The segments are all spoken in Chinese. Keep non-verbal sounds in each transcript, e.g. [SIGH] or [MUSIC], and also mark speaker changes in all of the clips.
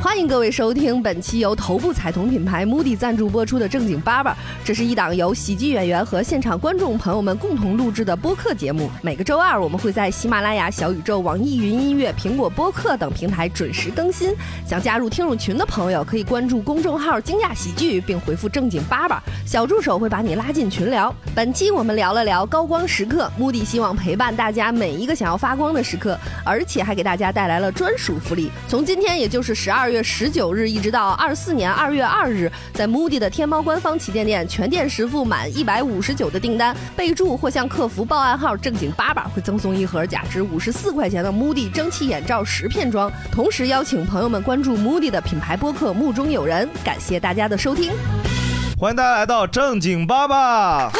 Speaker 1: 欢迎各位收听本期由头部彩瞳品牌 Moody 赞助播出的《正经八八》，这是一档由喜剧演员和现场观众朋友们共同录制的播客节目。每个周二，我们会在喜马拉雅、小宇宙、网易云音乐、苹果播客等平台准时更新。想加入听众群的朋友，可以关注公众号“惊讶喜剧”，并回复“正经八八”，小助手会把你拉进群聊。本期我们聊了聊高光时刻，Moody 希望陪伴大家每一个想要发光的时刻，而且还给大家带来了专属福利。从今天，也就是十二月十九日，一直到二四年二月二日，在 Moody 的天猫官方旗舰店全店实付满一百五十九的订单，备注或向客服报暗号“正经八八”，会赠送一盒价值五十四块钱的 Moody 蒸汽眼罩十片装。同时邀请朋友们关注 Moody 的品牌播客《目中有人》，感谢大家的收听。
Speaker 2: 欢迎大家来到正经爸爸。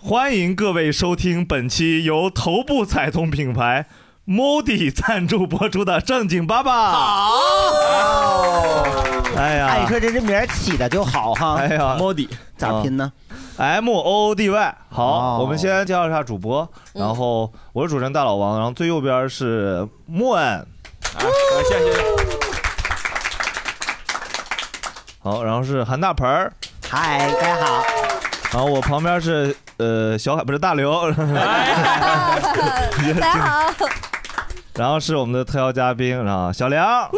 Speaker 2: 欢迎各位收听本期由头部彩瞳品牌 Modi 赞助播出的《正经爸爸》。好，哎呀，
Speaker 3: 哎，你说这这名儿起的就好哈。
Speaker 2: 哎呀啊
Speaker 3: ，Modi 咋拼呢？
Speaker 2: M O O D Y。好，
Speaker 3: 哦
Speaker 2: 我们先介绍一下主播，然后我是主持人大老王，然后最右边是莫恩。
Speaker 4: 啊
Speaker 5: 谢谢谢谢。
Speaker 2: 好，然后是韩大盆儿，
Speaker 3: 嗨，大家好。
Speaker 2: 然后我旁边是呃小海，不是大刘，
Speaker 1: 啊大家好，
Speaker 2: 然后是我们的特邀嘉宾啊小梁。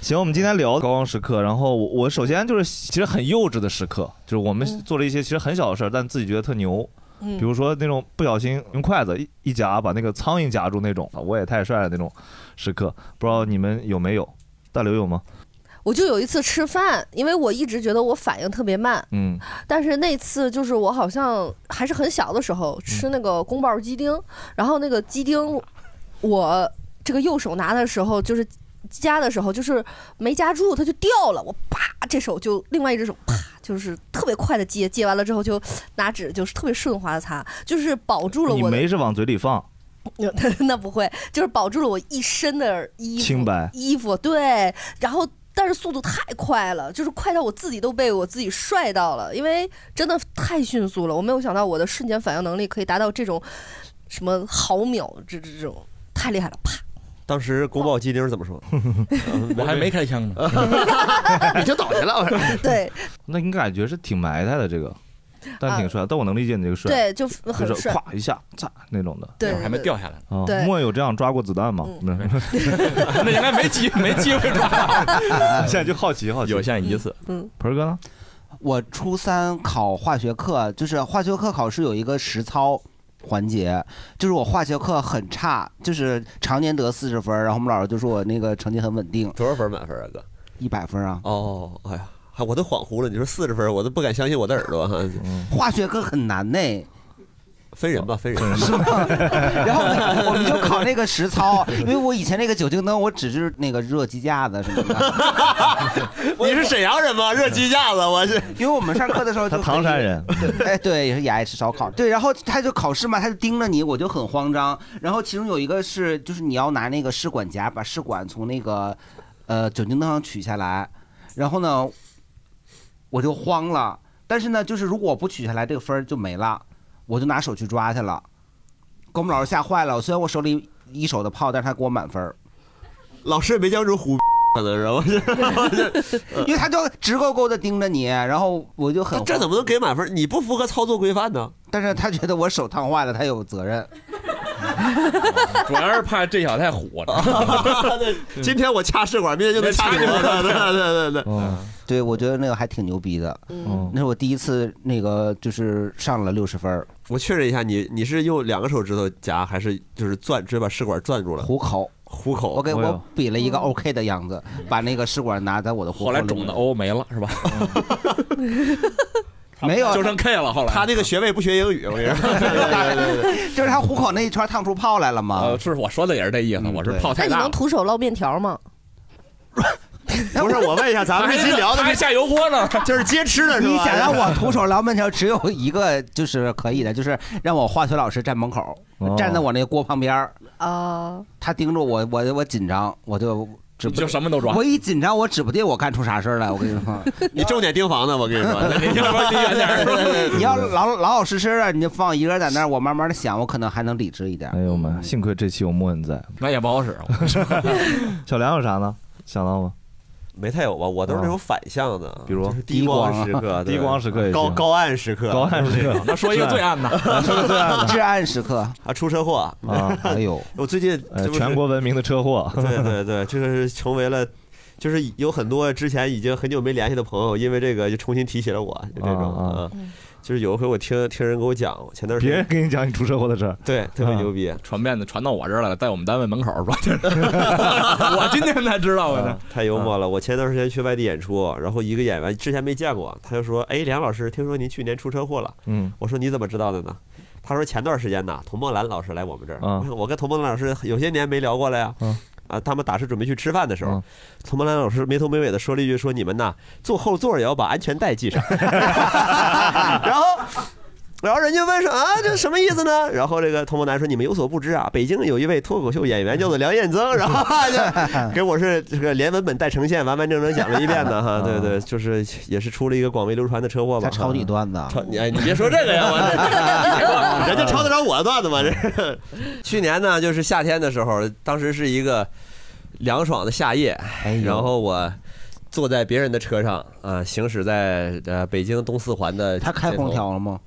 Speaker 2: 行，我们今天聊高光时刻，然后我我首先就是其实很幼稚的时刻，就是我们做了一些其实很小的事儿，但自己觉得特牛。
Speaker 1: 嗯
Speaker 2: 比如说那种不小心用筷子一一夹把那个苍蝇夹住那种，啊我也太帅了那种时刻，不知道你们有没有？大刘有吗？
Speaker 1: 我就有一次吃饭，因为我一直觉得我反应特别慢，
Speaker 2: 嗯，
Speaker 1: 但是那次就是我好像还是很小的时
Speaker 2: 嗯
Speaker 1: 候吃那个宫爆鸡丁，然后那个鸡丁，我这个右手拿的时候就是夹的时候就是没夹住，它就掉了，我啪这手就另外一只手啪就是特别快的接，接完了之后就拿纸就是特别顺滑的擦，就是保住了
Speaker 2: 你
Speaker 1: 我的
Speaker 2: 没是往嘴里放，
Speaker 1: [LAUGHS] 那不会，就是保住了我一身的衣服，
Speaker 2: 清白
Speaker 1: 衣服对，然后但是速度太快了，就是快到我自己都被我自己帅到了，因为真的太迅速了，我没有想到我的瞬间反应能力可以达到这种什么毫秒这这这种，太厉害了，啪！
Speaker 5: 当时宫保鸡丁怎么
Speaker 2: [LAUGHS]
Speaker 5: 说？呃我还没开枪呢，你就倒下了。
Speaker 1: [LAUGHS]
Speaker 2: [LAUGHS]
Speaker 1: 对啊
Speaker 2: 那你感觉是挺埋汰的这个， [LAUGHS] 但
Speaker 3: 啊
Speaker 2: 挺帅，但我能理解你这个帅，
Speaker 1: 对，就
Speaker 2: 就
Speaker 1: 很
Speaker 2: 是
Speaker 1: 帅，
Speaker 2: 咵一下炸那种的。
Speaker 1: 对对
Speaker 5: 还没掉下来，
Speaker 2: 啊
Speaker 1: 对，嗯
Speaker 2: 莫有这样抓过子弹吗？ [LAUGHS]
Speaker 6: [LAUGHS]
Speaker 5: 那应该没机没机会抓。
Speaker 2: 现在就好奇好奇。
Speaker 5: 有
Speaker 2: [LAUGHS]
Speaker 5: 像一次，
Speaker 2: 盆儿哥呢？
Speaker 3: 我初三考化学课，就是化学课考试有一个实操环节，就是我化学课很差，就是常年得四十分儿，然后我们老师就说我那个成绩很稳定，
Speaker 5: 多少分满分啊，哥？
Speaker 3: 一百分儿啊。
Speaker 5: [LAUGHS]
Speaker 3: [LAUGHS]
Speaker 5: 哦，哎呀，还我都恍惚了。你说四十分，我都不敢相信我的耳朵哈。
Speaker 2: 嗯
Speaker 3: 化学课很难呢，
Speaker 5: 分人吧，分人。
Speaker 3: 然后我们就考那个实操，因为我以前那个酒精灯，我只是那个热鸡架子什么的，
Speaker 5: [LAUGHS] 你是沈阳人吗？热鸡架子，我是。
Speaker 3: 因为我们上课的时候
Speaker 2: 他
Speaker 3: 就
Speaker 2: 唐山人，
Speaker 3: [LAUGHS] 哎，对，也是也爱吃烧烤。对，然后他就考试嘛，他就盯着你，我就很慌张。然后其中有一个是，就是你要拿那个试管夹把试管从那个呃酒精灯上取下来，然后呢，我就慌了。但是呢，就是如果我不取下来，这个分儿就没了，我就拿手去抓去了，给我们老师吓坏了。虽然我手里一手的泡，但是他给我满分儿，
Speaker 5: 老师也没教出虎，可能是我是。
Speaker 3: [LAUGHS] 因为他就直勾勾的盯着你，然后我就很
Speaker 5: 呃这怎么能给满分？你不符合操作规范呢？
Speaker 3: 但是他觉得我手烫坏了，他有责任。
Speaker 7: 主要是怕这小子太
Speaker 5: [LAUGHS]
Speaker 7: 火了。
Speaker 5: 今天我掐试管，明天就能掐你了。
Speaker 3: [LAUGHS]
Speaker 5: 对对对对。
Speaker 2: 哦，
Speaker 3: 嗯对，我觉得那个还挺牛逼的。
Speaker 2: 嗯
Speaker 3: 那是我第一次那个就是上了六十分儿，
Speaker 5: 我确认一下，你你是用两个手指头夹，还是就是攥，直接把试管攥住了？
Speaker 3: 虎口，
Speaker 5: 虎
Speaker 3: 我
Speaker 5: 口，
Speaker 3: 给
Speaker 2: 哎呦
Speaker 3: 我比了一个 OK 的样子，把那个试管拿在我的虎口。
Speaker 7: 后来肿的，O 没了
Speaker 3: [LAUGHS]
Speaker 7: 是吧？
Speaker 3: 没有，
Speaker 7: 就
Speaker 3: 就
Speaker 7: 剩 K 了。后来
Speaker 5: 他那个学位不学英语，我跟你说。
Speaker 3: [LAUGHS] 是他虎口那一圈烫出泡来了嘛
Speaker 7: 呃，。是我说的也是这意思，
Speaker 3: 嗯
Speaker 7: 我是
Speaker 3: 对
Speaker 7: 泡
Speaker 1: 那
Speaker 7: 太
Speaker 1: 你
Speaker 7: 大
Speaker 1: 能
Speaker 7: 了。
Speaker 1: 徒手烙面条吗？
Speaker 5: 不是，我问一下，咱们这期聊的
Speaker 7: 他还
Speaker 5: 是
Speaker 7: 下油锅呢，
Speaker 5: 就是接吃的是吧？
Speaker 3: 你想让我徒手捞面条，只有一个就是可以的，就是让我化学老师站门口，
Speaker 2: 哦
Speaker 3: 站在我那锅旁边儿，
Speaker 1: 啊、
Speaker 3: 他盯着我，我我紧张，我就指
Speaker 7: 你就什么都抓
Speaker 3: 我一紧张，我指不定我干出啥事儿来。我跟你说，
Speaker 5: 你重点盯房子，我跟你说，
Speaker 7: 你要不然离远点儿
Speaker 3: 你要老老老实实的，你就放我一个人在那儿，我慢慢的想，我可能还能理智一点。
Speaker 2: 哎呦妈，幸亏这期有莫恩在。
Speaker 7: 那也不好使。
Speaker 5: 啊
Speaker 2: [LAUGHS] 小梁有啥呢？想到吗？啊
Speaker 5: 没太有吧？我都是那种反向的，
Speaker 2: 比如
Speaker 5: 就是低光时刻、对
Speaker 2: 低光时刻也行
Speaker 5: 高高暗时刻、
Speaker 2: 高暗时刻
Speaker 7: 那说一个最暗的，
Speaker 2: 说个最暗
Speaker 3: 至暗时刻，
Speaker 5: 啊，出车祸。
Speaker 2: 啊，
Speaker 3: 哎呦，
Speaker 5: [LAUGHS] 我最近
Speaker 2: 呃，
Speaker 5: 这不是
Speaker 2: 全国闻名的车祸，
Speaker 5: 对对对，这个是成为了，就是有很多之前已经很久没联系的朋友，因为这个就重新提起了我，就这种
Speaker 2: 啊啊
Speaker 5: 啊。就是有一回我听听人给我讲，我前段时
Speaker 2: 别
Speaker 5: 间
Speaker 2: 人跟你讲你出车祸的事儿，
Speaker 5: 对特别
Speaker 2: 啊
Speaker 5: 牛逼，
Speaker 7: 传遍的传到我这儿来了，在我们单位门口儿说，
Speaker 5: [LAUGHS]
Speaker 7: 就是我今天才知道我的。
Speaker 5: 啊太幽默了。我前段时间去外地演出，然后一个演员之前没见过，他就说：“哎，梁老师，听说您去年出车祸了。”
Speaker 2: 嗯，
Speaker 5: 我说你怎么知道的呢？他说前段时间呢，童梦兰老师来我们这儿，
Speaker 2: 嗯
Speaker 5: 我说我跟童梦兰老师有些年没聊过了呀。
Speaker 2: 嗯
Speaker 5: 啊，他们打车准备去吃饭的时候，
Speaker 2: 嗯
Speaker 5: 童梦兰老师没头没尾的说了一句：“说你们呐，坐后座也要把安全带系上。” [LAUGHS] 然后。然后人家问说啊，这什么意思呢？然后这个童梦兰说：“你们有所不知啊，北京有一位脱口秀演员叫做梁彦增，然
Speaker 3: [LAUGHS]
Speaker 5: 后就给我是这个连文本带呈现，完完整整讲了一遍的哈。对对，就是也是出了一个广为流传的车祸吧。
Speaker 3: 他嗯抄你段子啊，
Speaker 5: 抄你哎，你别说这个
Speaker 3: [LAUGHS]
Speaker 5: 呀，我 [LAUGHS] 人家抄得着我的段子吗？这是 [LAUGHS] 去年呢，就是夏天的时候，当时是一个凉爽的夏夜，
Speaker 3: 哎呦，
Speaker 5: 然后我坐在别人的车上啊，行驶在呃北京东四环的，
Speaker 3: 他开空，调了吗？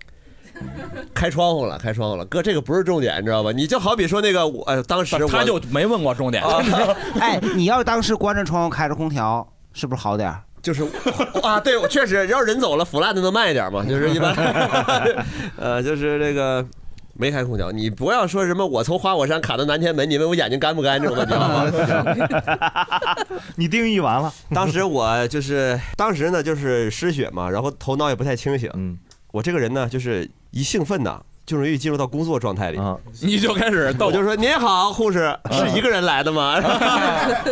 Speaker 5: 开窗户了，开窗户了，哥，这个不是重点，你知道吧？你就好比说那个我，呃，当时
Speaker 7: 不
Speaker 5: 我啊
Speaker 7: 他就没问过重点，
Speaker 3: 哎，你要当时关着窗户开着空调，是不是好点儿？
Speaker 5: 就是 [LAUGHS] 啊，对，我确实，要是人走了，腐烂的能慢一点嘛，就是 [LAUGHS] 一般，呃，就是这个没开空调，你不要说什么我从花果山卡到南天门，你问我眼睛干不干这种问题好吗？
Speaker 2: [LAUGHS] 你定义完了，
Speaker 5: 当时我就是当时呢就是失血嘛，然后头脑也不太清醒，
Speaker 2: 嗯
Speaker 5: 我这个人呢就是一兴奋呐，就容易进入到工作状态里。
Speaker 2: 啊，
Speaker 7: [LAUGHS] 你就开始
Speaker 5: 我
Speaker 7: 逗嗯
Speaker 5: 就说您好，护士是一个人来的
Speaker 7: [LAUGHS]
Speaker 5: 吗？ [LAUGHS]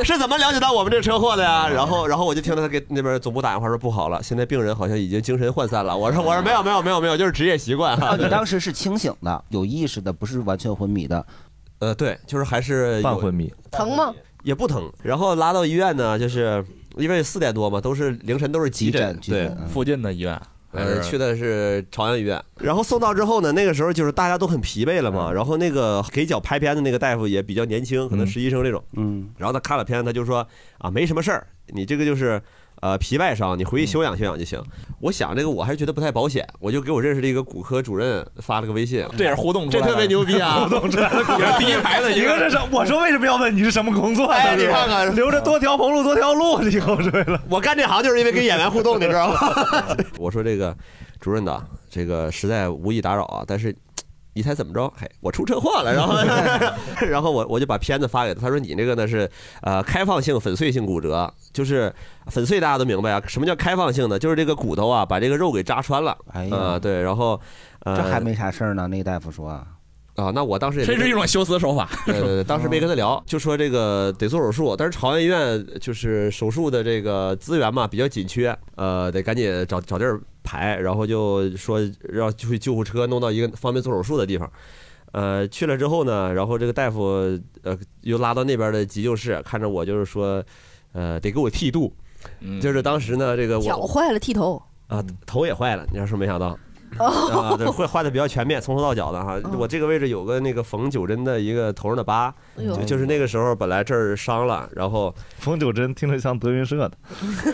Speaker 5: 是怎么了解到我们这车祸的呀？然后，然后我就听到他给那边总部打电话说不好了，现在病人好像已经精神涣散了。我说我说没有没有没有没有，就是职业习惯
Speaker 3: 哦，
Speaker 5: 哈。
Speaker 3: 你当时是清醒的，有意识的，不是完全昏迷的。
Speaker 5: 呃，对，就是还是
Speaker 2: 半
Speaker 5: 有
Speaker 2: 昏迷，
Speaker 1: 疼吗？
Speaker 5: 也不疼。然后拉到医院呢，就是因为四点多嘛，都是凌晨都是急
Speaker 3: 急
Speaker 5: 诊
Speaker 3: 诊，，急
Speaker 5: 对
Speaker 3: 诊，，嗯
Speaker 7: 附近的医院，
Speaker 5: 呃，去的是朝阳医院，然后送到之后呢，那个时候就是大家都很疲惫了嘛，然后那个给脚拍片的那个大夫也比较年轻，可能
Speaker 2: 嗯
Speaker 5: 实习生这种，
Speaker 3: 嗯，
Speaker 5: 然后他看了片，他就说啊，没什么事儿，你这个就是呃皮外伤，你回去休养休养就行。我想这个我还是觉得不太保险，我就给我认识的一个骨科主任发了个微信，
Speaker 7: 这也是互动出
Speaker 5: 这
Speaker 7: 来的，
Speaker 5: 特别牛逼
Speaker 2: [LAUGHS]
Speaker 7: [LAUGHS]
Speaker 5: 啊！
Speaker 7: 也
Speaker 5: [LAUGHS]
Speaker 7: 是第一排的一
Speaker 2: 一个
Speaker 7: 个。
Speaker 2: 这是我说为什么要问你是什么工作的？
Speaker 5: 哎你
Speaker 2: 是吧
Speaker 5: 看看
Speaker 2: 留着多条红路多条路，以后是为了
Speaker 5: 我干这行就是因为跟演员互动，你知道吗？我说这个主任呐，这个实在无意打扰啊，但是你猜怎么着？嘿，我出车祸了，然
Speaker 3: [LAUGHS]
Speaker 5: 后 [LAUGHS] 然后我我就把片子发给他，他说你这个呢是呃开放性粉碎性骨折，就是粉碎大家都明白啊，什么叫开放性呢？就是这个骨头啊把这个肉给扎穿了，
Speaker 3: 哎
Speaker 5: 啊、
Speaker 3: 呀，
Speaker 5: 对，然后呃
Speaker 3: 这还没啥事儿呢。那个大夫说，
Speaker 5: 啊，那我当时也
Speaker 7: 这
Speaker 5: 没
Speaker 7: 是一种修辞手法，
Speaker 5: 对对对，当时没跟他聊，就说这个得做手术，但是朝阳医院就是手术的这个资源嘛比较紧缺，呃，得赶紧找找地儿排，然后就说让去救护车弄到一个方便做手术的地方。呃，去了之后呢，然后这个大夫呃又拉到那边的急救室，看着我就是说，呃，得给我剃度，就是当时呢，这个我
Speaker 1: 脚坏了，剃头。
Speaker 5: 啊，
Speaker 2: 嗯
Speaker 5: 头也坏了，你要是没想到。
Speaker 1: 哦
Speaker 5: 啊，对，会画的比较全面，从头到脚的哈。
Speaker 1: 嗯
Speaker 5: 我这个位置有个那个缝九针的一个头上的疤，
Speaker 1: 哎呦
Speaker 5: 就，就是那个时候本来这儿伤了，然后
Speaker 2: 冯九珍听着像德云社的， [LAUGHS]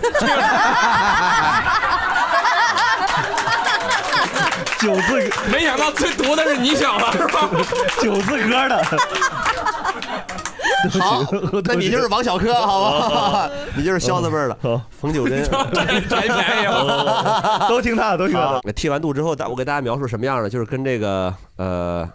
Speaker 2: 九字
Speaker 7: 没想到最毒的是你小子，是吧？
Speaker 2: [LAUGHS] 九字歌的，
Speaker 5: [LAUGHS] 好
Speaker 2: [LAUGHS] 对不起，
Speaker 5: 那你就是王小柯，
Speaker 2: 哦
Speaker 5: 好吧？
Speaker 2: [LAUGHS]
Speaker 5: 你就是肖子辈儿了，
Speaker 2: 嗯好，
Speaker 5: 缝九
Speaker 7: [LAUGHS]
Speaker 5: 针。
Speaker 7: 占占便宜了。
Speaker 2: [LAUGHS] 都听他的，都听他的，
Speaker 5: 剃啊完度之后，大我给大家描述什么样的，就是跟这个呃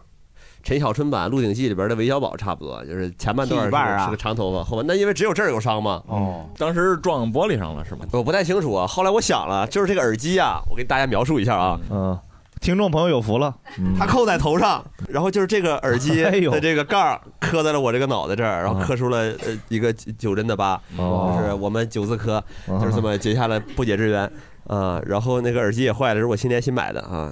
Speaker 5: 陈小春版《鹿鼎记》里边的韦小宝差不多，就是前半段
Speaker 3: 剃
Speaker 5: 是
Speaker 3: 一
Speaker 5: 个、
Speaker 3: 半啊
Speaker 5: 是个长头发，后半那因为只有这儿有伤嘛，
Speaker 3: 哦，
Speaker 7: 当时撞玻璃上了是吗？
Speaker 5: 我不太清楚啊。后来我想了，就是这个耳机啊，我给大家描述一下啊，
Speaker 2: 嗯，听众朋友有福了，嗯
Speaker 5: 它扣在头上，然后就是这个耳机
Speaker 2: [LAUGHS] 哎呦
Speaker 5: 的这个盖儿磕在了我这个脑袋这儿，然后
Speaker 2: 啊
Speaker 5: 磕出了呃一个九针的疤，
Speaker 2: 哦
Speaker 5: 就是我们九字科，
Speaker 2: 啊
Speaker 5: 呃就是这么结下了不解之缘啊。然后那个耳机也坏了，是我新年新买的啊。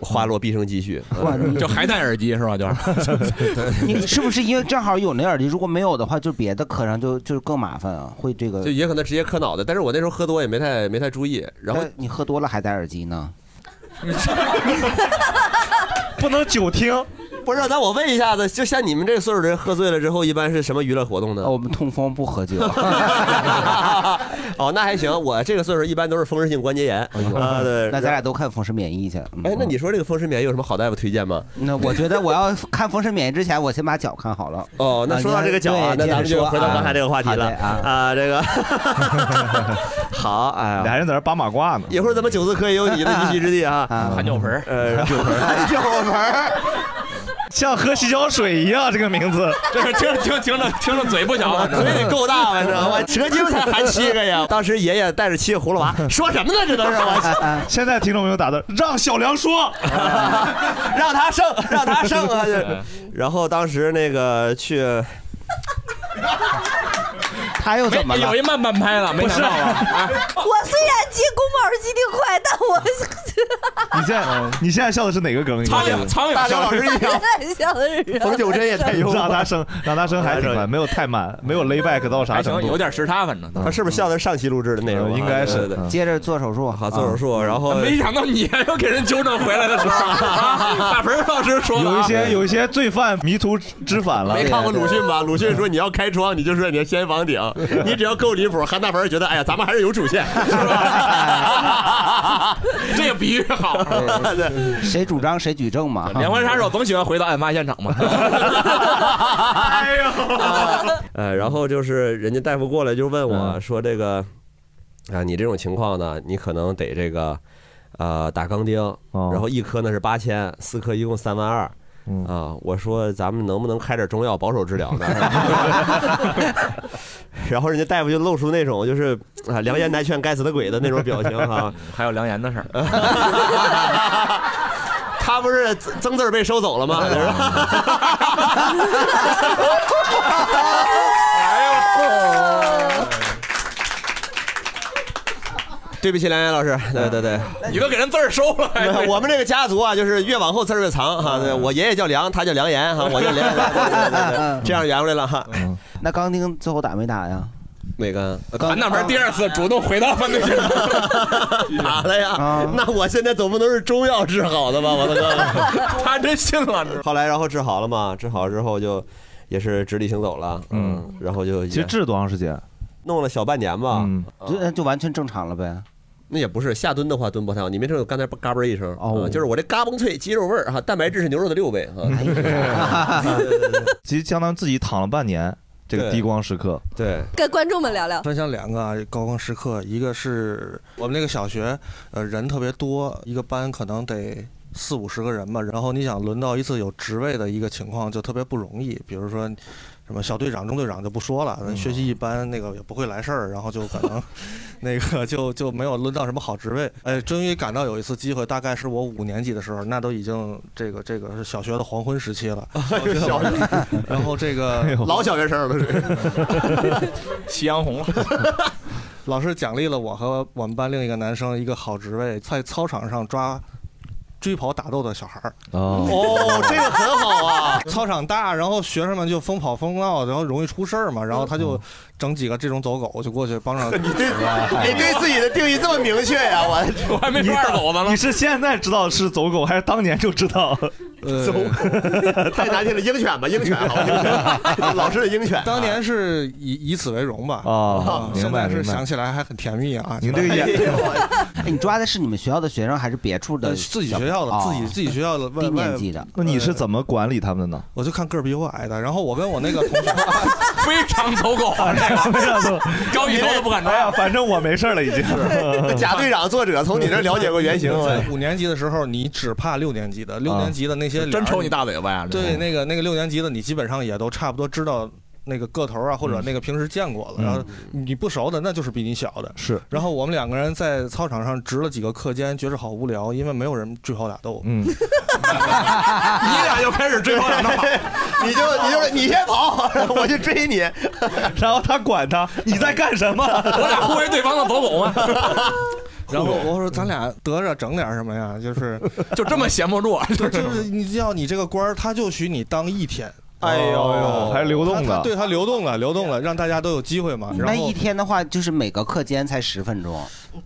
Speaker 5: 花落必生积
Speaker 3: [LAUGHS]
Speaker 5: 蓄。
Speaker 3: 哇
Speaker 5: 嗯
Speaker 3: 你
Speaker 7: 就还戴耳机是吧？就是
Speaker 3: [LAUGHS]
Speaker 5: [LAUGHS]
Speaker 3: 你是不是因为正好有那耳机？如果没有的话，就别的课上就就更麻烦啊，会这个
Speaker 5: 就。也可能直接磕脑袋，但是我那时候喝多也没太没太注意，然后
Speaker 3: 那哎你喝多了还戴耳机呢？
Speaker 2: 不能久听。
Speaker 5: 不是，那我问一下子，就像你们这岁数的人喝醉了之后，一般是什么娱乐活动呢
Speaker 3: 呃，？我们痛风不喝酒。
Speaker 5: [LAUGHS] 哦，那还行，我这个岁数一般都是风湿性关节炎
Speaker 3: 哎
Speaker 5: 啊、对，
Speaker 3: 那咱俩都看《风湿免疫》去。嗯
Speaker 5: 哎，那你说这个风湿免疫有什么好大夫推荐吗？
Speaker 3: 那我觉得我要看《风湿免疫》之前，我先把脚看好了。
Speaker 5: 哦，那说到这个脚啊
Speaker 3: 啊，
Speaker 5: 那咱们
Speaker 3: 接
Speaker 5: 就
Speaker 3: 着说
Speaker 5: 回到刚才这个话题了
Speaker 3: 啊好的
Speaker 5: 啊，这
Speaker 3: [LAUGHS]
Speaker 5: 个 [LAUGHS] 好，哎呀，
Speaker 2: 俩人在那扒马褂呢。
Speaker 5: 一会儿咱们九字科也有你
Speaker 2: [LAUGHS]
Speaker 5: 的一席之地啊，
Speaker 3: 啊
Speaker 7: 含，尿盆儿，
Speaker 5: 呃，九盆儿，
Speaker 2: 像喝洗脚水一样，这个名
Speaker 7: [LAUGHS]
Speaker 2: 字。
Speaker 7: 这是听着听着听着听着嘴不小，
Speaker 5: 我 [LAUGHS] 嘴得够大吧，知道
Speaker 2: [LAUGHS]
Speaker 5: 吗？蛇精才含七个呀！当时爷爷带着七个葫芦娃，说什么呢？这都是我。
Speaker 2: [LAUGHS] 现在听众朋友打的，让小梁说，
Speaker 5: [LAUGHS] 让他胜，让他胜啊！就然后当时那个去，
Speaker 3: [LAUGHS] 他又怎么
Speaker 7: 没
Speaker 3: 了
Speaker 7: 有？一慢半拍了，没想到啊，
Speaker 8: 我虽然接宫保鸡丁块，但
Speaker 5: 啊
Speaker 1: [LAUGHS]
Speaker 8: 我
Speaker 2: [LAUGHS] 你现在你现在笑的是哪个梗？你
Speaker 7: 苍
Speaker 2: 告诉
Speaker 7: 蝇
Speaker 2: 我
Speaker 7: 苍
Speaker 5: 嗯大
Speaker 7: 蝇
Speaker 5: 刘老师一
Speaker 7: [LAUGHS]
Speaker 5: 样，
Speaker 8: 太像是人
Speaker 5: 啊冯九珍也太幽默
Speaker 1: [LAUGHS]
Speaker 2: 让
Speaker 5: 了。
Speaker 2: 他生，让他生还挺慢，没有太慢，没有 lay back 到啥
Speaker 7: 还
Speaker 2: 程
Speaker 7: 行，
Speaker 2: 度。
Speaker 7: 有点时差，反正
Speaker 5: 他 [LAUGHS] 是不是笑的是上期录制的内容啊？
Speaker 2: 应该
Speaker 5: 对
Speaker 2: 是
Speaker 5: 对对
Speaker 3: 接着做手术，嗯
Speaker 5: 好，做手
Speaker 3: 术。
Speaker 5: 术，然后
Speaker 7: 没想到你又给 [LAUGHS] 人纠正回来 [LAUGHS] 的时候，啊大盆儿老师说了啊
Speaker 2: 有一些有一些罪犯迷途知返了
Speaker 5: 没。
Speaker 3: 对
Speaker 5: 看过鲁迅吧？鲁迅说你要开窗，你就说你要掀房
Speaker 3: [LAUGHS]
Speaker 5: 顶，你只要够离谱，韩大鹏觉得哎呀，咱们还是有主线，是
Speaker 3: [LAUGHS]
Speaker 5: 吧？
Speaker 7: 这个比喻
Speaker 5: [LAUGHS]
Speaker 7: 好。
Speaker 3: 谁主张谁举证嘛。
Speaker 7: 连环杀手总喜欢回到案发现场嘛，
Speaker 2: 哎呦，
Speaker 3: 啊
Speaker 5: 呃，
Speaker 7: 嗯
Speaker 5: 然后就是人家大夫过来就问我说：“这个啊，你这种情况呢，你可能得这个呃打钢钉，
Speaker 7: 哦
Speaker 5: 然后一颗呢是八千，四颗一共三万二。”
Speaker 7: 嗯
Speaker 5: 啊，我说咱们能不能开点中药保守治疗呢？ [LAUGHS] 然后人家大夫就露出那种就是啊良言难劝该死的鬼的那种表情哈、
Speaker 7: [LAUGHS] 还有良言的事儿，
Speaker 5: [LAUGHS] 他不是增增字儿被收走了吗？ [LAUGHS] 对不起，梁岩老师，对对对，
Speaker 7: 你 [LAUGHS] 都给人字儿收了，还
Speaker 5: [LAUGHS] 我们这个家族啊，就是越往后字儿越长哈。对我爷爷叫梁，他叫梁岩哈，我叫梁，对对对对这样圆回来了哈。
Speaker 3: 那钢钉最后打没打呀？
Speaker 5: 哪个
Speaker 3: 钢
Speaker 7: 韩大门第二次主动回到
Speaker 5: [LAUGHS]
Speaker 7: 犯罪现场，
Speaker 5: 打了呀？那我现在总不能是中药治好的吧，我的哥。 [LAUGHS]
Speaker 7: 他真信了，你知道吗
Speaker 5: 后来然后治好了嘛，治好之后就也是直立行走了，嗯，然后就
Speaker 2: 其实
Speaker 5: 也
Speaker 2: 治多长时间？
Speaker 5: 弄了小半年吧。
Speaker 2: 嗯，
Speaker 3: 就就完全正常了呗。
Speaker 5: 那也不是下蹲的话蹲不太好，你没听我刚才嘎嘣一声啊
Speaker 3: 哦
Speaker 5: 就是我这嘎嘣脆鸡肉味儿哈，蛋白质是牛肉的六倍哈。
Speaker 2: [LAUGHS] 其实相当于自己躺了半年，这个
Speaker 5: 对
Speaker 2: 低光时刻。
Speaker 5: 对，
Speaker 8: 跟观众们聊聊。
Speaker 9: 分享两个啊高光时刻，一个是我们那个小学，呃，人特别多，一个班可能得四五十个人吧。然后你想轮到一次有职位的一个情况，就特别不容易。比如说，什么小队长、中队长就不说了，学习一般，那个也不会来事儿，然后就可能那个就就没有轮到什么好职位。哎，终于赶到有一次机会，大概是我五年级的时候，那都已经这个这个是小学的黄昏时期了。小学的然后这个
Speaker 5: 老小学生了是。
Speaker 7: 夕阳红了，
Speaker 9: [LAUGHS] 老师奖励了我和我们班另一个男生一个好职位，在操场上抓追跑打斗的小孩儿。
Speaker 5: 哦，这个很好啊。
Speaker 9: [LAUGHS] 操场大，然后学生们就疯跑疯闹，然后容易出事儿嘛。然后他
Speaker 2: 嗯
Speaker 9: 就整几个这种走狗，就过去帮上。
Speaker 5: [LAUGHS] 你对你对自己的定义这么明确呀、
Speaker 2: [LAUGHS]
Speaker 5: 我
Speaker 7: 我还没说二狗子
Speaker 2: 你
Speaker 7: 呢。
Speaker 2: 是现在知道是走狗，还是当年就知道？ [LAUGHS]
Speaker 9: 呃，
Speaker 5: [LAUGHS] 太难听了，鹰犬吧，鹰犬好，鹰
Speaker 2: [LAUGHS]
Speaker 5: 犬，老师的鹰犬。啊
Speaker 9: 当年是以以此为荣吧。啊
Speaker 2: 哦明
Speaker 9: 现
Speaker 2: 白
Speaker 9: 在
Speaker 2: 明
Speaker 9: 是
Speaker 2: 白
Speaker 9: 想。起来还很甜蜜啊。
Speaker 2: 您这
Speaker 5: [LAUGHS]
Speaker 2: 个眼，
Speaker 3: 哎，你抓的是你们学校的学生还是别处
Speaker 9: 呃
Speaker 3: 的？
Speaker 9: 自己学校的，自己自己学校的
Speaker 3: 低
Speaker 9: 外
Speaker 3: 年
Speaker 9: 外，
Speaker 3: 级的。
Speaker 2: 那你是怎么管理他们的呢？
Speaker 9: 我就看个儿比我矮的。然后我跟我那个同学，
Speaker 5: [LAUGHS]
Speaker 7: 非常走狗
Speaker 2: [LAUGHS]
Speaker 7: 啊，这个
Speaker 2: 哎没想到，
Speaker 7: 高一头都不敢
Speaker 2: 哎呀，
Speaker 7: 抓。
Speaker 2: 反正我没事儿了，
Speaker 5: [LAUGHS]
Speaker 2: 已经。 [LAUGHS]
Speaker 5: 贾队长作者从你这儿了解过原型。
Speaker 9: [LAUGHS] 在五年级的时候，你只怕六年级
Speaker 3: 啊
Speaker 9: 的，六年级的那些
Speaker 7: 啊真
Speaker 9: 脸儿
Speaker 7: 抽你大嘴巴
Speaker 5: 啊
Speaker 7: 呀！这
Speaker 5: [LAUGHS]
Speaker 9: 对，那个那个六年级的，你基本上也都差不多知道那个个头啊，或者那个平时见过了。然后你不熟的，那就是比你小的。
Speaker 2: 是，
Speaker 9: 然后我们两个人在操场上值了几个课间，觉着好无聊，因为没有人追跑打斗。 [LAUGHS]
Speaker 2: 嗯，
Speaker 7: 你俩就开始追跑打闹，
Speaker 5: [LAUGHS] 你就你就你先跑，我就追你。 [LAUGHS]
Speaker 2: 然后他管他，你在干什么？
Speaker 7: 我俩互为对方的走狗啊。
Speaker 9: 然后我说咱俩得着整点什么呀？就是
Speaker 7: 就这么闲不
Speaker 6: 啊
Speaker 7: 住，
Speaker 6: [LAUGHS]
Speaker 9: 就就是你要你这个官儿，他就许你当一天。
Speaker 3: 哎呦
Speaker 9: 哦
Speaker 3: 还流动的
Speaker 9: 他他对他流动了，流动了，让大家都有机会嘛。然
Speaker 3: 那
Speaker 9: 后
Speaker 3: 一天的话，就是每个课间才十分钟。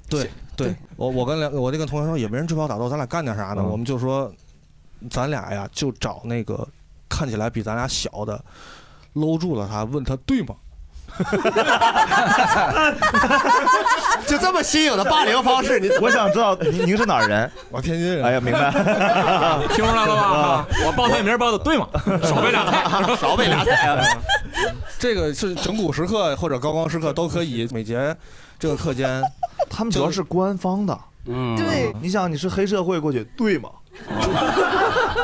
Speaker 9: 对对，我我跟两我那个同学说，也没人追跑打斗，咱俩干点啥呢？我们就说，咱俩呀就找那个看起来比咱俩小的，搂住了他，问他对吗？
Speaker 5: 就这么新颖的霸凌方式，你
Speaker 2: 我想知道您您是哪儿人？
Speaker 9: [LAUGHS] 我天津人。
Speaker 2: 哎呀，明白。
Speaker 7: [LAUGHS] 听出来了吧？啊我报菜名 [LAUGHS] 报的对吗？少备俩啊菜，
Speaker 5: 少备俩
Speaker 9: [LAUGHS]
Speaker 5: 菜。
Speaker 9: 这个是整蛊时刻或者高光时刻都可以，每节这个课间，
Speaker 2: 他们主要是官方的，
Speaker 3: 嗯
Speaker 8: 对
Speaker 2: 你想你是黑社会过去，对吗？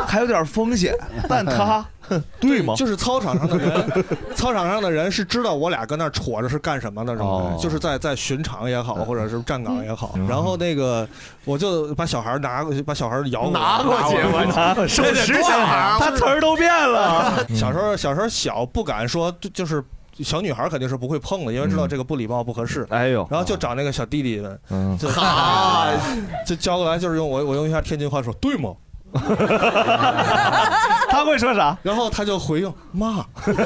Speaker 2: 还有点风
Speaker 9: [LAUGHS]
Speaker 2: 险，但
Speaker 5: [LAUGHS]
Speaker 2: 他哼对吗？
Speaker 9: 就是操场上
Speaker 2: [LAUGHS]
Speaker 9: 的人，操场上的人是知道我俩跟那儿戳着是干什么的，
Speaker 2: 哦嗯
Speaker 9: 就是在在巡场也好，或者是站岗也好。然后那个我就把小孩儿拿过去，把小孩儿摇
Speaker 5: 拿过去，
Speaker 9: 拿
Speaker 5: 我
Speaker 2: 啊，手持起来，他词儿都变了。
Speaker 9: [LAUGHS] 小时候小时候小不敢说，就就是小女孩肯定是不会碰的，因为知道这个不礼貌不合适。
Speaker 2: 嗯哎呦，
Speaker 9: 然后就找那个小弟弟们，
Speaker 2: 嗯，
Speaker 9: [LAUGHS] 就
Speaker 5: 啊，
Speaker 9: 就交过来，就是用我我用一下天津话说对吗？ [LAUGHS]
Speaker 2: [LAUGHS] 他会说啥？
Speaker 9: 然后他就回应妈。 [LAUGHS]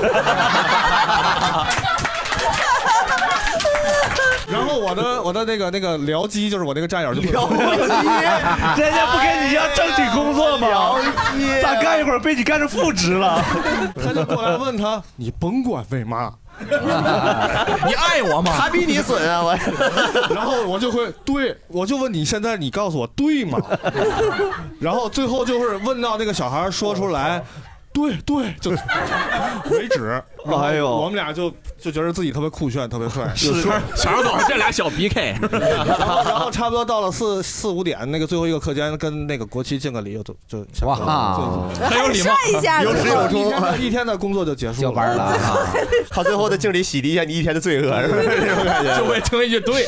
Speaker 9: 然后我的我的那个那个僚机就是我那个战友就会
Speaker 2: [LAUGHS] 人家不跟你一样正经工作
Speaker 9: 哎
Speaker 5: 哎
Speaker 2: 吗？咋干一会儿被你干成副职了？
Speaker 9: [LAUGHS] 他就过来问
Speaker 2: [LAUGHS]
Speaker 9: 他，你甭管为嘛。
Speaker 7: 你爱我吗？
Speaker 5: 还比你损啊！
Speaker 7: [LAUGHS]
Speaker 5: 我
Speaker 9: 然后我就会对，我就问你现在你告诉我对吗？然后最后就是问到那个小孩说出来。对对，就为止。
Speaker 2: 哎呦
Speaker 9: 我们俩就就觉得自己特别酷炫，特别帅。
Speaker 7: 是小时候这俩小 PK，
Speaker 9: [LAUGHS] 然后然后差不多到了四四五点，那个最后一个课间跟那个国旗敬个礼，就就下课
Speaker 3: 哇，
Speaker 9: 了
Speaker 7: 很有礼貌。
Speaker 8: 晒一下
Speaker 5: 有
Speaker 8: 子
Speaker 5: 始有
Speaker 9: 就一
Speaker 5: 终
Speaker 9: 天，的一 [LAUGHS] 天的工作就结束
Speaker 3: 就
Speaker 9: 了。
Speaker 3: 玩儿了啊！
Speaker 5: 他最后的敬礼洗涤一下你一天的罪恶，是不是这种感
Speaker 7: 就
Speaker 5: 觉？
Speaker 7: 为听一句对，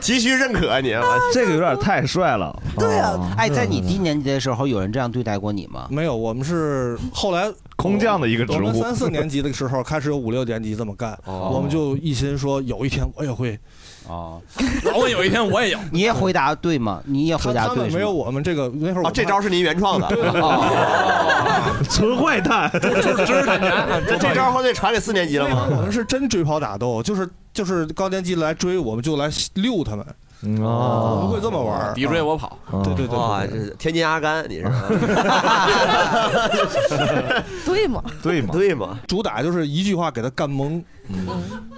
Speaker 5: 急需认可啊你，我
Speaker 2: 这个有点太帅
Speaker 3: [LAUGHS]
Speaker 2: 了。
Speaker 8: 对啊
Speaker 2: 哦
Speaker 3: 哎，在你低年级的时候，有人这样对待过你吗？
Speaker 9: 没有，我们是后来
Speaker 2: [LAUGHS] 空降的一个
Speaker 9: 我
Speaker 2: 职
Speaker 9: 们
Speaker 2: 务哦
Speaker 9: 三四年级的时候开始有五六年级这么干，我们就一心说有一天我也会。
Speaker 3: 哦，
Speaker 7: 老问有一天我也有。
Speaker 3: 你也回答对吗？你也
Speaker 9: 他
Speaker 3: 回答
Speaker 9: 他
Speaker 3: 对
Speaker 9: 们
Speaker 3: 是吗
Speaker 9: 没有我们这个那会儿我们
Speaker 5: 啊，这招是您原创的，
Speaker 2: 纯坏
Speaker 9: [LAUGHS]
Speaker 2: 蛋，
Speaker 5: 这这招后来传给四年级了
Speaker 9: 那
Speaker 5: 吗？ [LAUGHS]
Speaker 9: 会儿我们是真追跑打斗，就是就是高年级来追我们就来溜他们，
Speaker 5: 啊
Speaker 9: 我们
Speaker 2: 哦，
Speaker 9: 会这么玩儿。
Speaker 7: 敌追我跑，
Speaker 9: 对对对
Speaker 5: 哇，
Speaker 9: 对
Speaker 5: 这
Speaker 9: 对。
Speaker 5: 是天津阿甘，你是
Speaker 8: 对吗？
Speaker 2: 对嘛，
Speaker 5: 对嗯吗？
Speaker 9: 主打就是一句话给他干懵，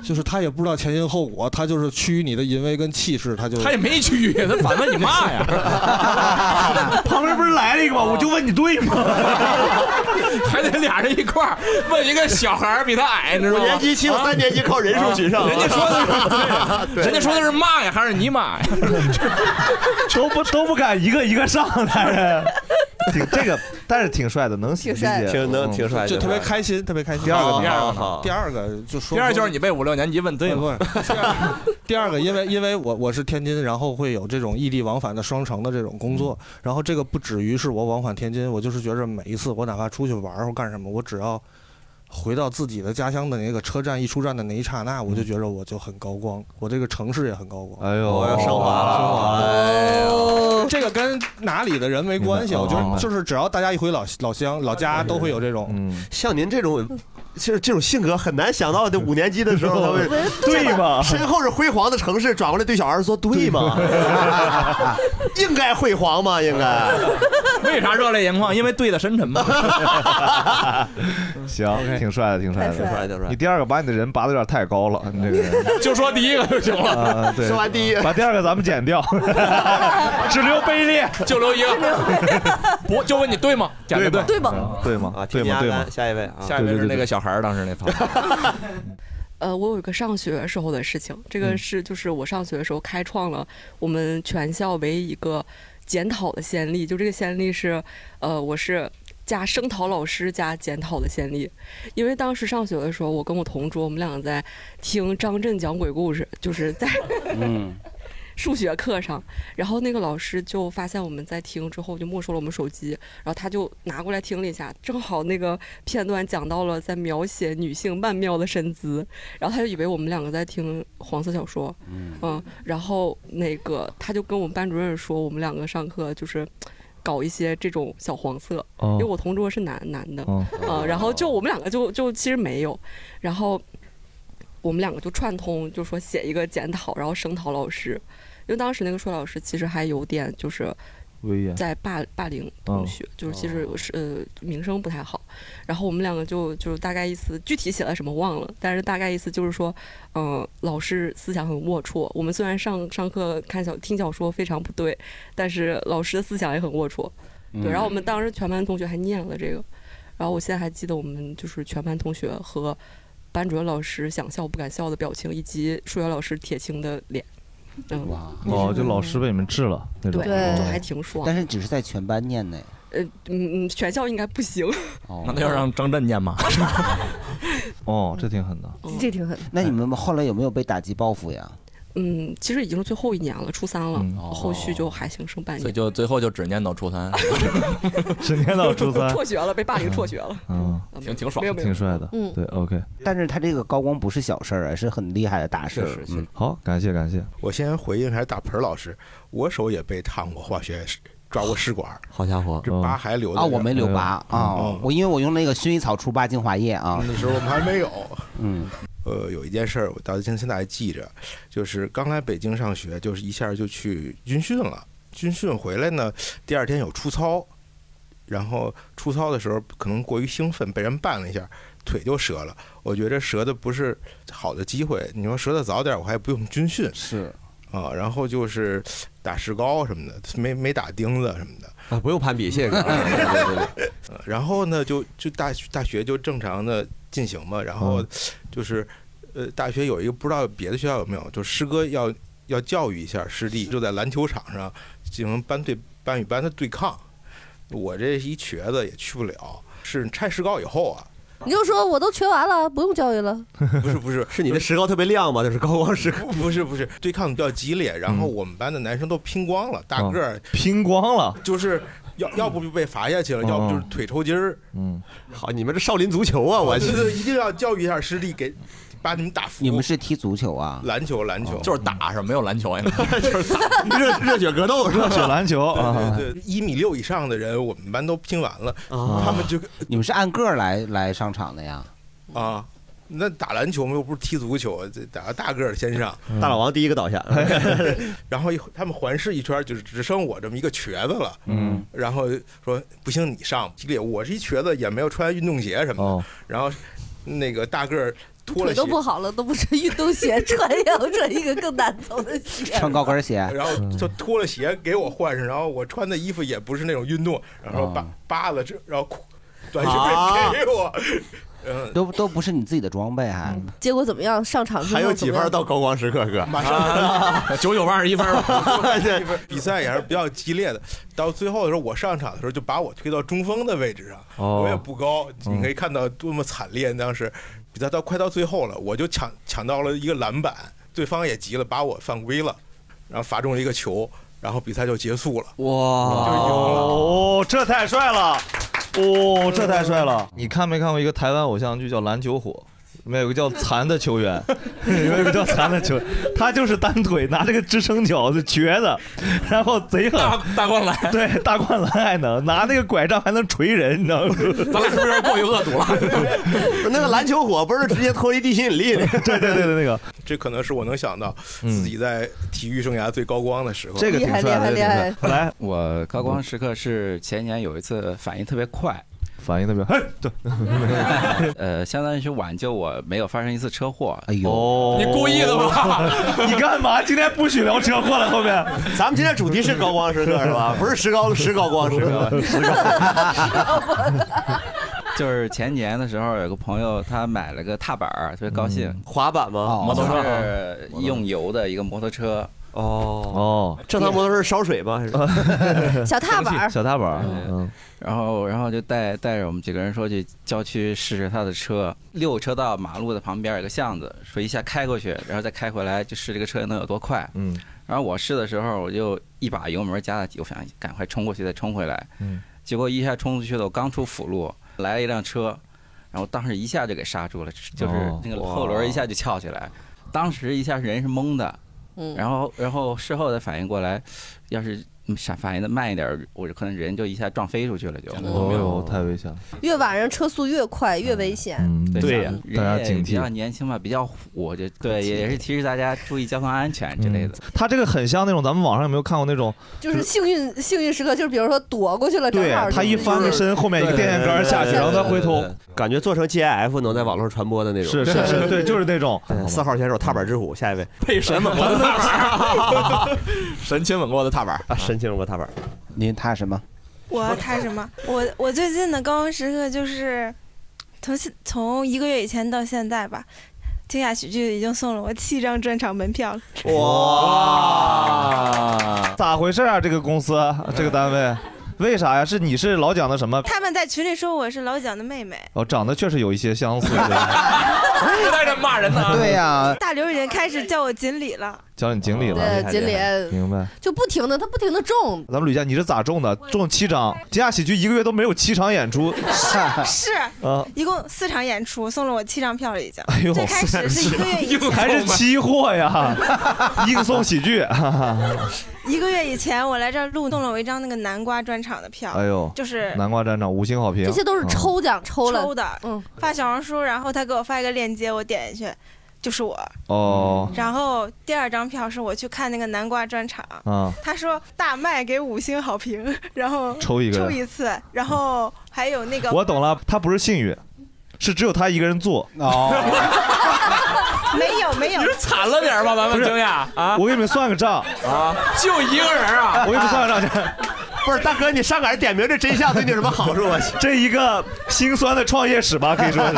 Speaker 9: 就是他也不知道前因后果，他就是趋于你的淫威跟气势，他就
Speaker 7: 他也没去，他反
Speaker 9: [LAUGHS]
Speaker 7: 问你骂呀，
Speaker 2: 旁边不是来了一个吗？我就问你对吗？
Speaker 7: 还得俩人一块儿问一个小孩儿比他矮，你知
Speaker 5: 五
Speaker 7: 道吗
Speaker 5: 年？级欺负三年级靠人数取胜，
Speaker 7: 人家说
Speaker 5: [LAUGHS]
Speaker 7: 的是，人家说的是骂呀，还是你
Speaker 2: [LAUGHS]
Speaker 7: 骂呀？
Speaker 2: 都不都不敢一个一个上，
Speaker 5: [LAUGHS]
Speaker 2: 男人，挺这个，但是挺帅的，能嗯挺
Speaker 8: 挺帅的
Speaker 5: 挺能挺帅，
Speaker 9: 就特别开心，特别开心。
Speaker 2: 第二个
Speaker 5: 第
Speaker 2: 第
Speaker 5: 二
Speaker 7: 二
Speaker 5: 个
Speaker 7: 个
Speaker 5: 好，
Speaker 9: 第二个就说
Speaker 7: 第二 [LAUGHS] 就是你被五六年级问对
Speaker 9: 对
Speaker 7: 了，
Speaker 9: 不是？第二第二个，因为因为我我是天津，然后会有这种异地往返的双城的这种工
Speaker 7: 嗯
Speaker 9: 作，然后这个不止于是我往返天津，我就是觉着每一次我哪怕出去玩儿或干什么，我只要回到自己的家乡的那个车站一出站的那一刹那，我就
Speaker 7: 嗯
Speaker 9: 觉着我就很高光，我这个城市也很高光。
Speaker 2: 哎呦，
Speaker 5: 我要升华了，升华
Speaker 7: 哎
Speaker 5: 了，
Speaker 9: 这个跟哪里的人没关系，
Speaker 2: 明白
Speaker 9: 我觉
Speaker 7: 嗯
Speaker 2: 明白
Speaker 9: 得就是只要大家一回老老乡老家
Speaker 7: 哎
Speaker 9: 都会有这种。
Speaker 2: 嗯，
Speaker 5: 像您这种，就是这种性格，很难想到在五年级的
Speaker 2: [LAUGHS]
Speaker 5: 时候他会。
Speaker 2: 对嘛，
Speaker 5: 身后是辉煌的城市，转过来对小孩说：“对吗？
Speaker 2: [LAUGHS]
Speaker 5: 应该辉煌吗？应该。
Speaker 7: 为啥热泪盈眶？因为对的深沉
Speaker 10: 哦
Speaker 7: 嘛。
Speaker 2: 行，挺帅的，挺帅
Speaker 8: 太帅
Speaker 2: 的。
Speaker 8: 了
Speaker 2: 你第二个把你的人拔的有点太高了，你这个人
Speaker 7: [LAUGHS] 就说第一个就行了，
Speaker 2: 啊，对
Speaker 5: 说，完第一，
Speaker 2: 把第二个咱们剪
Speaker 7: [LAUGHS]
Speaker 2: 掉，只留卑劣，
Speaker 7: 就留一个，
Speaker 2: [LAUGHS]
Speaker 7: 不就问你对吗？假
Speaker 2: 对
Speaker 7: 的
Speaker 2: 吗？
Speaker 8: 对吗
Speaker 2: 嗯对吗
Speaker 5: 啊，？
Speaker 2: 对
Speaker 5: 听
Speaker 2: 吗？
Speaker 5: 家
Speaker 2: 对吗
Speaker 5: 干，？下一位啊，
Speaker 7: 下一位是那个小孩儿，当时
Speaker 2: [LAUGHS]
Speaker 7: 那方，
Speaker 11: 呃，我有一个上学时候的事情，这个是就是我上学的时候开创了我们全校唯一一个检讨的先例，就这个先例是，呃，我是加声讨老师加检讨的先例，因为当时上学的时候，
Speaker 3: [LAUGHS]
Speaker 11: 我跟我同桌，我们两个在听张震讲鬼故事，就是在
Speaker 3: 嗯，
Speaker 11: 数学课上，然后那个老师就发现我们在听之后，就没收了我们手机，然后他就拿过来听了一下，正好那个片段讲到了在描写女性曼妙的身姿，然后他就以为我们两个在听黄色小说，
Speaker 3: 嗯
Speaker 11: 然后那个他就跟我们班主任说，我们两个上课就是搞一些这种小黄色，因为我同桌是男男的，
Speaker 2: 哦
Speaker 11: 呃，然后就我们两个就就其实没有，然后我们两个就串通，就说写一个检讨，然后声讨老师，因为当时那个数学老师其实还有点就是
Speaker 2: 威严
Speaker 11: 在霸霸凌
Speaker 2: 嗯
Speaker 11: 同学，就是其实是呃名声不太好，然后我们两个就就是大概意思具体写了什么忘了，但是大概意思就是说，嗯、老师思想很龌龊，我们虽然上上课看小听小说非常不对，但是老师的思想也很龌龊，对，然后我们当时全班同学还念了这个，然后我现在还记得我们就是全班同学和班主任老师想笑不敢笑的表情，以及数学老师铁青的脸，嗯，
Speaker 3: 哇，
Speaker 2: 哦，就老师被你们治了那种。哦
Speaker 11: 对，
Speaker 1: 对
Speaker 11: 就还挺爽。
Speaker 3: 但是只是在全班念呢。
Speaker 11: 呃，嗯嗯，全校应该不行，
Speaker 3: 哦
Speaker 7: 那他要让张震念吗？
Speaker 2: [LAUGHS] 哦，这挺狠的。
Speaker 11: 嗯
Speaker 1: [LAUGHS] 这挺狠。
Speaker 3: 那你们后来有没有被打击报
Speaker 2: [LAUGHS]
Speaker 3: 复呀？
Speaker 11: 嗯，其实已经是最后一年了，初三了，
Speaker 2: 嗯
Speaker 11: 后续就还行，剩半
Speaker 7: 所以
Speaker 11: 年。
Speaker 7: 就最后就只念到
Speaker 2: [LAUGHS]
Speaker 7: 初三，
Speaker 2: 只念到初三，
Speaker 11: 辍学了，被霸凌辍学了，
Speaker 2: 嗯，
Speaker 11: 嗯
Speaker 7: 挺挺爽
Speaker 11: 没有没有
Speaker 2: 挺，帅的。
Speaker 1: 嗯
Speaker 2: 对，OK，
Speaker 3: [LAUGHS] 但是他这个高光不是小事儿啊，是很厉害的大事儿。
Speaker 7: 是是是
Speaker 3: 嗯，
Speaker 2: 好，感谢感谢。
Speaker 12: 我先回应一下大盆儿老师，我手也被烫过化学，抓过试管儿，
Speaker 5: 好家伙，
Speaker 12: 这
Speaker 2: 哦哎
Speaker 12: 疤还留着。
Speaker 3: 啊，我没留疤啊
Speaker 12: 嗯，
Speaker 3: 我因为我用那个薰衣草除疤精华液啊，
Speaker 12: 那时候我们还
Speaker 5: [LAUGHS]
Speaker 12: 没有。
Speaker 3: 嗯，
Speaker 12: 呃，有一件事儿，我到现现在还记着，就是刚来北京上学，就是一下就去军训了。军训回来呢，第二天有出操，然后出操的时候可能过于兴奋，被人绊了一下，腿就折了。我觉着折的不是好的机会，你说折的早点，我还不用军训
Speaker 3: 是
Speaker 12: 啊。然后就是打石膏什么的，没没打钉子什么的。
Speaker 5: 啊，不用攀比，谢谢哥。对对
Speaker 12: [LAUGHS]
Speaker 5: 对
Speaker 12: 呃然后呢，就就大学大学就正常的进行嘛。然后
Speaker 2: 嗯
Speaker 12: 就是，呃，大学有一个不知道别的学校有没有，就师哥要要教育一下师弟，就在篮球场上进行班对班与班的对抗。我这一瘸子也去不了，是拆石膏以后啊，
Speaker 8: 你就说我都瘸完了，不用教育了。
Speaker 12: [LAUGHS] 不是不是
Speaker 5: [LAUGHS] 是你的石膏特别亮吗？就是高光石膏。嗯
Speaker 12: 不 [LAUGHS] 不是不是，对抗比较激烈，然后我们班的男生都拼光了，
Speaker 5: 哦
Speaker 12: 大个儿
Speaker 2: 拼光了，
Speaker 12: [LAUGHS] 就是要要不就被罚下去了，
Speaker 2: 哦
Speaker 12: 要不就是腿抽筋儿，
Speaker 2: 嗯，
Speaker 5: 好，你们这少林足球啊，我
Speaker 12: 我觉
Speaker 5: 去。
Speaker 12: 得一定要教育一下师弟，给把你们打服。
Speaker 3: 你们是踢足球啊？
Speaker 12: 篮球篮球
Speaker 7: 就是打是吧没有
Speaker 12: [LAUGHS]
Speaker 7: 篮球呀。
Speaker 5: 热热血格斗是吧？
Speaker 2: 热血篮球啊，
Speaker 12: 对对，一米六以上的人，我们班都拼完了，
Speaker 5: 啊，
Speaker 12: 他们就
Speaker 3: 你们是按个儿来来上场的呀？
Speaker 12: 啊，那打篮球嘛，又不是踢足球，这打个大个儿先上，
Speaker 5: 嗯大老王第一个倒下。
Speaker 12: [LAUGHS] 然后一他们环视一圈，就是只剩我这么一个瘸子了，
Speaker 2: 嗯，
Speaker 12: 然后说不行，你上激烈，我是一瘸子，也没有穿运动鞋什么
Speaker 2: 哦，
Speaker 12: 的，然后那个大个儿脱了
Speaker 8: 腿
Speaker 12: 鞋
Speaker 8: 都，不好了，都不穿运动鞋，穿要穿一个更难走的鞋。
Speaker 3: [LAUGHS] 穿高跟鞋，
Speaker 12: 然后就脱了鞋给我换上，然后我穿的衣服也不是那种运动，然后扒扒了这，然后裤短
Speaker 5: 啊
Speaker 12: 袖给
Speaker 5: [LAUGHS]
Speaker 12: 我，嗯，
Speaker 3: 都都不是你自己的装备，啊还
Speaker 1: 嗯
Speaker 8: 结果怎么样？上场之后
Speaker 5: 还有几
Speaker 8: 怎么
Speaker 5: 分
Speaker 8: 样
Speaker 5: 到高光时刻，哥？啊
Speaker 12: 马上。 [LAUGHS]
Speaker 7: 九九八十一分吧，
Speaker 12: 比赛也还是比较激烈的。到最后的时候，我上场的时候就把我推到中锋的位置上，
Speaker 2: 哦
Speaker 12: 我也不高，你可以看到多么惨烈。当时比赛到快到最后了，我就抢抢到了一个篮板，对方也急了，把我犯规了，然后罚中了一个球，然后比赛就结束了。
Speaker 5: 哇，
Speaker 2: 哦，这太帅了，哦，这太帅了。你看没看过一个台湾偶像剧叫《篮球火》？里面有个叫残的
Speaker 5: [LAUGHS]
Speaker 2: 球员，里面有个叫残的球员，他就是单腿拿这个支撑脚就瘸的，然后贼狠，
Speaker 7: 大大光来，
Speaker 2: 对，大灌篮还能拿那个拐杖还能捶人，你知道吗？
Speaker 7: 咱俩是不是有点过于恶毒了？
Speaker 5: 那个篮球火不是直接脱离 [LAUGHS] 地心引力那个？
Speaker 2: 对对对对，那个
Speaker 12: 这可能是我能想到
Speaker 2: 嗯
Speaker 12: 自己在体育生涯最高光的时候。
Speaker 2: [LAUGHS] 这个挺帅的，这个挺帅的来
Speaker 4: [LAUGHS] 我高光时刻是前年有一次反应特别快，
Speaker 2: 反应特别，哎，对，
Speaker 4: [LAUGHS] 呃，相当于是挽救我没有发生一次车祸。
Speaker 3: 哎呦，
Speaker 2: 哦
Speaker 7: [LAUGHS] 你故意的？吧？
Speaker 4: [LAUGHS]
Speaker 2: 你干嘛？今天不许聊车祸了，后面
Speaker 5: 咱们今天主题是高光时刻是
Speaker 2: [LAUGHS]
Speaker 5: 吧？不是石膏石膏光时刻， [LAUGHS] 石膏
Speaker 4: [LAUGHS] 就是前年的时候，有个朋友他买了个踏板儿，特别高兴，
Speaker 5: 嗯滑板吗？
Speaker 3: 哦
Speaker 4: 就是用油的一个摩托车，
Speaker 5: 哦，
Speaker 2: 哦，
Speaker 5: 正常摩托车是烧水吗？还是
Speaker 4: [LAUGHS]
Speaker 8: 小踏板儿，
Speaker 2: 小踏板儿，嗯，
Speaker 4: 然后然后就带带着我们几个人说去郊区试试他的车。六车道马路的旁边有个巷子，说一下开过去，然后再开回来，就试这个车能有多快。
Speaker 2: 嗯，
Speaker 4: 然后我试的时候，我就一把油门加了几，我想赶快冲过去再冲回来，
Speaker 2: 嗯，
Speaker 4: 结果一下冲出去了，我刚出辅路，来了一辆车，然后当时一下就给刹住了，就是
Speaker 2: 哦
Speaker 4: 那个后轮一下就翘起来，当时一下人是懵的，
Speaker 8: 嗯
Speaker 4: 然后然后事后才反应过来，要是闪反应的慢一点儿，我可能人就一下撞飞出去了就，
Speaker 2: 哦哟，太危险了。
Speaker 1: 越晚上车速越快，越危险。
Speaker 2: 嗯对呀大家警惕
Speaker 4: 比较年轻嘛，比较虎，就对，也是提示大家注意交通安全之类的。
Speaker 2: 嗯他这个很像那种，咱们网上有没有看过那种？
Speaker 1: 就是幸运幸运时刻，就是比如说躲过去了，正
Speaker 2: 对
Speaker 1: 好
Speaker 2: 他一翻个身，后面一个电线杆下去，然后他回头，
Speaker 5: 感觉做成 GIF 能在网络上传播的那种。嗯
Speaker 2: 是是是对就是
Speaker 5: [LAUGHS]
Speaker 2: 那种。
Speaker 5: 四号选手踏板之虎，下一位
Speaker 7: 配神 [LAUGHS] 稳过的踏板，神亲稳过的踏板
Speaker 5: 啊，神亲稳过踏板。
Speaker 3: 您踏什么？
Speaker 13: 我踏什么？ [LAUGHS] 我我最近的高光时刻就是从现从一个月以前到现在吧，惊讶喜剧已经送了我七张专场门票了。
Speaker 2: 哇，咋回事啊？这个公司，这个单位，为啥呀？是你是老蒋的什么？
Speaker 13: [LAUGHS] 他们在群里说我是老蒋的妹妹，
Speaker 2: 哦，长得确实有一些相似。
Speaker 7: [LAUGHS] 不带这骂人的。
Speaker 2: [LAUGHS]
Speaker 7: 啊
Speaker 2: 对呀
Speaker 13: 大刘已经开始叫我锦鲤了。
Speaker 2: 叫你锦鲤了，
Speaker 1: 对
Speaker 2: 厉害
Speaker 1: 锦鲤
Speaker 2: 厉害
Speaker 13: 嗯
Speaker 2: 明白。
Speaker 1: 就不停的，他不停的中。
Speaker 2: 咱们吕佳，你是咋中的？中七张，惊讶喜剧一个月都没有七场演出， [LAUGHS]
Speaker 13: 是
Speaker 2: 啊，
Speaker 13: 一共四场演出，送了我七张票了已经。
Speaker 2: 哎呦，
Speaker 13: 最开始是一个月以前，
Speaker 2: 还是期货
Speaker 13: [LAUGHS]
Speaker 2: 呀，硬送喜剧，哈哈
Speaker 13: 一个月以前我来这儿录，送了我一张那个南瓜专场的票。
Speaker 2: 哎呦，
Speaker 13: 就是
Speaker 2: 南瓜站长五星好评，
Speaker 13: 这些都是抽
Speaker 1: 抽奖抽了，
Speaker 13: 抽的，
Speaker 1: 嗯，
Speaker 13: 发小红书，然后他给我发一个链接，我点进去，就是我。
Speaker 2: 嗯哦，
Speaker 13: 然后第二张票是我去看那个南瓜专场，
Speaker 2: 啊
Speaker 13: 他说大麦给五星好评，然后
Speaker 2: 抽一个
Speaker 13: 抽一次，然后还有那个
Speaker 2: 我懂了，他不是幸运，是只有他一个人
Speaker 7: [LAUGHS]
Speaker 2: 做哦。
Speaker 13: [LAUGHS] 没有没有，
Speaker 7: 你是惨了点
Speaker 2: [LAUGHS]
Speaker 7: 吧，咱们惊讶啊！
Speaker 2: 我给你们算个账
Speaker 7: 啊，就一个人
Speaker 2: [LAUGHS]
Speaker 7: 啊！
Speaker 2: 我给你们算个账去。
Speaker 5: 不是大哥，你上赶着点名这真相对你有什么
Speaker 3: [LAUGHS]
Speaker 5: 好处啊？
Speaker 2: [LAUGHS] 这一个心酸的创业史吧，可以说是。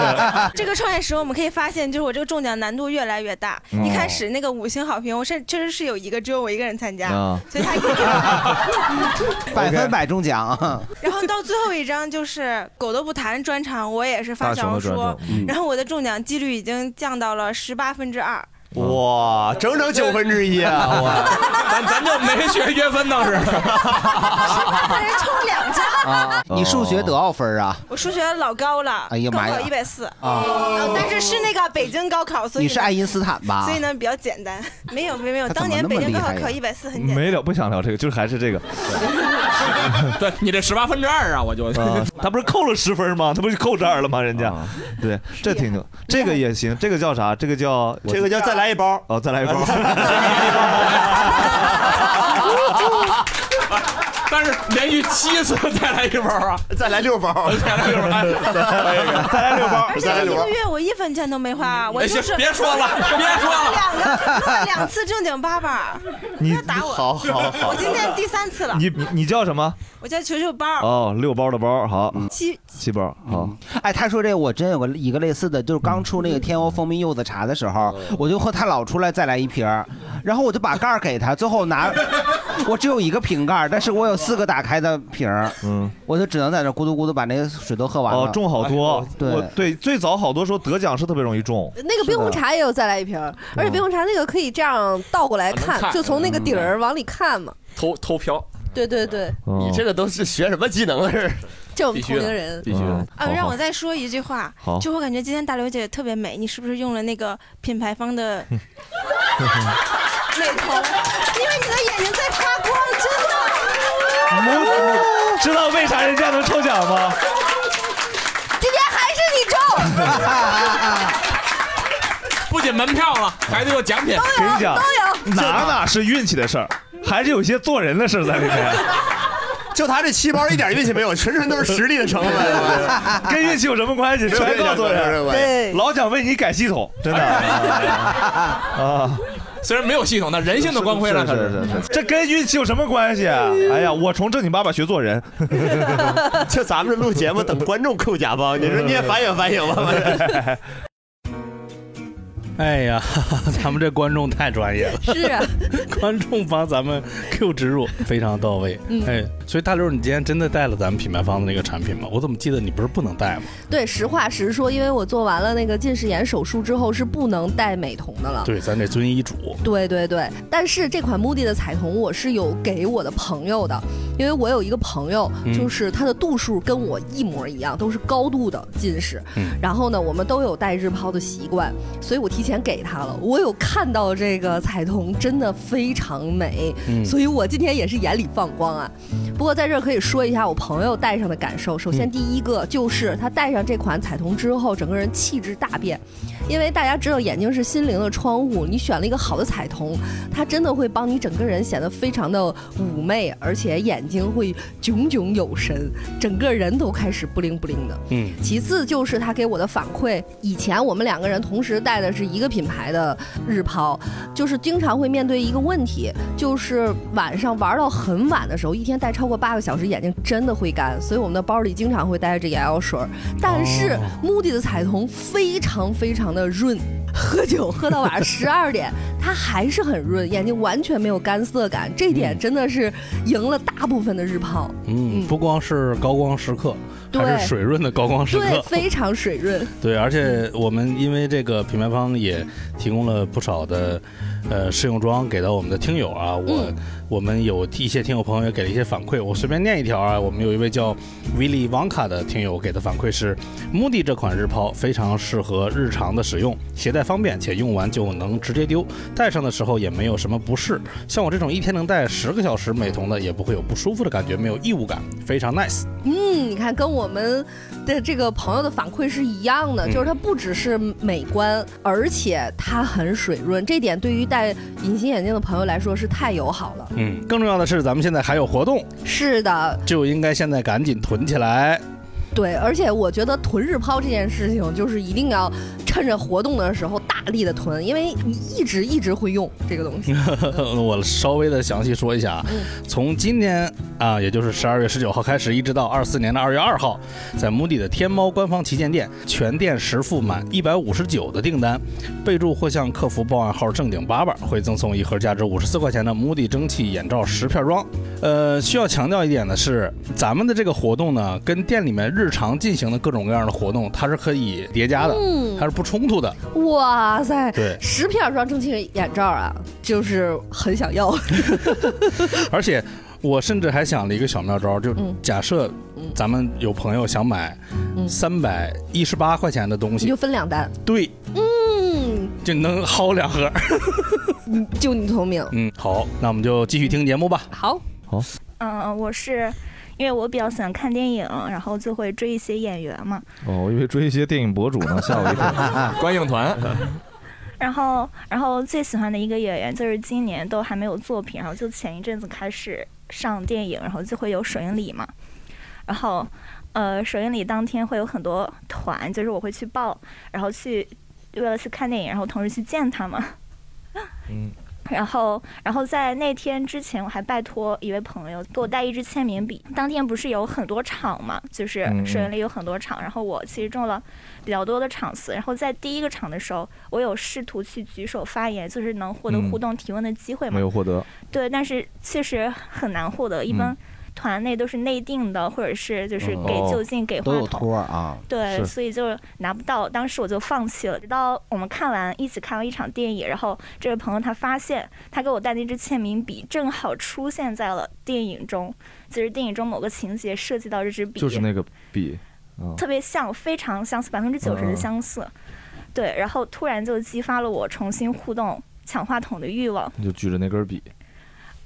Speaker 13: 这个创业史我们可以发现，就是我这个中奖难度越来越大。
Speaker 2: 嗯
Speaker 13: 一开始那个五星好评，我甚确实是有一个，只有我一个人参加，
Speaker 2: 嗯
Speaker 3: 啊
Speaker 13: 所以他一个人。
Speaker 3: 百分百中奖。
Speaker 13: [LAUGHS]
Speaker 3: 啊
Speaker 13: 然后到最后一张就是狗都不谈专场，我也是发小红
Speaker 3: 大熊的
Speaker 13: 书
Speaker 3: 专场嗯，
Speaker 13: 然后我的中奖几率已经降到了十八分之二。
Speaker 5: 哇，整整九分之一
Speaker 7: [LAUGHS]
Speaker 5: 啊！哇，
Speaker 7: 咱咱就没学约分倒是。
Speaker 13: 但是哎抽两张，
Speaker 3: 啊， [LAUGHS] 你数学得多少分啊？
Speaker 13: 我数学老高了，
Speaker 3: 哎呀妈呀
Speaker 13: 高考一百四哦
Speaker 3: 啊
Speaker 13: 但是是那个北京高考，所以
Speaker 3: 你是
Speaker 13: 呢
Speaker 3: 爱因斯坦吧
Speaker 13: 所以呢比较简单，没有没有没有，
Speaker 2: 他怎
Speaker 13: [LAUGHS] 当
Speaker 2: 么
Speaker 13: 年
Speaker 2: 那么
Speaker 13: 北
Speaker 2: 厉
Speaker 13: 京高考
Speaker 2: 害呀
Speaker 13: 考一百四很简
Speaker 3: 嗯
Speaker 13: 单。
Speaker 2: 没聊，不想聊这个，就是还是这个。
Speaker 7: 对你这十八分之二啊，我就
Speaker 2: 啊，他不是扣了十分吗？他不是扣这儿了吗？人家，对，这挺牛，这个也行，这个叫啥？这个叫
Speaker 5: 这个叫再来一包
Speaker 2: 哦，再来一包。
Speaker 7: [LAUGHS] 但是连续七次再来一包啊，
Speaker 5: 再来六包，
Speaker 7: [LAUGHS]
Speaker 5: 哎
Speaker 7: 再来六包，再
Speaker 2: 来
Speaker 5: [LAUGHS]
Speaker 2: 六包
Speaker 13: 而且一个月我一分钱都没花，我就是
Speaker 7: 嗯哎别
Speaker 13: [LAUGHS]
Speaker 7: 说了别说了
Speaker 13: 两个录了两次正经八
Speaker 3: [LAUGHS]
Speaker 13: 百，
Speaker 2: 你
Speaker 13: 不要打我，
Speaker 2: 好好好
Speaker 13: [LAUGHS] 我今天第三次了，
Speaker 2: 你你你叫什么？
Speaker 13: 我叫球球包，
Speaker 2: 哦，六包的包，好，
Speaker 13: 七
Speaker 2: 七包，好。
Speaker 3: 哎，他说这个我真有个一个类似的，就是刚出那个天欧蜂蜜柚子茶的时候，
Speaker 2: 嗯
Speaker 3: 我就喝他老出来再来一瓶儿，然后我就把盖儿给他，最后拿 [LAUGHS] 我只有一个瓶盖儿，但是我有四个打开的瓶儿，
Speaker 2: 嗯，
Speaker 3: 我就只能在那咕嘟咕嘟把那个水都喝完了。哎
Speaker 2: 哦，中好多，
Speaker 3: 对
Speaker 2: 我对，最早好多时候得奖是特别容易中，
Speaker 1: 那个冰红茶也有再来一瓶儿，而且冰红茶那个可以这样倒过来
Speaker 7: 啊能看
Speaker 1: 看，就从那个底儿往里看嘛。
Speaker 7: 偷偷飘。
Speaker 5: 嗯
Speaker 1: 对对对，
Speaker 2: 哦
Speaker 5: 你这个都是学什么技能了？啊这是嗯
Speaker 1: 这我们同龄人
Speaker 7: 必须的。
Speaker 13: 啊，让我再说一句话
Speaker 5: 好，
Speaker 13: 就我感觉今天大刘姐特别美，你是不是用了那个品牌方的
Speaker 3: 嗯
Speaker 13: 美瞳？因为你的眼睛在发光，真的。
Speaker 2: 知道为啥人家能抽奖吗？
Speaker 1: 今天还是你 [LAUGHS] 中，
Speaker 7: 不仅门票了，还得有奖品。
Speaker 2: 给你讲，
Speaker 1: 都有
Speaker 2: 哪哪是运气的事儿，还是有些做人的事儿在里面。
Speaker 5: [LAUGHS] 就他这七包一点运气没有，纯纯都是实力的
Speaker 2: [LAUGHS]
Speaker 5: 成分。
Speaker 2: 跟运气有什么关系？
Speaker 5: 没有
Speaker 2: 全靠做
Speaker 5: 没有没有
Speaker 2: 人。
Speaker 5: 没有对
Speaker 2: 老蒋为你改系统，
Speaker 5: [LAUGHS]
Speaker 2: 真的啊！
Speaker 7: 虽然没有系统，但人性的光辉了，
Speaker 2: 是
Speaker 7: 可
Speaker 2: 是是是这跟运气有什么关系啊？哎呀，我从正经八百学做人。
Speaker 5: [LAUGHS] 就咱们这录节目 [LAUGHS]
Speaker 2: [LAUGHS]
Speaker 5: 等观众扣甲帮，你说你也反省反省吧。
Speaker 6: [LAUGHS] 哎呀，哈哈咱们这观众太专业了，
Speaker 1: 是啊
Speaker 6: [LAUGHS] 观众帮咱们 Q 植入非常到位
Speaker 1: 嗯。
Speaker 6: 哎，所以大刘，你今天真的带了咱们品牌方的那个产品吗？我怎么记得你不是不能带吗？
Speaker 1: 对，实话实说，因为我做完了那个近视眼手术之后是不能戴美瞳的了。
Speaker 6: 对，咱得遵医嘱。嗯
Speaker 1: 对对对，但是这款 Moody 的彩瞳我是有给我的朋友的，因为我有一个朋友，
Speaker 14: 嗯
Speaker 1: 就是他的度数跟我一模一样，都是高度的近视。
Speaker 14: 嗯
Speaker 1: 然后呢，我们都有戴日抛的习惯，所以我提前给他了。我有看到这个彩瞳，真的非常美，
Speaker 14: 嗯
Speaker 1: 所以我今天也是眼里放光啊。不过在这儿可以说一下我朋友戴上的感受。首先
Speaker 14: 嗯
Speaker 1: 第一个就是他戴上这款彩瞳之后，整个人气质大变，因为大家知道眼睛是心灵的窗户，你选了一个好的彩瞳，它真的会帮你整个人显得非常的妩媚，而且眼睛会炯炯有神，整个人都开始不灵不灵的。
Speaker 6: 嗯
Speaker 1: 其次就是他给我的反馈，以前我们两个人同时戴的是一个品牌的日抛，就是经常会面对一个问题，就是晚上玩到很晚的时候，一天戴超过八个小时，眼睛真的会干，所以我们的包里经常会带着眼药水儿。但是 Moody 的彩瞳非常非常的润。喝酒喝到晚上十二点，它还是很润，眼睛完全没有干涩感，这点真的是赢了大部分的日抛。
Speaker 6: 嗯，不光是高光时刻，
Speaker 1: 对
Speaker 6: 还是水润的高光时刻 [LAUGHS]
Speaker 1: 对，。非常水润。
Speaker 6: 对，而且我们因为这个品牌方也提供了不少的呃试用装给到我们的听友啊，我、
Speaker 1: 嗯
Speaker 6: 我们有一些听友朋友也给了一些反馈，我随便念一条啊，我们有一位叫 Willy Wonka 的听友给的反馈是，Moody 这款日抛非常适合日常的使用，携带方便且用完就能直接丢，戴上的时候也没有什么不适，像我这种一天能戴十个小时美瞳的也不会有不舒服的感觉，没有异物感，非常 nice。
Speaker 1: 嗯，你看，跟我们的这个朋友的反馈是一样的，
Speaker 6: 嗯
Speaker 1: 就是它不只是美观，而且它很水润，这点对于戴隐形眼镜的朋友来说是太友好了。
Speaker 6: 嗯，更重要的是咱们现在还有活动，
Speaker 1: 是的，
Speaker 6: 就应该现在赶紧囤起来。 [LAUGHS]
Speaker 1: 对，而且我觉得囤日抛这件事情，就是一定要趁着活动的时候大力的囤，因为你一直一直会用这个东西。
Speaker 6: 我稍微的详细说一下啊，从今天啊，也就是十二月十九号开始，一直到二四年的二月二号，在 MUDI 的天猫官方旗舰店，全店实付满一百五十九的订单，备注或向客服报暗号“正经八八”，会赠送一盒价值五十四块钱的 MUDI 蒸汽眼罩十片装。呃，需要强调一点的是，咱们的这个活动呢，跟店里面日常进行的各种各样的活动，它是可以叠加的，
Speaker 1: 嗯
Speaker 6: 它是不冲突的。
Speaker 1: 哇塞，
Speaker 6: 对
Speaker 1: 十片装蒸汽眼罩啊，就是很想要。
Speaker 6: 而且我甚至还想了一个小妙招，就假设咱们有朋友想买三百一十八块钱的东
Speaker 1: [LAUGHS] 你
Speaker 6: 西
Speaker 1: 就，分两单。
Speaker 6: 对，
Speaker 1: 嗯，
Speaker 6: 就能薅两 [LAUGHS] 盒。
Speaker 1: 你就你聪明。
Speaker 6: 嗯，好，那我们就继续听节目吧。
Speaker 1: 好，
Speaker 6: 好，
Speaker 15: 嗯，我是因为我比较喜欢看电影，然后就会追一些演员嘛。
Speaker 2: 哦，我以为追一些电影博主呢，吓我一跳。 [LAUGHS] 观影团，
Speaker 15: 然后，然后最喜欢的一个演员就是今年都还没有作品，然后就前一阵子开始上电影，然后就会有首映礼嘛。然后，呃，首映礼当天会有很多团，就是我会去报，然后去为了去看电影，然后同时去见他们。
Speaker 2: 嗯，
Speaker 15: [LAUGHS] 然后，然后在那天之前，我还拜托一位朋友给我带一支签名笔。当天不是有很多场嘛，就是
Speaker 14: 嗯嗯
Speaker 15: 首映里有很多场，然后我其实中了比较多的场次。然后在第一个场的时候，我有试图去举手发言，就是能获得
Speaker 2: 嗯
Speaker 15: 互动提问的机会嘛。
Speaker 2: 没有获得。
Speaker 15: 对，但是确实很难获得，一般
Speaker 2: 嗯
Speaker 15: 团内都是内定的，或者是就是
Speaker 3: 嗯
Speaker 15: 给
Speaker 3: 哦
Speaker 15: 就近给话
Speaker 3: 都有
Speaker 15: 筒。
Speaker 3: 托儿啊。
Speaker 15: 对，
Speaker 3: 是
Speaker 15: 所以就拿不到，当时我就放弃了。直到我们看完一起看完一场电影，然后这位朋友他发现他给我带那支签名笔正好出现在了电影中，就是电影中某个情节涉及到这支笔，
Speaker 2: 就是那个笔，啊
Speaker 15: 特别像，非常相似，百分之九十
Speaker 2: 嗯
Speaker 15: 的
Speaker 2: 嗯
Speaker 15: 相似。对，然后突然就激发了我重新互动、抢话筒的欲望。
Speaker 2: 你就举着那根笔。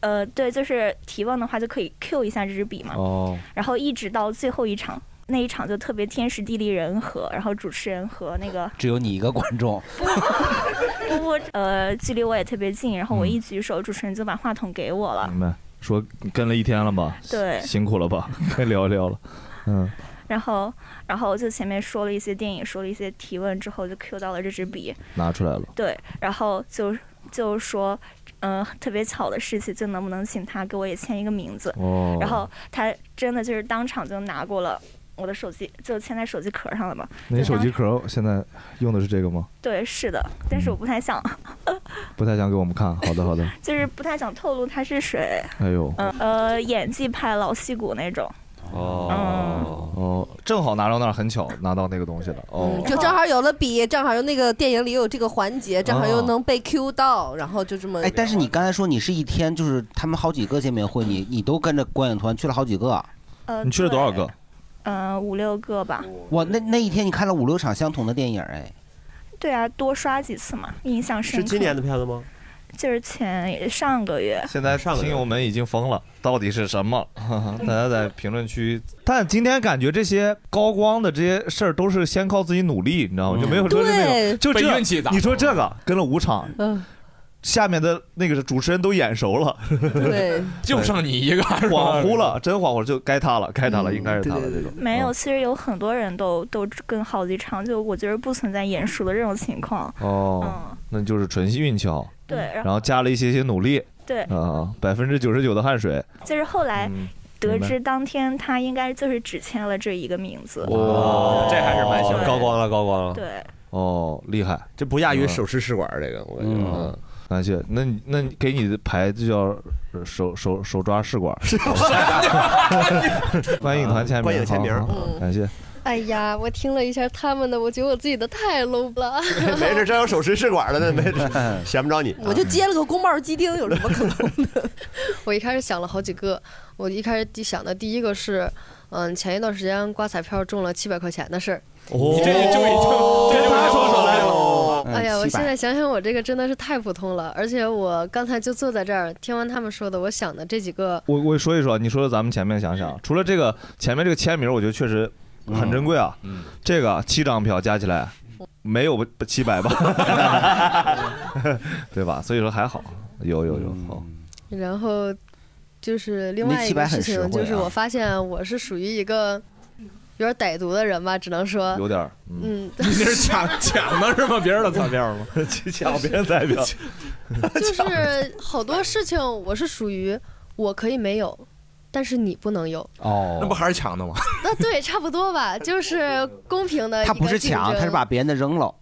Speaker 15: 呃，对，就是提问的话就可以 Q 一下这支笔嘛。
Speaker 2: 哦，
Speaker 15: 然后一直到最后一场，那一场就特别天时地利人和，然后主持人和那个 [CLEARS THROAT]
Speaker 3: 只有你一个观众，
Speaker 15: 不不，呃，距离我也特别近，然后我
Speaker 2: 嗯
Speaker 15: 一举手，主持人就把话筒给我了。
Speaker 2: 明白。说跟了一天了吧？
Speaker 15: 对
Speaker 2: 辛苦了吧？ [LAUGHS] 该聊一聊了。嗯，
Speaker 15: 然后，然后就前面说了一些电影，说了一些提问之后，就 Q 到了这支笔。
Speaker 2: 拿出来了。
Speaker 15: 对，然后就就说，嗯、特别巧的事情，就能不能请他给我也签一个名字？
Speaker 2: 哦
Speaker 15: 然后他真的就是当场就拿过了。我的手机就嵌在手机壳上了嘛。
Speaker 2: 你
Speaker 15: 就
Speaker 2: 手
Speaker 15: 当
Speaker 2: 机壳现在用的是这个吗？
Speaker 15: 对，是的，但是我不太想， [LAUGHS]
Speaker 2: 不太想给我们看。好的，好的。
Speaker 15: 就是不太想透露它是谁。
Speaker 2: 哎呦
Speaker 15: 嗯呃，演技派老戏骨那种。
Speaker 2: 哦哦，正好拿到那儿，很巧拿到那个东西了。哦，
Speaker 1: 嗯
Speaker 15: 嗯
Speaker 1: 就正好有了笔，正好有那个电影里有这个环节，正好
Speaker 2: 哦
Speaker 1: 又能被 Q 到，然后就这么。
Speaker 3: 哎，但是你刚才说你是一天，就是他们好几个见面会，你你都跟着观影团去了好几个，啊
Speaker 15: 呃，对？
Speaker 3: 个？
Speaker 15: 呃，五六个吧。
Speaker 3: 哇，那那一天你看了五六场相同的电影，哎，
Speaker 15: 对啊，多刷几次嘛，印象深刻。
Speaker 5: 的片子吗？
Speaker 15: 就是前上个月。
Speaker 2: 现在
Speaker 5: 上个
Speaker 2: 听
Speaker 5: 月
Speaker 2: 友们已经疯了，到底是什么？ [LAUGHS] 大家在评论区。但今天感觉这些高光的这些事儿都是先靠自己努力，你知道吗？就没有说是那
Speaker 7: 对
Speaker 2: 种就这
Speaker 7: 嗯被运气打
Speaker 2: 你说这个跟了五场，
Speaker 1: 嗯，
Speaker 2: 下面的那个主持人都眼熟了， [LAUGHS] 哎
Speaker 1: 对
Speaker 7: 就剩你一个是吧
Speaker 2: 恍惚了，真恍惚了，就该他了，该他了，应该是他了这种。
Speaker 15: 没有，其实有很多人都都跟好几场，就我觉得不存在眼熟的这种情况。
Speaker 2: 哦，那就是纯运气好。
Speaker 15: 对然
Speaker 2: 然
Speaker 15: 后
Speaker 2: 后加了一些些努力。
Speaker 15: 对
Speaker 2: 啊，百分之九十九的汗水。
Speaker 15: 就是后来得
Speaker 2: 明白
Speaker 15: 知当天他应该就是只签了这一个名字。
Speaker 2: 哇
Speaker 5: 这还是蛮行，
Speaker 15: 对
Speaker 5: 高光了，高光了。
Speaker 15: 对，
Speaker 2: 哦，厉害，
Speaker 5: 这不亚于手持试管儿这个，我感觉。嗯
Speaker 2: 感谢，那你那你给你的牌就叫呃手手手抓试管，
Speaker 5: [LAUGHS]
Speaker 1: [LAUGHS]
Speaker 2: 观影团签名，
Speaker 5: 观影签名
Speaker 2: 好好
Speaker 13: 嗯
Speaker 2: 好感谢。
Speaker 14: 哎呀，我听了一下他们的，我觉得我自己的太 low
Speaker 2: [LAUGHS]
Speaker 14: 了。
Speaker 5: [LAUGHS] 没事，这有手持试管的，那没事，闲不着你。
Speaker 1: [LAUGHS] 我就接了个宫保鸡丁，有什么可能？
Speaker 14: [LAUGHS] 我一开始想了好几个，我一开始第想的第一个是，嗯，前一段时间刮彩票中了七百块钱的事儿。哦
Speaker 2: 哦，这就就跟他说说来
Speaker 1: 嗯
Speaker 2: 了。
Speaker 14: 哎呀，我现在想想，我这个真的是太普通了，而且我刚才就坐在这儿，听完他们说的，我想的这几个，
Speaker 2: 我我说一说，你说咱们前面想想，除了这个前面这个签名，我觉得确实很珍贵啊。嗯，这个七张票加起来没有 [LAUGHS] 七
Speaker 5: [LAUGHS]
Speaker 2: 百吧， [LAUGHS] 对吧？所以说还好，有有有好。
Speaker 5: 嗯
Speaker 14: 然后就是另
Speaker 2: 那
Speaker 14: 外一
Speaker 2: 700
Speaker 14: 个
Speaker 2: 很
Speaker 14: 事
Speaker 2: 实
Speaker 14: 情，就
Speaker 2: 惠
Speaker 14: 是
Speaker 2: 啊
Speaker 14: 我发现我是属于一个有点歹毒的人吧，只能说，
Speaker 2: 有点儿， [LAUGHS]
Speaker 14: 嗯，
Speaker 7: [LAUGHS] 你这是抢抢的是吗？别人的彩票吗？
Speaker 2: 抢别人彩票，
Speaker 14: 就是 [LAUGHS] 好多事情我是属于我可以没有，但是你不能有。 [LAUGHS]
Speaker 2: 哦，
Speaker 7: 那不还是抢的吗？
Speaker 14: 那对，差不多吧，就是公平的一个
Speaker 3: [LAUGHS] 他
Speaker 14: 竞争。
Speaker 3: 不是抢，他是把别人的扔了。
Speaker 16: 啊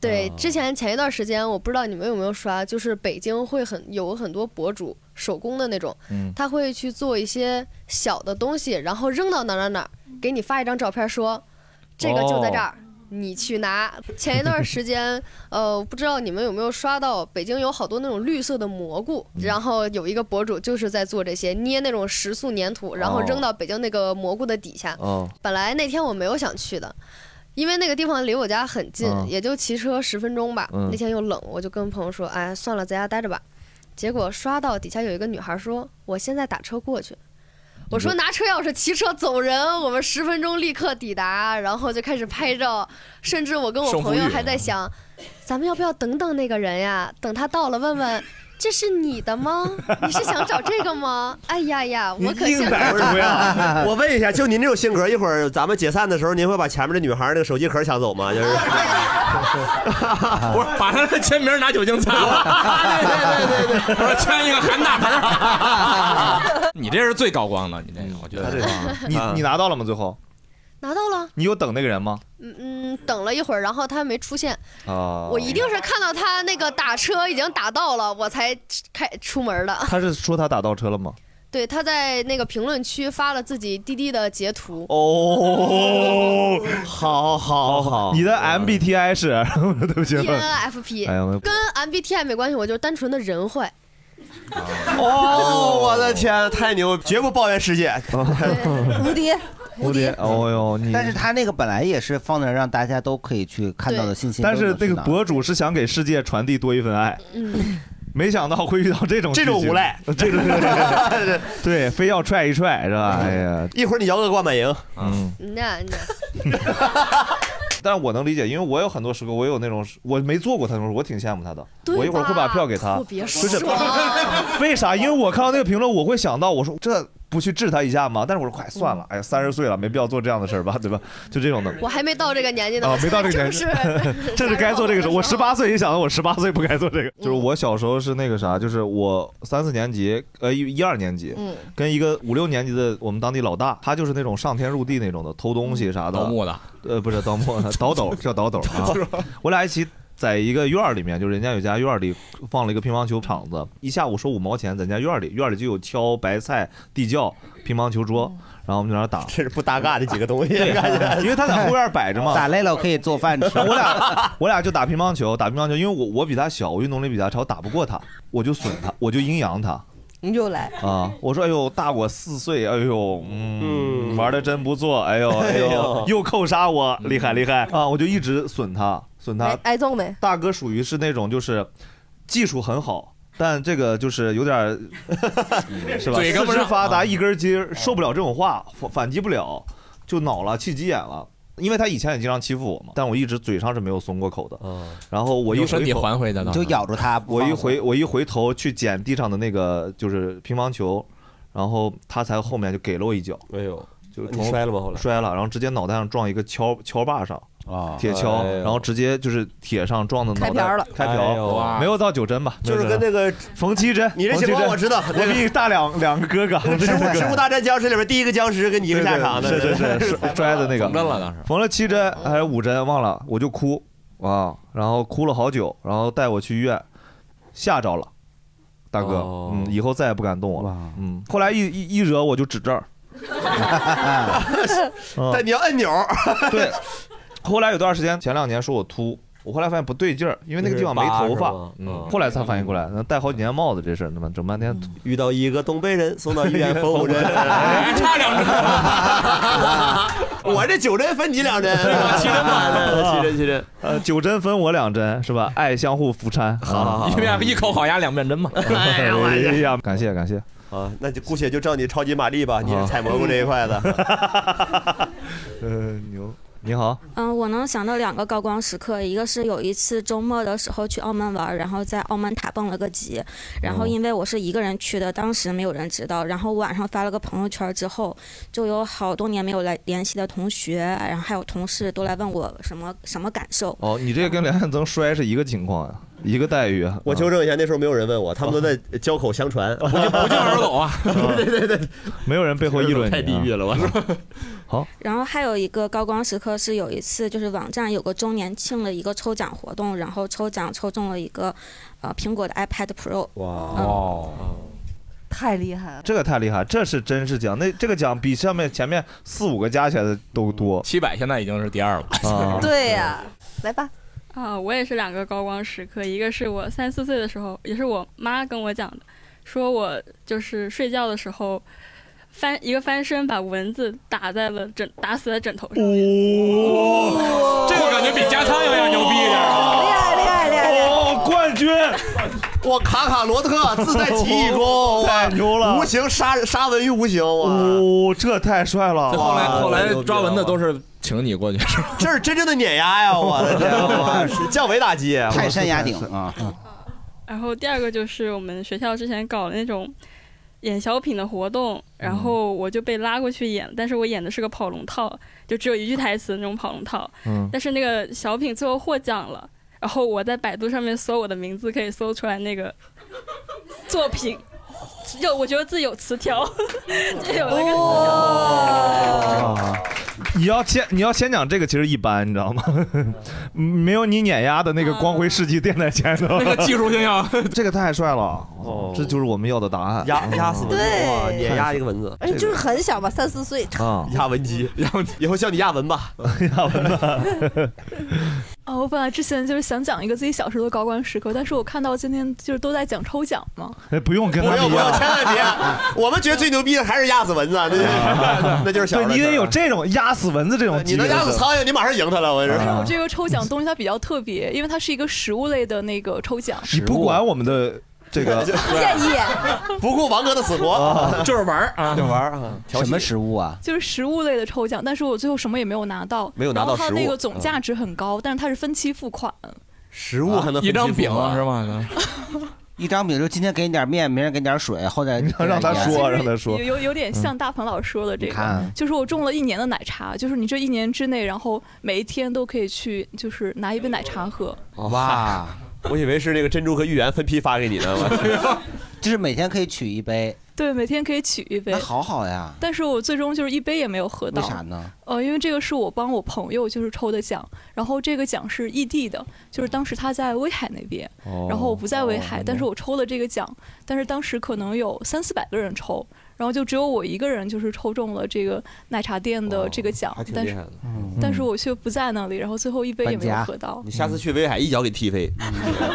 Speaker 14: 对，之前前一段时间，我不知道你们有没有刷，就是北京会很有很多博主手工的那种，
Speaker 2: 嗯
Speaker 14: 他会去做一些小的东西，然后扔到哪儿哪儿哪儿，给你发一张照片说，这个就在这儿。
Speaker 16: 哦
Speaker 14: 你去拿。前一段时间，呃，不知道你们有没有刷到，北京有好多那种绿色的蘑菇，
Speaker 16: 嗯
Speaker 14: 然后有一个博主就是在做这些，捏那种食塑粘土，然后
Speaker 16: 哦
Speaker 14: 扔到北京那个蘑菇的底下。
Speaker 16: 哦
Speaker 14: 本来那天我没有想去的，因为那个地方离我家很近，
Speaker 16: 嗯
Speaker 14: 也就骑车十分钟吧。
Speaker 16: 嗯
Speaker 14: 那天又冷，我就跟朋友说：“哎，算了，在家待着吧。”结果刷到底下有一个女孩说：“我现在打车过去。”我说拿车钥匙骑车走人，我们十分钟立刻抵达，然后就开始拍照，甚至我跟我
Speaker 16: 胜负
Speaker 14: 朋友
Speaker 16: 欲
Speaker 14: 还在想，咱们要不要等等那个人呀？等他到了问问，这是你的吗？你是想找这个吗？哎呀呀，我可
Speaker 5: 硬
Speaker 14: 现
Speaker 5: 摆
Speaker 14: 在
Speaker 5: 不
Speaker 2: [LAUGHS]
Speaker 5: 要。我问一下，就您这种性格，一会儿咱们解散的时候，您会把前面这女孩那个手机壳抢走
Speaker 17: [LAUGHS]
Speaker 5: 吗？就是，
Speaker 7: 不是，把他
Speaker 9: [LAUGHS]
Speaker 7: 的签名拿酒精擦了。哎 [LAUGHS] 对对对对，我说签一
Speaker 17: [LAUGHS]
Speaker 7: 个韩大鹏。 [LAUGHS] 你这是最高光的，你这个我觉得
Speaker 2: 你你拿到了吗？最后
Speaker 14: 拿到了，
Speaker 2: 你有等那个人吗？
Speaker 14: 嗯嗯，等了一会儿，然后他没出现，
Speaker 2: 啊，
Speaker 14: 我一定是看到他那个打车已经打到了，我才开出门的。
Speaker 2: 他是说他打倒车了吗？
Speaker 14: [LAUGHS] 对，他在那个评论区发了自己滴滴的截图。 [LAUGHS]
Speaker 2: 哦，好好好，哦你的 MBTI 是？ [LAUGHS] 对不起，
Speaker 14: E ENFP，、
Speaker 2: 哎呀我
Speaker 14: 跟 MBTI 没关系，我就是单纯的人坏。
Speaker 5: 哦，我的天，太牛，绝不抱怨世界。
Speaker 8: [LAUGHS] 蝴蝶，
Speaker 2: 蝴蝶，哦呦，你
Speaker 3: 但是他那个本来也是放那儿让大家都可以去看到的信息，
Speaker 2: 但是那
Speaker 3: 都能去
Speaker 2: 个
Speaker 3: 拿
Speaker 2: 博主是想给世界传递多一份爱，
Speaker 14: 嗯，
Speaker 2: 没想到会遇到这种
Speaker 5: 这种
Speaker 2: 剧情
Speaker 5: 无赖
Speaker 2: 这种 [LAUGHS] 对，非要踹一
Speaker 5: [LAUGHS]
Speaker 2: 踹是吧？哎呀，
Speaker 5: 一会儿你摇个灌满盈，
Speaker 2: 嗯。
Speaker 14: 那那
Speaker 2: 但是我能理解，因为我有很多时刻，我有那种我没做过他那种，我挺羡慕他的。
Speaker 14: 对吧
Speaker 2: 我一会儿会把票给他，
Speaker 14: 特别
Speaker 2: 就是
Speaker 14: 爽。
Speaker 5: [LAUGHS]
Speaker 2: 为啥？因为我看到那个评论，我会想到，我说这不去治他一下吗？但是我说快算了，
Speaker 14: 嗯
Speaker 2: 哎呀，三十岁了，没必要做这样的事儿吧，对吧？就这种的。
Speaker 14: 我还没到这
Speaker 2: [LAUGHS]
Speaker 14: 个年纪呢，
Speaker 2: 啊，没到
Speaker 14: [LAUGHS]
Speaker 2: 这个年纪
Speaker 14: 纪，，
Speaker 2: 这是该做这个事。我十八岁也想到我十八岁不该做
Speaker 14: 嗯
Speaker 2: 这个。就是我小时候是那个啥，就是我三四年级，呃一一二年级，
Speaker 7: 嗯
Speaker 2: 跟一个五六年级的我们当地老大，他就是那种上天入地那种的，偷东西啥的，
Speaker 17: 盗墓的，
Speaker 2: 呃，不是盗墓的，倒斗叫倒斗
Speaker 5: [LAUGHS]
Speaker 2: 啊。我俩一起在一个院儿里面，就是人家有家院儿里放了一个乒乓球场子，一下午收五毛钱，在人家院儿里，院儿里就有敲白菜、地窖、乒搭乓球桌，然后我们就在那儿打，
Speaker 5: 这是不搭嘎的几个东西，
Speaker 2: 对因为他在后院摆着嘛，
Speaker 3: 打累了可以做饭吃。
Speaker 2: [LAUGHS] 我俩我俩就打乒乓球，打乒乓球，因为我我比他小，我运动力比他差，我打不过他，我就损他，我就阴阳他
Speaker 1: 你又来，
Speaker 2: 啊！我说哎呦，大我四岁，哎呦，嗯，玩的真不错，哎呦哎
Speaker 5: 哎
Speaker 2: 呦
Speaker 5: 呦，
Speaker 2: 又扣杀我，厉害厉害啊！我就一直损他，损他
Speaker 7: 挨揍没？
Speaker 2: 大哥属于是那种就是技术很好。但这个就是有点儿，是吧？
Speaker 17: 嘴跟不
Speaker 2: 四肢
Speaker 17: 上
Speaker 2: 发达，一根筋儿，受不了这种话，反反击不了，就恼了，气急眼了。因为他以前也经常欺负我嘛，但我一直嘴上是没有松过口的。
Speaker 9: 嗯
Speaker 2: 然后我一
Speaker 17: 用
Speaker 2: 回
Speaker 17: 身体
Speaker 2: 头
Speaker 17: 还回的呢你就
Speaker 3: 咬住他
Speaker 2: [LAUGHS]
Speaker 3: 不
Speaker 2: 我一
Speaker 3: 放
Speaker 2: 回我一回头去捡地上的那个就是乒乓球，然后他才后面就给了我一脚。
Speaker 9: 哎呦，
Speaker 2: 就
Speaker 9: 你摔了吗后来
Speaker 2: 摔了，然后直接脑袋上撞一个敲敲把上。
Speaker 3: 啊
Speaker 2: 铁锹，
Speaker 9: 哎呦
Speaker 2: 然后直接就是铁上撞的脑袋
Speaker 9: 开瓢儿了
Speaker 2: 开
Speaker 9: 哎
Speaker 2: 瓢
Speaker 9: 呦
Speaker 2: 儿，
Speaker 9: 哇
Speaker 2: 没有到九针吧？
Speaker 9: 就是
Speaker 2: 没有
Speaker 9: 跟
Speaker 2: 到
Speaker 9: 那
Speaker 5: 个
Speaker 2: 缝七针，
Speaker 5: 你这
Speaker 2: 缝
Speaker 5: 情
Speaker 2: 七
Speaker 5: 况
Speaker 2: 针
Speaker 5: 我知道
Speaker 2: 我
Speaker 5: 那个
Speaker 2: 比你大两两个哥
Speaker 5: [LAUGHS]
Speaker 2: 哥。
Speaker 5: 植物植物大战僵尸里边第一个僵尸跟你一个下场的，
Speaker 2: 对对对是
Speaker 5: [LAUGHS]
Speaker 2: 是是摔的那个
Speaker 17: 缝针了当时，
Speaker 2: 缝了七针还是五针忘了，我就哭啊，然后哭了好久，然后带我去医院，吓着了，大哥，
Speaker 9: 哦
Speaker 2: 嗯，以后再也不敢动我了，嗯，后来一一一惹我就指这
Speaker 5: [LAUGHS]
Speaker 2: 儿，嗯
Speaker 5: 但你要按钮，
Speaker 2: 对， [LAUGHS] 后来有段时间，前两年说我秃，我后来发现不对劲儿，因为那个地方没头
Speaker 5: 那是疤
Speaker 2: 发，
Speaker 5: 是吗
Speaker 2: 嗯，后来才反应过来，那戴好几年帽子这事儿，他妈整半天。
Speaker 5: 嗯遇到一个东北人， [LAUGHS] 送到医
Speaker 2: [LAUGHS]
Speaker 5: 院缝五针，
Speaker 17: 差两
Speaker 5: [LAUGHS] 针。我这九针分你两
Speaker 17: [LAUGHS]
Speaker 5: 针，七针完了，七针七针。
Speaker 2: 呃，九针分我两针是吧？爱相互扶搀，好
Speaker 5: 好好
Speaker 17: 一面一口好鸭两面针 [LAUGHS] 嘛。
Speaker 5: 哎呀我
Speaker 2: 哎
Speaker 5: 去
Speaker 2: 呀，感谢感谢，
Speaker 5: 啊，那就姑且就照你超级玛丽吧，你
Speaker 2: 啊
Speaker 5: 是采蘑菇这一块
Speaker 2: [LAUGHS]
Speaker 5: 的。
Speaker 2: 呃，牛，你好，
Speaker 18: [LAUGHS] 嗯，我能想到两个高光时刻，一个是有一次周末的时候去澳门玩，然后在澳门塔蹦了个极，然后因为我是一个人去的，当时没有人知道，然后晚上发了个朋友圈之后，就有好多年没有来联系的同学，然后还有同事都来问我什么什么感受，
Speaker 2: 哦，你这个跟梁汉增摔是一个情况呀，一个待遇。啊哦
Speaker 5: 我纠正一下，那时候没有人问我，他们都在交口相传，不教不教而
Speaker 17: 走
Speaker 2: [LAUGHS]
Speaker 17: 啊。
Speaker 5: 对对对，
Speaker 2: 哦没有人背后议论你啊
Speaker 5: 太地狱了，我操！
Speaker 18: 然后还有一个高光时刻是有一次，就是网站有个周年庆的一个抽奖活动，然后抽奖抽中了一个呃苹果的 iPad Pro。
Speaker 2: 哇，
Speaker 1: 太厉
Speaker 18: [LAUGHS]
Speaker 1: 害了。
Speaker 2: 哦这个太厉害，这是真是奖，那这个奖比上面前面四五个加起来的都多。
Speaker 17: 七百现在已经是第二了。
Speaker 2: 啊，
Speaker 1: 对呀、来吧，
Speaker 8: 啊，我也是两个高光时刻，一个是我三四岁的时候，也是我妈跟我讲的，说我就是睡觉的时候翻一个翻身把蚊子打在了枕打死在枕头上
Speaker 1: 哦
Speaker 8: 面。
Speaker 2: 哦
Speaker 17: 这个感觉比加苍蝇要牛逼一点啊！
Speaker 1: 厉害厉害厉害！
Speaker 2: 哦，冠军！
Speaker 5: 我卡卡罗特自带奇异
Speaker 17: [LAUGHS]
Speaker 5: 功，
Speaker 2: [LAUGHS] 太牛了
Speaker 5: 无形杀杀蚊于无形，哇！
Speaker 2: 哦，这太帅了！
Speaker 17: 后来
Speaker 5: 哇
Speaker 17: 后来
Speaker 2: 啊
Speaker 17: 抓蚊子都是请你过去，
Speaker 5: 这是真正的碾压呀！哎我的
Speaker 2: [LAUGHS]
Speaker 5: 天，啊我是降维打击，
Speaker 17: 泰山压
Speaker 3: 顶
Speaker 5: 啊！
Speaker 8: 然后第二个就是我们学校之前搞的那种演小品的活动，然后我就被拉过去演，但是我演的是个跑龙套，就只有一句台词那种跑龙套。
Speaker 19: 嗯
Speaker 8: 但是那个小品最后获奖了，然后我在百度上面搜我的名字，可以搜出来那个作品。就我觉得自己有词条， [LAUGHS] 就有那个词条。
Speaker 2: 啊，你要先你要先讲这个，其实一般，你知道吗？ [LAUGHS] 没有你碾压的那个光辉事迹垫在前头，
Speaker 17: 那个技术性要，
Speaker 2: 这个太帅了，哦， [LAUGHS] 这就是我们要的答案，
Speaker 5: 压压死
Speaker 2: 嗯
Speaker 5: 蚊子，哇，碾压一个蚊子，
Speaker 1: 哎，就是很小吧，三四岁。
Speaker 2: 啊，
Speaker 5: [LAUGHS] 压蚊机，然后以后叫你压蚊吧，
Speaker 2: 压蚊吧。
Speaker 19: 哦，我本来之前就是想讲一个自己小时候的高光时刻，但是我看到今天就是都在讲抽奖嘛，
Speaker 2: [LAUGHS] 哎，不用跟
Speaker 5: 不
Speaker 2: 他
Speaker 5: 用
Speaker 2: 们
Speaker 5: 不
Speaker 2: 一
Speaker 5: 用，
Speaker 2: 样，
Speaker 5: 千万 [LAUGHS] 别！我们觉得最牛逼的还是压死蚊子，啊那就是 [LAUGHS] 那就是小
Speaker 2: 对
Speaker 5: 的事儿。
Speaker 2: 你得有这种压死蚊子这种，
Speaker 5: 你能压死苍蝇，你马上赢他了，我跟你
Speaker 19: 我
Speaker 2: 啊
Speaker 5: 说。
Speaker 19: 这个抽奖东西它比较特别，因为它是一个食物类的那个抽奖。
Speaker 2: 你
Speaker 5: 啊
Speaker 2: 不管我们的
Speaker 5: [LAUGHS]
Speaker 2: 这个
Speaker 19: 建议
Speaker 5: 不顾王哥的死活，
Speaker 17: 就是玩儿啊，
Speaker 5: 哦就玩儿啊。
Speaker 3: 什么食物
Speaker 19: [LAUGHS]
Speaker 3: 啊？
Speaker 19: 就是食物类的抽奖，但是我最后什么也没有拿到，
Speaker 5: 没有拿到
Speaker 19: 然后它
Speaker 5: 食物嗯
Speaker 19: 那个总价值很高，但是它是分期付款，
Speaker 5: 食物还能
Speaker 17: 啊一张
Speaker 5: 分期
Speaker 17: 饼
Speaker 5: 付款
Speaker 17: 是吗？
Speaker 3: [LAUGHS] 一张饼就今天给你点面，明天给你点水，后天
Speaker 2: 让他说让他
Speaker 19: 有有有
Speaker 5: 嗯
Speaker 19: 点像大鹏老师说的这
Speaker 3: 你看
Speaker 19: 个，就是我种了一年的奶茶，就是你这一年之内，然后每一天都可以去，就是拿一杯奶茶喝。
Speaker 3: 哇，
Speaker 5: 哦 [LAUGHS] 我以为是那个珍珠和芋圆分批发给你呢，
Speaker 3: [LAUGHS] 就是每天可以取一杯，
Speaker 19: 对，每天可以取一杯
Speaker 3: 那。好好呀。
Speaker 19: 但是我最终就是一杯也没有喝到。
Speaker 3: 为啥呢？
Speaker 19: 呃，因为这个是我帮我朋友就是抽的奖，然后这个奖是异地的，就是当时他在威海那边，然后我不在威海，但是我抽了这个奖，但是当时可能有三四百个人抽，然后就只有我一个人就是抽中了这个奶茶店的这个奖，
Speaker 5: 还挺
Speaker 19: 但
Speaker 5: 厉
Speaker 19: 是
Speaker 5: 害的。
Speaker 1: 嗯
Speaker 19: 但是我却不在那里，然后最后一杯也没有喝到
Speaker 5: 你。下次去威海一脚给踢飞，
Speaker 2: 嗯 [LAUGHS]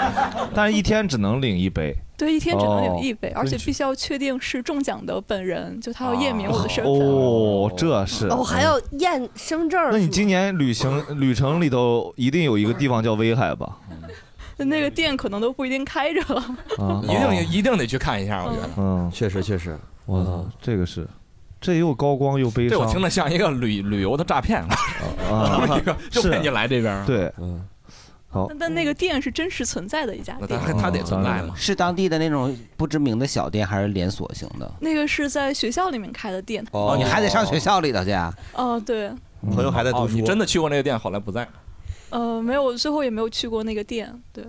Speaker 2: 但是一天只能领一杯。
Speaker 19: [LAUGHS] 对，一天只能领一杯，
Speaker 2: 哦
Speaker 19: 而
Speaker 2: 所
Speaker 19: 且
Speaker 2: 以
Speaker 19: 必须要确定是中奖的本人，就他要验明我的身份。
Speaker 2: 哦，这是
Speaker 1: 哦，还要验身份证儿
Speaker 2: 那你今年旅行旅程里头一定有一个地方叫威海吧？
Speaker 19: 那个店可能都不一定开着了。
Speaker 2: 啊，
Speaker 7: 一定一定得去看一下，我觉得。
Speaker 2: 嗯，
Speaker 5: 确实确实，
Speaker 2: 我操，这个是，这又高光又悲伤。
Speaker 7: 这我听着像一个旅旅游的诈
Speaker 9: [LAUGHS]
Speaker 7: 骗，
Speaker 2: 啊
Speaker 7: 一个就是骗你来这边
Speaker 9: 啊
Speaker 7: 儿。
Speaker 2: 对，嗯，好
Speaker 19: 但，但那个店是真实存在的一家店，
Speaker 7: 嗯他得
Speaker 2: 哦
Speaker 7: 存在嘛
Speaker 3: 是当地的那种不知名的小店，还是连锁型的？
Speaker 19: 那个是在学校里面开的店。
Speaker 3: 哦，你还得上学校里头去
Speaker 2: [LAUGHS]
Speaker 3: 啊？
Speaker 19: 哦，对，
Speaker 5: 朋友还在读
Speaker 7: 书，你真的去过那个店，后来不在。
Speaker 19: 呃，没有，我最后也没有去过那个店。对，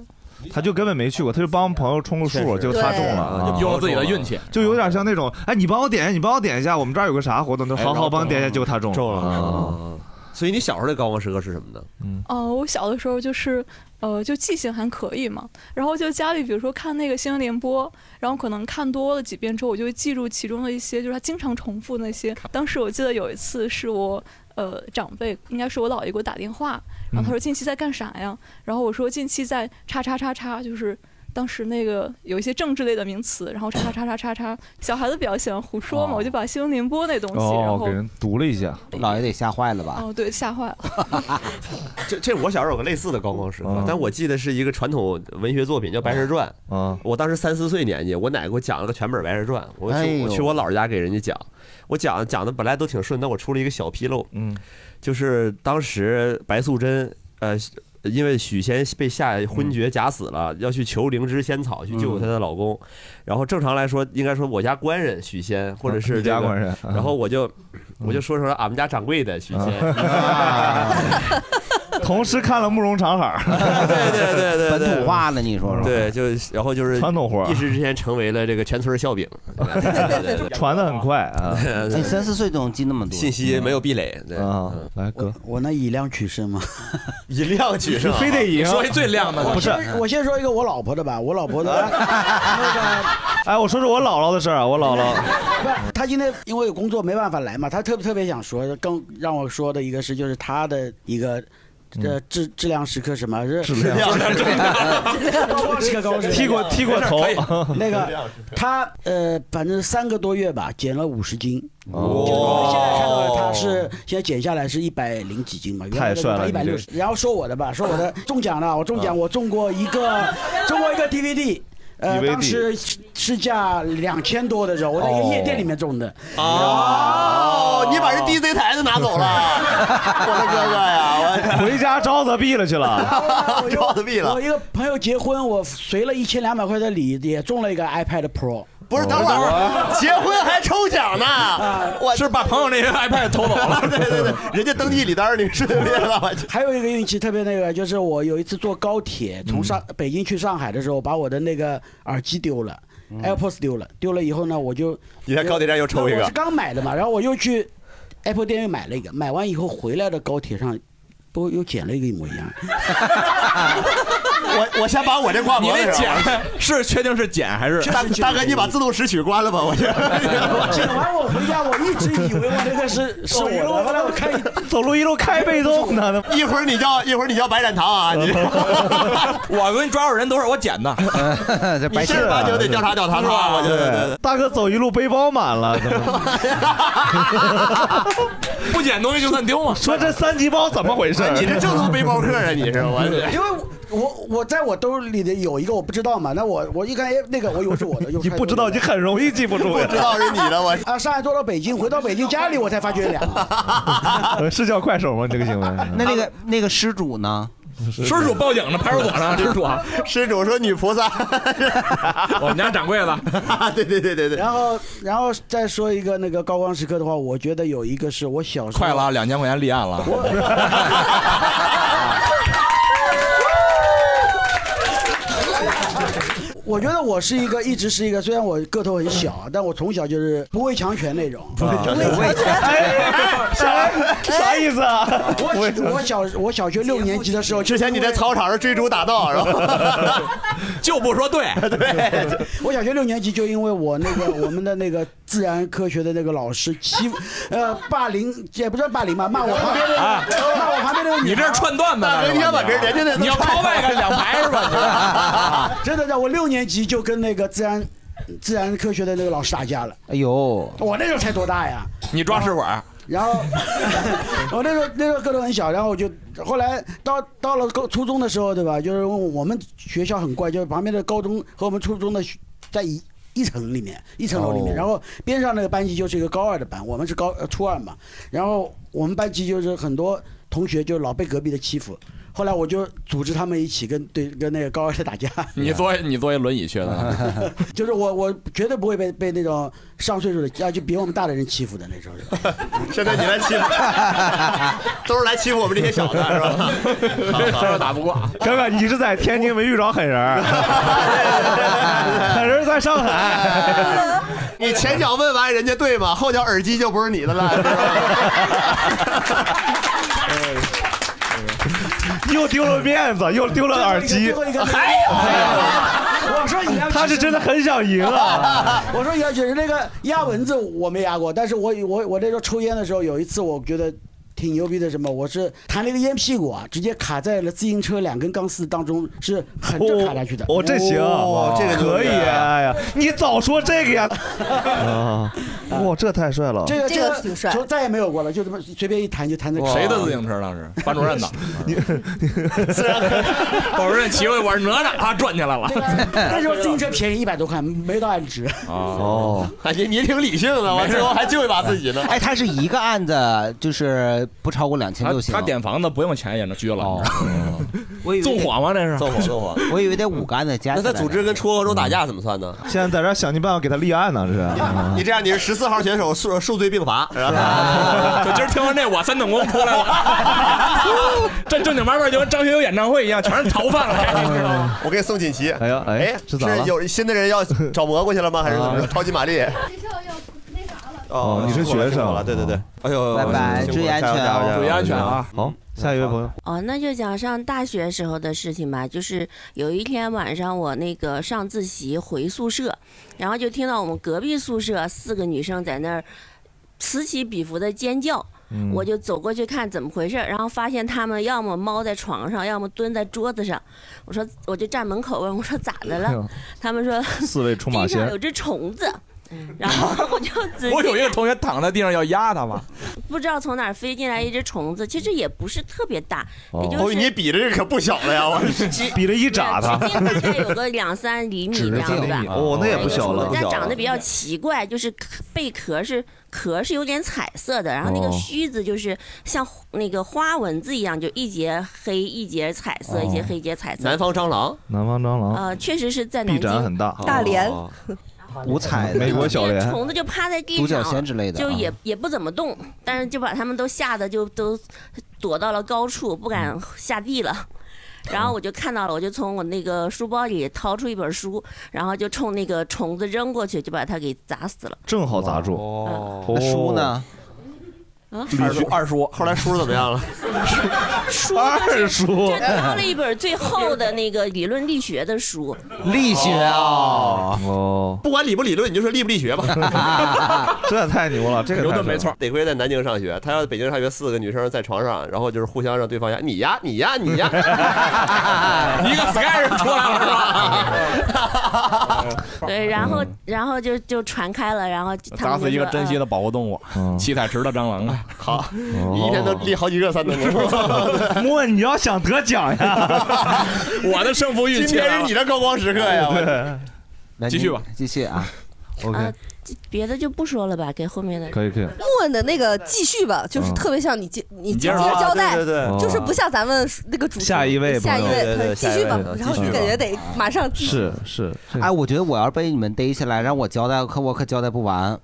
Speaker 2: 他就根本没去过，他就帮朋友冲个数，
Speaker 19: 确实
Speaker 2: 就他中了
Speaker 5: 对
Speaker 2: 啊，
Speaker 5: 就用了自己的运气
Speaker 2: 就有点像那种，哎，你帮我点，你帮我点一下，我们这儿有个啥活
Speaker 5: 哎
Speaker 2: 动，就哎好好帮我点
Speaker 5: 嗯
Speaker 2: 一下，结果他中
Speaker 5: 中了。
Speaker 2: 啊。
Speaker 5: 啊所以你小时候的高光时刻是什么呢？
Speaker 19: 哦、我小的时候就是，呃，就记性还可以嘛。然后就家里比如说看那个新闻联播，然后可能看多了几遍之后，我就会记住其中的一些，就是他经常重复那些。当时我记得有一次是我。呃，长辈应该是我姥爷给我打电话，然
Speaker 2: 嗯
Speaker 19: 后他说近期在干啥呀？然后我说近期在叉叉叉叉，就是当时那个有一些政治类的名词，然后叉叉叉叉叉叉，小孩子比较喜欢胡说嘛，我就把新闻联播那东西，然
Speaker 2: 哦，
Speaker 19: 后
Speaker 2: 给人读了一下，
Speaker 3: 姥爷得吓坏了吧？
Speaker 19: 哦对，吓坏了。
Speaker 5: [LAUGHS] 这这我小时候有个类似的高光时
Speaker 2: 嗯
Speaker 5: 刻，但我记得是一个传统文学作品叫《白蛇传》
Speaker 2: 啊。
Speaker 5: 我当时三四岁年纪，我奶给我讲了个全本《白蛇传》，我
Speaker 2: 哎
Speaker 5: 去
Speaker 2: 呦
Speaker 5: 我去我姥儿家给人家讲，我讲讲的本来都挺顺，但我出了一个小纰漏，
Speaker 2: 嗯，
Speaker 5: 就是当时白素贞呃。因为许仙被下昏
Speaker 2: 嗯
Speaker 5: 厥假死了，要去求灵芝仙草去救她的老公，然后正常来说应该说我家官人许仙或者是
Speaker 2: 啊你家
Speaker 5: 这个
Speaker 2: 官人啊嗯
Speaker 5: 然后我就我就说说俺们家掌柜的许仙，
Speaker 2: 啊同时看了慕容长海，
Speaker 5: 对对对对，
Speaker 3: 本土化了，你说说。
Speaker 5: 对，就是然后就是
Speaker 2: 传统活儿
Speaker 5: 一时之间成为了这个全村笑柄，
Speaker 2: 传的很快
Speaker 20: [LAUGHS]
Speaker 2: 啊
Speaker 5: 对
Speaker 3: 哎三四岁都能记那么多嗯
Speaker 5: 信息没有壁垒，对嗯
Speaker 2: 啊，来哥，
Speaker 20: 我能以量取胜吗？
Speaker 5: [LAUGHS] 以量取
Speaker 2: [LAUGHS]
Speaker 5: 胜啊，
Speaker 20: 非得赢
Speaker 7: 说一最亮的，
Speaker 20: 我先我先说一个我老婆的吧，我老婆的，
Speaker 2: 啊 [LAUGHS] 哎，我说说我姥姥的事儿啊，我姥
Speaker 20: [LAUGHS]
Speaker 2: 姥，
Speaker 20: 她今天因为有工作没办法来嘛，她特别特别想说，更让我说的一个是就是她的一个。呃，质质量时刻什么？是
Speaker 2: 嗯质量
Speaker 20: [LAUGHS] 质量
Speaker 2: [LAUGHS]
Speaker 20: 高光时刻，高光时刻
Speaker 2: 剃过剃过头
Speaker 20: 那个她呃，反正三个多月吧，减了五十斤。
Speaker 2: 哦
Speaker 20: 就是现在看到了她是现在减下来是一百零几斤嘛，
Speaker 2: 太帅了
Speaker 20: 一百
Speaker 2: 你
Speaker 20: 六
Speaker 2: 这
Speaker 20: 十。然后说我的吧，说我的中奖了，我中奖，我中过一个，中过一个 DVD。呃，
Speaker 2: DVD
Speaker 20: 当时市价两千多的时候，我在一个夜店里面中的。
Speaker 16: 哦，你把人 DJ 台子拿走了，我的哥哥呀！我
Speaker 2: 回家招他毙了去了，
Speaker 20: [LAUGHS] 招子币了。我一个朋友结婚，我随了一千两百块的礼，也中了一个 iPad Pro。哦
Speaker 16: 不是，等会儿结婚还抽奖呢，我
Speaker 7: 是把朋友那个 iPad 偷走了。
Speaker 16: [LAUGHS] 对对对，人家登记礼单儿你顺便了，我
Speaker 20: 还有一个运气特别那个，就是我有一次坐高铁从上、
Speaker 16: 嗯
Speaker 20: 北京去上海的时候，把我的那个耳机丢了、a
Speaker 16: 嗯
Speaker 20: i r p o d s 丢了，丢了以后呢，我就
Speaker 5: 你在高铁站又抽一
Speaker 20: 那我
Speaker 5: 个
Speaker 20: 是，刚买的嘛，然后我又去 Apple 店又买了一个，买完以后回来的高铁上，不又捡了一个一模
Speaker 16: [LAUGHS]
Speaker 20: 一样。 [LAUGHS]
Speaker 16: 我我先把我这挂
Speaker 7: 你
Speaker 16: 脖
Speaker 7: 那
Speaker 16: 子
Speaker 7: 剪
Speaker 16: 上。
Speaker 7: 是确定是剪还是？
Speaker 16: 大大哥，你把自动拾取关了吧，我去。
Speaker 20: 捡完我回家，我一直以为我那个是是我的，后来我看
Speaker 2: 走路一路开被动呢。
Speaker 16: [LAUGHS] 一会儿你叫一会儿你叫白展堂啊，你
Speaker 7: 我给你抓住人都是我
Speaker 20: [LAUGHS]
Speaker 7: 捡的，
Speaker 5: 哎
Speaker 16: 你正儿八经得调查调查他，
Speaker 2: 啊
Speaker 16: 我觉得。
Speaker 2: 大哥走一路背包满了， [LAUGHS] 怎么
Speaker 7: 不捡东西就算丢吗？
Speaker 2: 说这三级包怎么回
Speaker 16: [LAUGHS]
Speaker 2: 事？
Speaker 20: 哎
Speaker 16: 你这正宗背包客啊，你
Speaker 20: [LAUGHS]
Speaker 16: 是我
Speaker 2: [LAUGHS]
Speaker 20: 因为我我我在我兜里的有一个我不知道嘛，那我我一看哎那个我以为是我的，又
Speaker 2: 你不知道，你很容易记不 [LAUGHS] 住呀。
Speaker 20: [LAUGHS] 啊！上海坐到北京，回到北京家里
Speaker 12: [LAUGHS]
Speaker 20: 我才发觉俩。
Speaker 2: 呃 [LAUGHS] 是叫快手吗？这个新闻？
Speaker 3: 那那个那个失主呢？
Speaker 12: 失主报警了，派出所了，失
Speaker 16: [LAUGHS]
Speaker 12: 主啊，
Speaker 5: 失主说女菩萨，
Speaker 12: 我们家掌柜
Speaker 16: [LAUGHS]
Speaker 12: 的，
Speaker 5: 对对对对对。
Speaker 20: 然后，然后再说一个那个高光时刻的话，我觉得有一个是我小时候
Speaker 12: 快了，两千块钱立案了。
Speaker 20: [LAUGHS] 我觉得我是一个一直是一个，虽然我个头很
Speaker 12: [LAUGHS]
Speaker 20: 小，但我从小就是不畏强权那种。不畏哎
Speaker 5: 强权不畏强权
Speaker 20: 啥
Speaker 5: 啥意思啊不畏强
Speaker 20: 我我小我小学六年级的时候，
Speaker 5: 之前你在操场上追逐打闹，然后
Speaker 12: 就不
Speaker 16: [LAUGHS]
Speaker 12: 说对
Speaker 5: 对，
Speaker 20: [LAUGHS] 我小学六年级就因为我那个我们的那个自然科学的那个老师欺负，呃霸凌也不算霸凌吧，骂我旁边
Speaker 2: 嗯 [LAUGHS]
Speaker 12: [LAUGHS]
Speaker 20: 的
Speaker 12: 啊
Speaker 20: 骂我旁边的女孩
Speaker 12: 你这是串段子呢大哥你要把别人人家那都你要串 call back 两排是吧？
Speaker 20: [LAUGHS] 真的，在我六年级就跟那个自然自然科学的那个老师打架了。
Speaker 8: 哎呦，
Speaker 20: 我那时候才多大呀？
Speaker 12: 你抓试管，
Speaker 20: 然后 [LAUGHS] 我那时候那时候个头很小，然后我就后来到到了高初中的时候，对吧？就是我们学校很怪，就是旁边的高中和我们初中的学在一一层里面，一层楼里面。
Speaker 8: 哦
Speaker 20: 然后边上那个班级就是一个高二的班，我们是高呃初二嘛。然后我们班级就是很多同学就老被隔壁的欺负。后来我就组织他们一起跟对跟那个高二的打架。
Speaker 12: 你坐你坐一轮椅去的，
Speaker 20: [LAUGHS] 就是我，我绝对不会被被那种上岁数的，啊，就比我们大的人欺负的那种人。
Speaker 5: 现在你来
Speaker 12: [LAUGHS]
Speaker 5: 欺负，都是来欺负我们这些小的，是
Speaker 12: [LAUGHS]
Speaker 5: 吧？
Speaker 12: 这打不过。啊 [LAUGHS]
Speaker 2: 哥哥，你是在天津没遇着狠人儿， [LAUGHS] 狠人儿在上海。
Speaker 5: [LAUGHS] 你前脚问完人家对吗？后脚耳机就不是你的了。
Speaker 2: 又丢了面子，又丢了耳机，哎
Speaker 20: 还有， [LAUGHS] 哎我说你要
Speaker 2: [LAUGHS] 他是真的很想赢啊！
Speaker 20: [LAUGHS] 我说要就是那个压蚊子我没压过，但是我我我那时候抽烟的时候，有一次我觉得挺牛逼的，什么？我是弹了一个烟屁股啊，直接卡在了自行车两根钢丝当中，是横着卡下去的。
Speaker 2: 哦， [LAUGHS] [LAUGHS] 这行，可以，哎呀，你早说这个呀！啊， [LAUGHS] 哇，这太帅了！
Speaker 20: 这个个挺帅，就再也没有过了，就这么随便一弹就弹的。
Speaker 12: 谁的自行车当时？班主任
Speaker 20: [LAUGHS]
Speaker 12: 的，
Speaker 20: 自然
Speaker 12: 班主任骑过去，我是哪吒，他转起来了。
Speaker 20: 那时候自行车便宜一百多块，没到案值。
Speaker 12: [LAUGHS] 哦，
Speaker 5: 你你哎挺理性的，我最后还救一把自
Speaker 12: [LAUGHS]
Speaker 5: 己呢。
Speaker 3: 哎，他是一个案子，就是不超过两千
Speaker 12: 他
Speaker 3: 就行。
Speaker 12: 他点房子不用钱也能拘 [LAUGHS] 了，
Speaker 3: 我以为
Speaker 12: 哦纵火吗？这是
Speaker 3: 纵火纵火我以为得五个案子加起来呢。
Speaker 5: 跟出合州打架怎么算呢？
Speaker 2: 现在在这儿想尽办法给他立案呢，这是。啊
Speaker 5: 你这样你是十四号选手数数罪并罚，是吧？
Speaker 12: [LAUGHS] 就今儿听完这，我三等功出来了，这正经八百就跟张学友演唱会一样，全是逃犯了。
Speaker 5: 我给宋锦旗。
Speaker 2: 哎呀，哎，这咋了？啊
Speaker 5: 有新的人要找蘑菇去了吗？还是怎么着？超级玛丽。
Speaker 2: [LAUGHS] [LAUGHS] 哦，你是学生哦了，对对呃对。
Speaker 21: 哎呦
Speaker 3: 拜拜注意安全啊注意
Speaker 2: 哦
Speaker 3: 安全啊！
Speaker 2: 好，下一位朋友。
Speaker 22: 哦，那就讲上大学时候的事情吧。就是有一天晚上，我那个上自习回宿舍，然后就听到我们隔壁宿舍四个女生在那儿此起彼伏的尖叫。
Speaker 15: 嗯
Speaker 22: 我就走过去看怎么回事儿，然后发现她们要么猫在床上，要么蹲在桌子上。我说，我就站门口问，我说咋的
Speaker 2: 哎呦
Speaker 22: 了？她们说
Speaker 2: 四位出马
Speaker 22: 地上
Speaker 2: 仙
Speaker 22: 有只虫子。然后我就仔细
Speaker 12: 我有一个同学躺在地上要压他嘛，
Speaker 22: 不知道从哪儿飞进来一只虫子，其实也不是特别大，也就
Speaker 5: 哦，
Speaker 22: 是
Speaker 5: 你比的这可不小了呀！我
Speaker 2: 比了一拃他，
Speaker 22: 大概有个两三厘米这样子吧。
Speaker 2: 哦，那也不小了，
Speaker 22: 但长得比较奇怪，就是壳贝壳是壳是有点彩色的，然后那个
Speaker 2: 哦
Speaker 22: 须子就是像那个花蚊子一样，就一节黑一节彩色，一节
Speaker 12: 哦
Speaker 2: 哦
Speaker 22: 黑一节彩色。
Speaker 5: 南方蟑螂，
Speaker 2: 南方蟑螂，
Speaker 22: 呃，确实是在南
Speaker 2: 臂展
Speaker 22: 京
Speaker 2: 很大，
Speaker 22: 大连
Speaker 3: [LAUGHS]
Speaker 2: 哦
Speaker 3: 五彩
Speaker 2: 美国小
Speaker 22: 这
Speaker 2: 莲
Speaker 22: 个虫子就趴在地上，
Speaker 3: 独角仙之类的
Speaker 22: 就
Speaker 3: 啊
Speaker 22: 也也不怎么动，但是就把他们都吓得就都躲到了高处，不
Speaker 3: 嗯
Speaker 22: 敢下地了。然后我就看到了，我就从我那个书包里掏出一本书，然后就冲那个虫子扔过去，就把它给砸死了。
Speaker 2: 正好砸住。
Speaker 22: 嗯
Speaker 3: 哦
Speaker 2: 哦
Speaker 3: 那书呢？
Speaker 22: 啊，
Speaker 2: 李叔
Speaker 5: 二叔，后来叔怎么样了？
Speaker 2: [LAUGHS]
Speaker 22: 书
Speaker 2: 二叔
Speaker 22: 就掏了一本最厚的那个理论力学的
Speaker 3: [LAUGHS]
Speaker 22: 书。
Speaker 3: 力学啊！
Speaker 2: 哦，
Speaker 5: 不管理不理论，你就说力不力学吧。
Speaker 2: [LAUGHS] 这太牛了，这个太帅了。，
Speaker 5: 得亏在南京上学。他要在北京上学，四个女生在床上，然后就是互相让对方压你压你压你压，
Speaker 12: 一个 sky 人出来了是吧？
Speaker 22: 对，然后然后就就传开了，然后他
Speaker 12: 砸
Speaker 22: 们就
Speaker 12: 死一个
Speaker 22: 说
Speaker 12: 珍稀
Speaker 22: 呃
Speaker 12: 的保护动物，
Speaker 2: 嗯
Speaker 12: 七彩池的蟑螂
Speaker 2: 哦
Speaker 12: 啊！
Speaker 5: 好，你一天都立好几个三等功。
Speaker 2: [LAUGHS] 莫，你要想得奖呀！
Speaker 12: 我的胜负欲
Speaker 5: 今
Speaker 12: 起来
Speaker 5: 天
Speaker 12: 了
Speaker 7: 啊
Speaker 5: 是
Speaker 3: [LAUGHS]
Speaker 5: 你的高光时刻呀！我
Speaker 2: 对，
Speaker 3: 那你
Speaker 12: 继续吧，
Speaker 3: 继续啊。
Speaker 22: 呃
Speaker 2: OK，
Speaker 22: 别的就不说了吧，给后面的
Speaker 2: 可以可以。
Speaker 1: 顾问的那个继续吧，就是
Speaker 2: 嗯
Speaker 1: 特别像你接你
Speaker 2: 接
Speaker 1: 接
Speaker 2: 着
Speaker 1: 着
Speaker 2: 说
Speaker 1: 交代，
Speaker 2: 对对对
Speaker 1: 就是不像咱们那个主持
Speaker 2: 下一位
Speaker 1: 下一
Speaker 2: 朋友对对
Speaker 1: 位
Speaker 2: 对
Speaker 1: 继续
Speaker 2: 下一
Speaker 1: 吧
Speaker 2: 位，
Speaker 1: 然后
Speaker 2: 继
Speaker 1: 你
Speaker 2: 续吧嗯
Speaker 1: 感觉得马上继续
Speaker 2: 是，
Speaker 3: 哎，我觉得我要是被你们逮起来让我交代，可我可交代不完。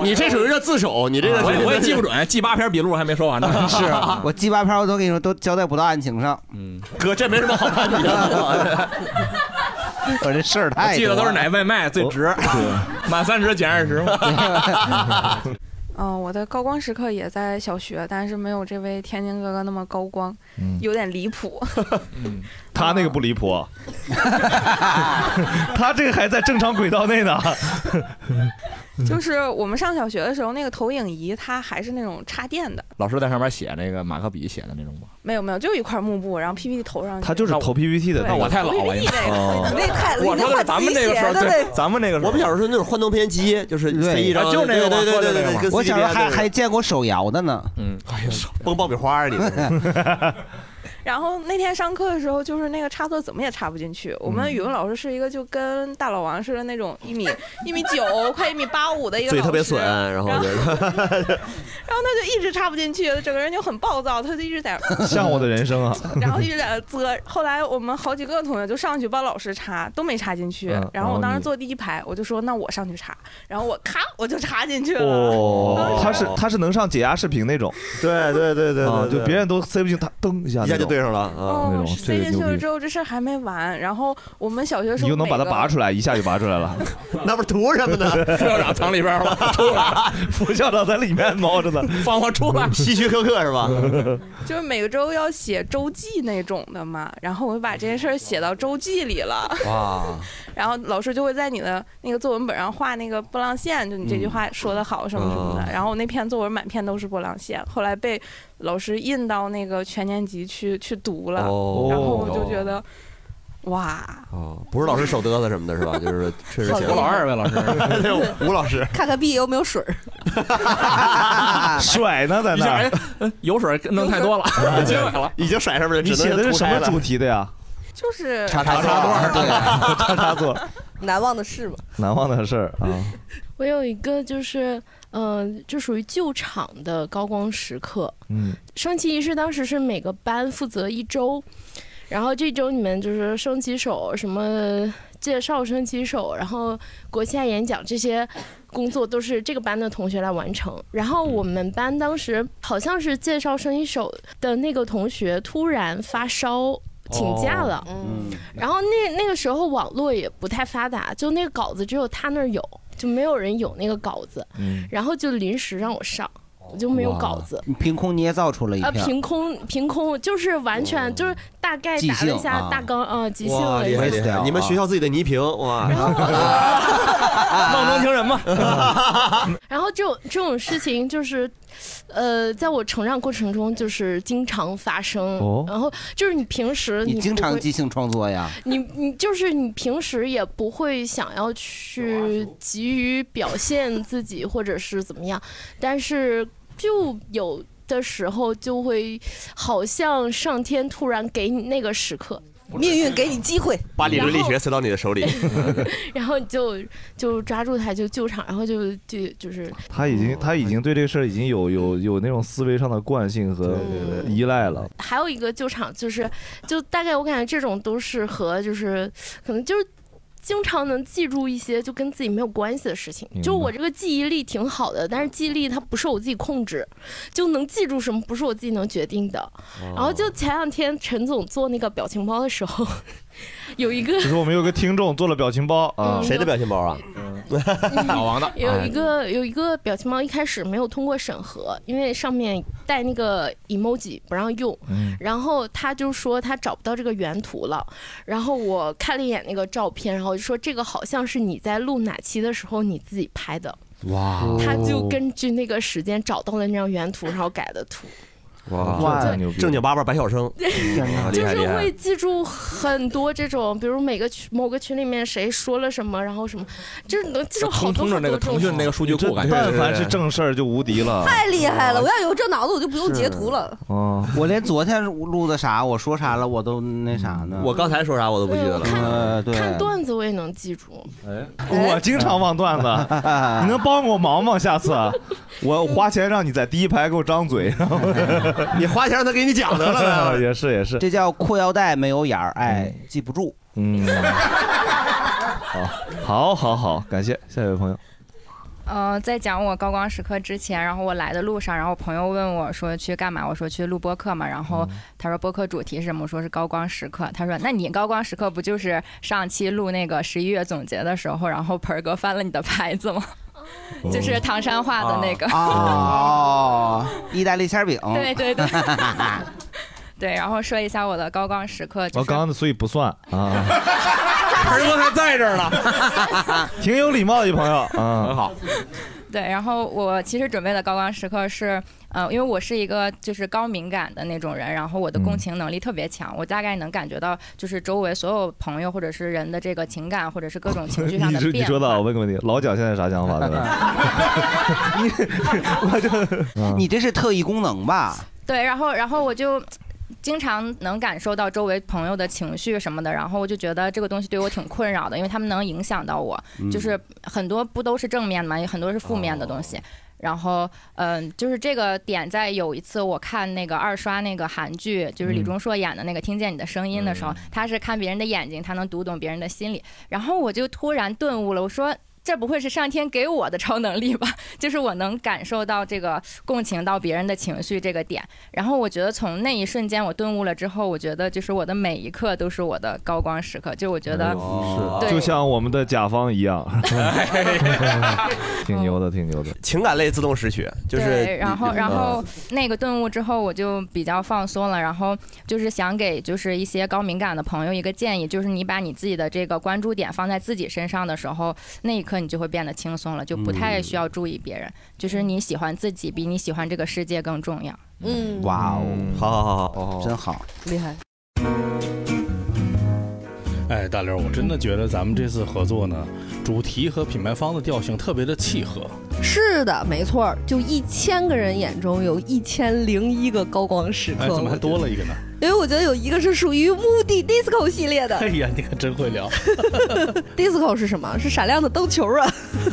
Speaker 7: 你这属于这自首，你
Speaker 3: 这个是
Speaker 7: 我也我也记不准，记八篇笔录还没
Speaker 5: [LAUGHS]
Speaker 7: 说完呢。
Speaker 3: 是 [LAUGHS] 啊我鸡巴片儿我都跟你说都交代不到案情上，
Speaker 7: 嗯，哥，这没什么好判决的。
Speaker 3: 我这事儿太多了
Speaker 7: 记得都是哪外卖最值， [LAUGHS] 满三十减二十嘛。
Speaker 23: 嗯、我的高光时刻也在小学，但是没有这位天津哥哥那么高光，有点离谱。
Speaker 12: 嗯
Speaker 2: 他那个不离谱
Speaker 22: 呃
Speaker 2: 啊， [LAUGHS] 他这个还在正常轨道内
Speaker 12: [LAUGHS]
Speaker 2: 呢。
Speaker 23: 就是我们上小学的时候，那个投影仪它还是那种插电的，
Speaker 7: 老师在上面写那个马克笔写的那种吗？
Speaker 23: 没有没有，就一块幕布，然后 PPT 投上去。
Speaker 2: 他就是投 PPT 的
Speaker 7: 那我
Speaker 23: 啊
Speaker 7: 太老了，应该。
Speaker 23: 我说的是咱们那个时候对
Speaker 7: 咱们那个时
Speaker 5: 候，我们小时候是那种幻灯片机，啊就是塞一张，
Speaker 7: 啊
Speaker 3: 就那个
Speaker 5: 对对对对对，跟
Speaker 3: 我
Speaker 5: CD
Speaker 3: 小时候
Speaker 5: 片
Speaker 3: 还
Speaker 5: 对
Speaker 3: 还见过手摇的呢。
Speaker 7: 嗯，
Speaker 3: 哎
Speaker 5: 呀，崩爆米花里。
Speaker 23: 然后那天上课的时候，就是那个插座怎么也插不进去。我们语文老师是一个就跟大老王似的那种一米一米九，快一米八五的一个
Speaker 5: 嘴
Speaker 23: 老
Speaker 5: 特别
Speaker 23: 师
Speaker 5: 损，然
Speaker 7: [LAUGHS]
Speaker 5: 后就是
Speaker 23: 然后他就一直插不进去，整个人就很暴躁，他就一直在
Speaker 2: [LAUGHS] [LAUGHS] 像我的人生啊， [LAUGHS]
Speaker 23: 然后一直在那啧。后来我们好几个同学就上去帮老师插，都没插进
Speaker 2: 嗯
Speaker 23: 去。然后
Speaker 2: 然后
Speaker 23: 我当时
Speaker 2: 你
Speaker 23: 坐第一排，我就说那我上去插，然后我咔我就插进去了。
Speaker 2: 哦，他是他是能上解压视频那种，
Speaker 5: 对对对对
Speaker 2: 啊，
Speaker 5: 对对
Speaker 2: 就别人都塞不进，他噔一下
Speaker 5: 一下就对上了
Speaker 24: 哦
Speaker 2: 啊，那种
Speaker 23: 塞
Speaker 2: 这个
Speaker 23: 进去
Speaker 2: 牛
Speaker 23: 了
Speaker 2: 逼
Speaker 23: 之，后，这事儿还没完。然后我们小学时候
Speaker 2: 你又能把它
Speaker 23: 每个
Speaker 2: 拔出来，一下就拔出来了，
Speaker 5: [LAUGHS] 那不是图什么
Speaker 2: [LAUGHS]
Speaker 5: 呢？
Speaker 7: 副校长藏里边了，出来，
Speaker 2: 副校长在里面猫着呢，
Speaker 7: 放我出来，
Speaker 5: 希区柯克是吧？
Speaker 23: 就是每个周要写周记那种的嘛，然后我就把这些事儿写到周记里了，
Speaker 5: 哇，
Speaker 23: 然后老师就会在你的那个作文本上画那个波浪线，就你这句话说的好什么什么的。
Speaker 5: 嗯哦
Speaker 23: 然后我那篇作文满篇都是波浪线，后来被老师印到那个全年级去去读了，
Speaker 5: 哦
Speaker 23: 然后我就觉得，哇，
Speaker 5: 哦，不是老师手嘚瑟什么的，是吧？就是确实写的。
Speaker 7: [LAUGHS] 我老二呗，老师，
Speaker 5: [LAUGHS] 对，吴老师，
Speaker 1: 看看壁有没有水儿。
Speaker 5: [LAUGHS]
Speaker 2: 甩呢在
Speaker 7: 一下，哎，哎有水弄太多了，接水了，
Speaker 5: 已经甩上面了，
Speaker 2: [LAUGHS] 你写的是什么主
Speaker 5: 题？
Speaker 2: 题的呀？
Speaker 23: 就是
Speaker 2: 插插座儿，对，插插座儿， [LAUGHS]
Speaker 1: 难忘的事吧。
Speaker 2: 难忘的事儿啊。
Speaker 24: 我有一个就是，嗯、就属于救场的高光时刻。
Speaker 2: 嗯，
Speaker 24: 升旗仪式当时是每个班负责一周，然后这周你们就是升旗手、什么介绍升旗手，然后国庆演讲这些工作都是这个班的同学来完成。然后我们班当时好像是介绍升旗手的那个同学突然发烧。请假
Speaker 3: 哦
Speaker 24: 了，
Speaker 25: 嗯，
Speaker 24: 然后那那个时候网络也不太发达，就那个稿子只有他那儿有，就没有人有那个稿子，
Speaker 3: 嗯
Speaker 24: 然后就临时让我上，我就没有稿子。
Speaker 3: 你凭空捏造出了一
Speaker 24: 啊，
Speaker 3: 片。
Speaker 24: 凭空凭空就是完
Speaker 3: 哦
Speaker 24: 全就是大概打了一
Speaker 5: 即兴啊
Speaker 24: 下大纲啊，即兴
Speaker 5: 哇，
Speaker 2: 哎
Speaker 24: 了一
Speaker 5: 厉害厉
Speaker 24: 下。
Speaker 2: 啊
Speaker 5: 害！你们学校自己的倪萍，
Speaker 2: [LAUGHS]
Speaker 5: 哇，
Speaker 7: 梦中情人嘛。
Speaker 24: 然后这种这种事情就是，呃，在我成长过程中就是经常发生。
Speaker 3: 哦
Speaker 24: 然后就是你平时
Speaker 3: 你
Speaker 24: 不
Speaker 3: 经常
Speaker 24: 会
Speaker 3: 即兴创
Speaker 5: [LAUGHS]
Speaker 1: [LAUGHS]
Speaker 3: 作呀？
Speaker 24: 你你就是你平时也不会想要
Speaker 1: 啊
Speaker 24: 去急于表现自己或者是怎么样，但是就有的时候就会好像上天突然给你那个时刻，
Speaker 1: 命运给你机会，
Speaker 5: [LAUGHS] 把理论力学塞到你的手
Speaker 2: [LAUGHS]
Speaker 5: 里。
Speaker 24: 然后你就就抓住它就救场，然后就就就是
Speaker 2: 他已
Speaker 5: 哦
Speaker 2: 经他已经对这个事儿已经有有有那种思维上的惯性和依赖了。
Speaker 24: 还有一个救场就是，就大概我感觉这种都是和就是可能就是。经常能记住一些就跟自己没有关系的事情，
Speaker 26: 明白
Speaker 24: 就是我这个记忆力挺好的，但是记忆力它不受我自己控制，就能记住什么不是我自己能决定的。
Speaker 26: 哦
Speaker 24: 然后就前两天陈总做那个表情包的时候， [LAUGHS] 有一个
Speaker 2: 就是我们有个听众做了表情包啊，哎
Speaker 24: 嗯谁的
Speaker 2: 表情包啊？
Speaker 5: [LAUGHS]
Speaker 24: 老
Speaker 2: 王的
Speaker 24: [LAUGHS]
Speaker 26: 哎
Speaker 24: 有一个有一个表情包一开始没有通过审核，因为上面带那个 emoji 不让用，
Speaker 25: 嗯
Speaker 24: 然后他就说他找不到这个原图了，然后我看了一眼那个照片，然后我就说这个好像是你在录哪期的时候你自己拍的，
Speaker 5: 哇
Speaker 20: 哦
Speaker 24: 他就根据那个时间找到了那张原图，然后改的图。
Speaker 5: 哇，
Speaker 24: 对
Speaker 5: 正经八百白晓
Speaker 2: [LAUGHS]
Speaker 5: 生，啊厉
Speaker 24: 就
Speaker 5: 害
Speaker 24: 是
Speaker 5: 厉
Speaker 24: 会
Speaker 5: 害。
Speaker 24: 记住很多这种，比如每个群某个群里面谁说了什么，然后什么，就是你能记住好多
Speaker 5: 通着
Speaker 24: 好多
Speaker 5: 那个
Speaker 24: 这种
Speaker 5: 腾讯那个数据库，感觉
Speaker 2: 但凡是正事儿就无敌了。
Speaker 1: 太厉害
Speaker 5: 啊
Speaker 1: 了！我要有这脑子，我就不用截图了。
Speaker 2: 哦，
Speaker 3: 我连昨天录的啥，我说啥了，我都那啥呢？
Speaker 5: 嗯我刚才说啥我都不记得了
Speaker 24: 哎我看
Speaker 3: 呃，对，
Speaker 24: 看段子我也能记住，
Speaker 2: 哎我经常忘段子， [LAUGHS] 你能帮我忙忙？下次我花钱让你在第一排给我张嘴，
Speaker 5: [LAUGHS] [LAUGHS] 你花钱让他给你讲
Speaker 3: 得了呗
Speaker 2: [LAUGHS] 也是也是，
Speaker 3: 这叫裤腰带没有眼儿，哎，记不住。
Speaker 2: 嗯，好，好，好，好，感谢下一位朋友。
Speaker 27: 呃，在讲我高光时刻之前，然后我来的路上，然后朋友问我说去干嘛？我说去录播客嘛。然后
Speaker 5: 嗯
Speaker 27: 他说播客主题是什么？我说是高光时刻。他说那你高光时刻不就是上期录那个十一月总结的时候，然后盆儿哥翻了你的牌子吗？ [LAUGHS] 就是唐山话的那个。
Speaker 3: 啊哦，意大利馅儿饼。
Speaker 27: 对对
Speaker 3: [LAUGHS]
Speaker 27: 对 [LAUGHS] 对，然后说一下我的高光时刻，就
Speaker 2: 我
Speaker 27: 是
Speaker 2: 刚刚的所以不算啊，
Speaker 27: 盆
Speaker 5: 哥还在这儿
Speaker 27: [LAUGHS]
Speaker 5: 呢。
Speaker 2: 挺有礼貌的一朋友啊，很
Speaker 5: 好。
Speaker 27: 对，然后我其实准备的高光时刻是，呃，因为我是一个就是高敏感的那种人，然后我
Speaker 2: 嗯
Speaker 27: 的共情能力特别强，我大概能感觉到就是周围所有朋友或者是人的这个情感或者是各种情绪
Speaker 2: [LAUGHS]
Speaker 27: 上
Speaker 2: 你
Speaker 27: 的
Speaker 2: 说你
Speaker 27: 变
Speaker 2: 说
Speaker 27: 化。
Speaker 2: 到，我问个问题，老蒋现在啥想法？对吧？
Speaker 27: [LAUGHS]
Speaker 2: 啊
Speaker 3: 你 [LAUGHS] 这是特异功能吧？
Speaker 27: 对，然后然后我就。经常能感受到周围朋友的情绪什么的，然后我就觉得这个东西对我挺困扰的，因为他们能影响到我，
Speaker 14: 嗯
Speaker 27: 就是很多不都是正面的嘛，有很多是负面的东
Speaker 14: 哦
Speaker 27: 西。然后，嗯、就是这个点在有一次我看那个二刷那个韩剧，就是李
Speaker 14: 嗯
Speaker 27: 钟硕演的那个《听见你的声音》的时候，他是看别人的眼睛，他能读懂别人的心理。然后我就突然顿悟了，我说。这不会是上天给我的超能力吧？ [LAUGHS] 就是我能感受到这个共情到别人的情绪这个点，然后我觉得从那一瞬间我顿悟了之后，我觉得就是我的每一刻都是我的高光时刻，就我觉得对
Speaker 2: 哎就像我们的甲方一样， [LAUGHS] 挺牛的，挺牛的。
Speaker 5: 情感类自动识曲，就是嗯
Speaker 27: 对，然
Speaker 3: 嗯
Speaker 27: 后然后那个顿悟之后，我就比较放松了。然后就是想给就是一些高敏感的朋友一个建议，就是你把你自己的这个关注点放在自己身上的时候，那一刻你就会变得轻松了，就
Speaker 3: 嗯
Speaker 27: 不太需要注意别人。就是你喜欢自己比你喜欢这个世界更重要。
Speaker 1: 嗯，
Speaker 3: 哇哦，
Speaker 5: 好好好
Speaker 6: 哦
Speaker 5: 好，
Speaker 3: 真好。
Speaker 1: 厉害。
Speaker 6: 哎，大刘，我真的觉得咱们这次合作呢，主题和品牌方的调性特别的契合。
Speaker 1: 是的，没错儿，就一千个人眼中有一千零一个高光时刻。
Speaker 6: 哎，怎么还多了一个呢？
Speaker 1: 因为我觉得有一个是属于目的 disco 系列的
Speaker 6: [LAUGHS] 哎呀，你可真会 [LAUGHS] 聊。
Speaker 1: [LAUGHS] ，disco 是什么？是闪亮的灯球啊，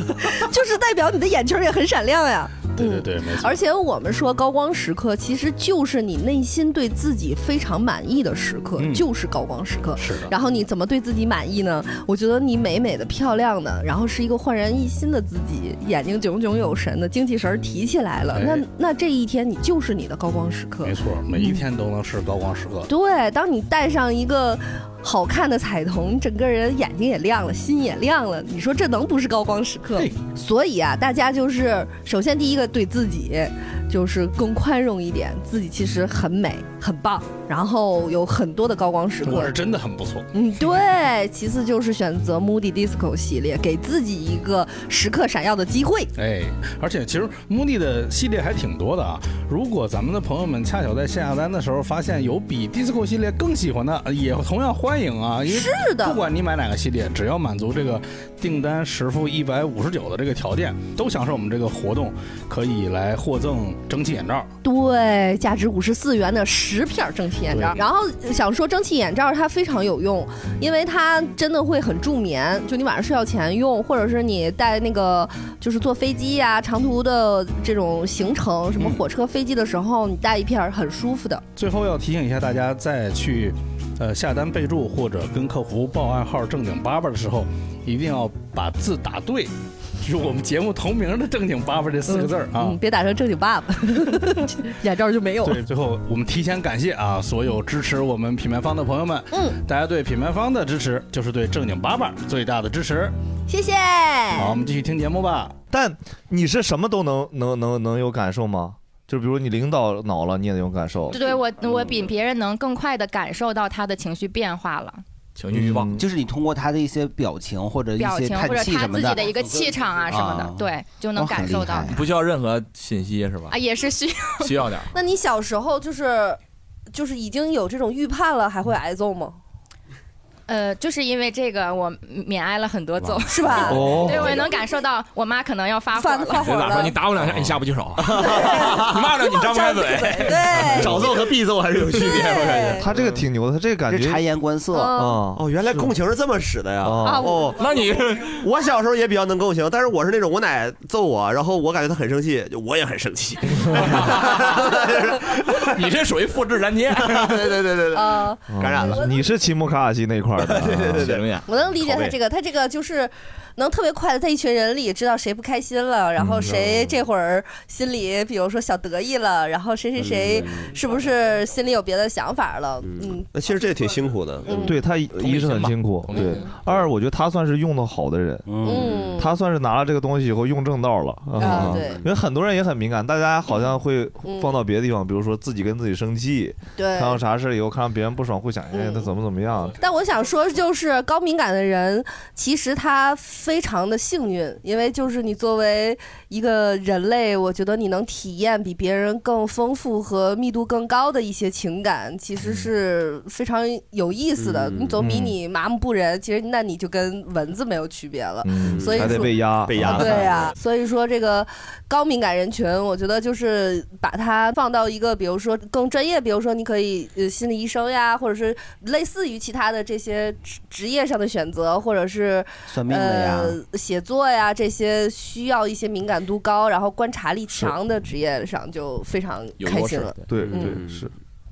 Speaker 1: [LAUGHS] 就是代表你的眼球也很闪亮呀。
Speaker 6: 对对对，没错。
Speaker 1: 而且我们说高光时刻，其实就是你内心对自己非常满意的时刻，
Speaker 6: 嗯
Speaker 1: 就是高光时刻。
Speaker 6: 是的
Speaker 1: 然后你怎么对自己满意呢？我觉得你美美的、漂亮的，然后是一个焕然一新的自己，眼睛炯炯有神的，精气神儿提起来了。
Speaker 6: 哎
Speaker 1: 那那这一天你就是你的高光时刻。
Speaker 6: 没错，每一天都能是高光时刻。
Speaker 1: 对，当你戴上一个好看的彩瞳，你整个人眼睛也亮了，心也亮了。你说这能不是高光时刻吗？所以啊，大家就是首先第一个对自己就是更宽容一点，自己其实很美很棒，然后有很多的高光时刻
Speaker 6: 我是。真的很不错。
Speaker 1: 嗯，对。其次就是选择 Moody Disco 系列，给自己一个时刻闪耀的机会。
Speaker 6: 哎，而且其实目的的系列还挺多的啊。如果咱们的朋友们恰巧在下单的时候发现有比 disco 系列更喜欢的，呃也同样欢迎啊。因为
Speaker 1: 是的
Speaker 6: 不管你买哪个系列，只要满足这个订单实付一百五十九的这个条件，都享受我们这个活动，可以来获赠蒸汽眼罩。
Speaker 1: 对，价值五十四元的十片蒸汽眼罩。
Speaker 6: 对
Speaker 1: 然后想说蒸汽眼罩它非常有用，因为它真的会很助眠，就你晚上睡觉前用，或者是你带那个就是坐飞机呀、长途的这种行程，
Speaker 6: 嗯
Speaker 1: 什么火车、飞机的时候，你带一片儿很舒服的。
Speaker 6: 最后要提醒一下大家，在去呃下单备注或者跟客服报暗号“正经八八”的时候，一定要把字打对，就是我们节目同名的“正经八八”这四个字儿啊。
Speaker 1: 嗯，别打成正经爸 [LAUGHS] 爸，眼罩就没有了
Speaker 6: 对，。最后我们提前感谢啊，所有支持我们品牌方的朋友们。
Speaker 1: 嗯，
Speaker 6: 大家对品牌方的支持就是对正经八八最大的支持。
Speaker 1: 谢谢。
Speaker 6: 好，我们继续听节目吧。
Speaker 2: 但你是什么都能能能能有感受吗？就比如你领导恼了，你也能有感受。
Speaker 3: 嗯
Speaker 27: 对我我比别人能更快的感受到他的情绪变化了。
Speaker 12: 情绪预报，
Speaker 3: 嗯就是你通过他的一些表情或呃者一
Speaker 27: 表
Speaker 3: 些
Speaker 27: 情或
Speaker 3: 叹
Speaker 27: 者
Speaker 3: 气
Speaker 27: 他
Speaker 3: 什么嗯哦
Speaker 27: 自己的一个气场啊什么
Speaker 12: 啊
Speaker 27: 的，对，就能感受到。
Speaker 12: 不需要任何信息是吧
Speaker 5: 哎
Speaker 27: 啊，？也是需要。
Speaker 12: 需要点儿。
Speaker 1: 那你小时候就是就是已经有这种预判了，还会挨揍吗？
Speaker 27: 呃，就是因为这个，我免挨了很多 [LAUGHS] 揍，
Speaker 1: 是吧
Speaker 12: 哦
Speaker 27: 对，我也能感受到我妈可能要发火了。
Speaker 12: 别咋说，你打我两下，你下不
Speaker 5: [LAUGHS]
Speaker 12: 去手；你骂着你张不开嘴。 [LAUGHS]
Speaker 27: 对
Speaker 5: 找揍和必揍还是有区别，我感觉。
Speaker 2: 他这个挺牛的，他这个感觉
Speaker 5: 察
Speaker 3: 言观色
Speaker 1: 嗯
Speaker 2: 啊。
Speaker 5: 哦，原来共情是这么使的呀！
Speaker 2: 啊
Speaker 5: 哦，
Speaker 12: 那你
Speaker 5: 我小时候也比较能共情，但是我是那种我奶揍我，然后我感觉她很生气，就我也很生气。
Speaker 12: 你这属于复制粘贴。
Speaker 5: [LAUGHS] 对对对对对，
Speaker 1: 呃，
Speaker 5: 感染了。
Speaker 2: 嗯你是齐木卡卡西那块儿的，啊对对对
Speaker 12: 对
Speaker 1: 我能理解他这个，他这个就是能特别快的在一群人里知道谁不开心了，然后谁这会儿心里比如说小得意了，然后谁谁谁是不是心里有别的想法了？嗯，
Speaker 5: 那其实这也挺辛苦的，
Speaker 2: 对他一是很辛苦，对二我觉得他算是用的好的人，
Speaker 1: 嗯
Speaker 2: 他算是拿了这个东西以后用正道了嗯
Speaker 1: 啊对嗯
Speaker 2: 因为很多人也很敏感，大家好像会放到别的地方，比如说自己跟自己生气，
Speaker 1: 对嗯
Speaker 2: 看到啥事以后看到别人不爽会想，哎，他怎么怎么样，
Speaker 1: 但我想说，就是高敏感的人，其实他非常的幸运，因为就是你作为一个人类，我觉得你能体验比别人更丰富和密度更高的一些情感，其
Speaker 2: 嗯
Speaker 1: 实是非常有意思的。你总比你麻木不仁，其实那你就跟蚊子没有区别了。
Speaker 2: 嗯
Speaker 1: 所以
Speaker 2: 还得
Speaker 1: 说啊
Speaker 2: 被压被压 [LAUGHS]
Speaker 1: 对呀、所以说这个高敏感人群，我觉得就是把它放到一个，比如说更专业，比如说你可以呃心理医生呀，或者是类似于其他的这些职职业上的选择，或者是
Speaker 3: 算命的呀
Speaker 1: 呃、写作呀这些需要一些敏感度高，然后观察力强的职业上就非常开心了。嗯
Speaker 2: 对对是，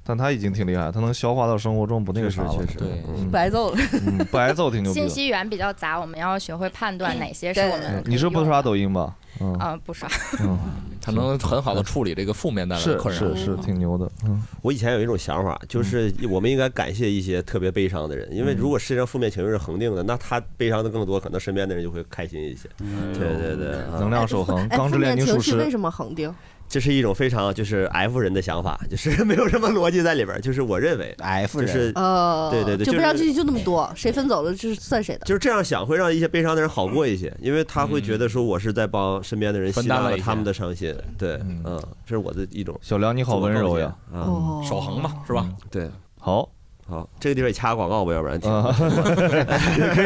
Speaker 2: 但他已经挺厉害，他能消化到生活中不那个啥了，
Speaker 5: 对，
Speaker 1: [LAUGHS] 不挨揍了。
Speaker 2: 嗯不挨
Speaker 1: [LAUGHS]
Speaker 2: 揍挺牛逼
Speaker 27: 信息
Speaker 2: 的。
Speaker 27: 源比较杂，我们要学会判断哪些是
Speaker 1: 对
Speaker 27: 我们
Speaker 2: 嗯你是不刷抖音吧？嗯
Speaker 27: 啊不刷。
Speaker 2: 嗯，
Speaker 12: 他能很好的处理这个负面带来的
Speaker 5: 是
Speaker 12: 困扰，
Speaker 5: 是是
Speaker 2: 挺牛的。
Speaker 5: 嗯
Speaker 2: 嗯
Speaker 5: [LAUGHS] 我以前有一种想法，就是我们应该感谢一些特别悲伤的人，因为如果世界上负面情绪是恒定的，那他悲伤的更多，可能身边的人就会开心一些。对对对，啊
Speaker 2: 能量守恒
Speaker 1: 哎，负面情绪为什么恒定？
Speaker 5: 这是一种非常就是 F 人的想法， [LAUGHS] 就是没有什么逻辑在里边儿。就是我认为
Speaker 3: F
Speaker 5: 就是
Speaker 1: 呃，
Speaker 5: 对对对，
Speaker 1: 就
Speaker 5: 就
Speaker 1: 不上
Speaker 5: 是
Speaker 1: 去就那么多，谁分走了就是算谁的。
Speaker 5: 就是这样想会让一些悲伤的人好过一些，因为他会
Speaker 2: 嗯
Speaker 5: 觉得说我是在帮身边的人
Speaker 12: 分
Speaker 5: 吸
Speaker 12: 担
Speaker 5: 纳
Speaker 12: 了
Speaker 5: 了
Speaker 12: 一
Speaker 5: 他
Speaker 12: 些
Speaker 5: 们的伤心。对，嗯，这是我的一种。
Speaker 2: 小梁你好温柔呀，嗯
Speaker 5: 啊
Speaker 12: 哦，守恒嘛，是吧？
Speaker 5: 对，
Speaker 2: 好。
Speaker 5: 好，这个地方也掐广告吧，要不然听 [LAUGHS]
Speaker 2: 啊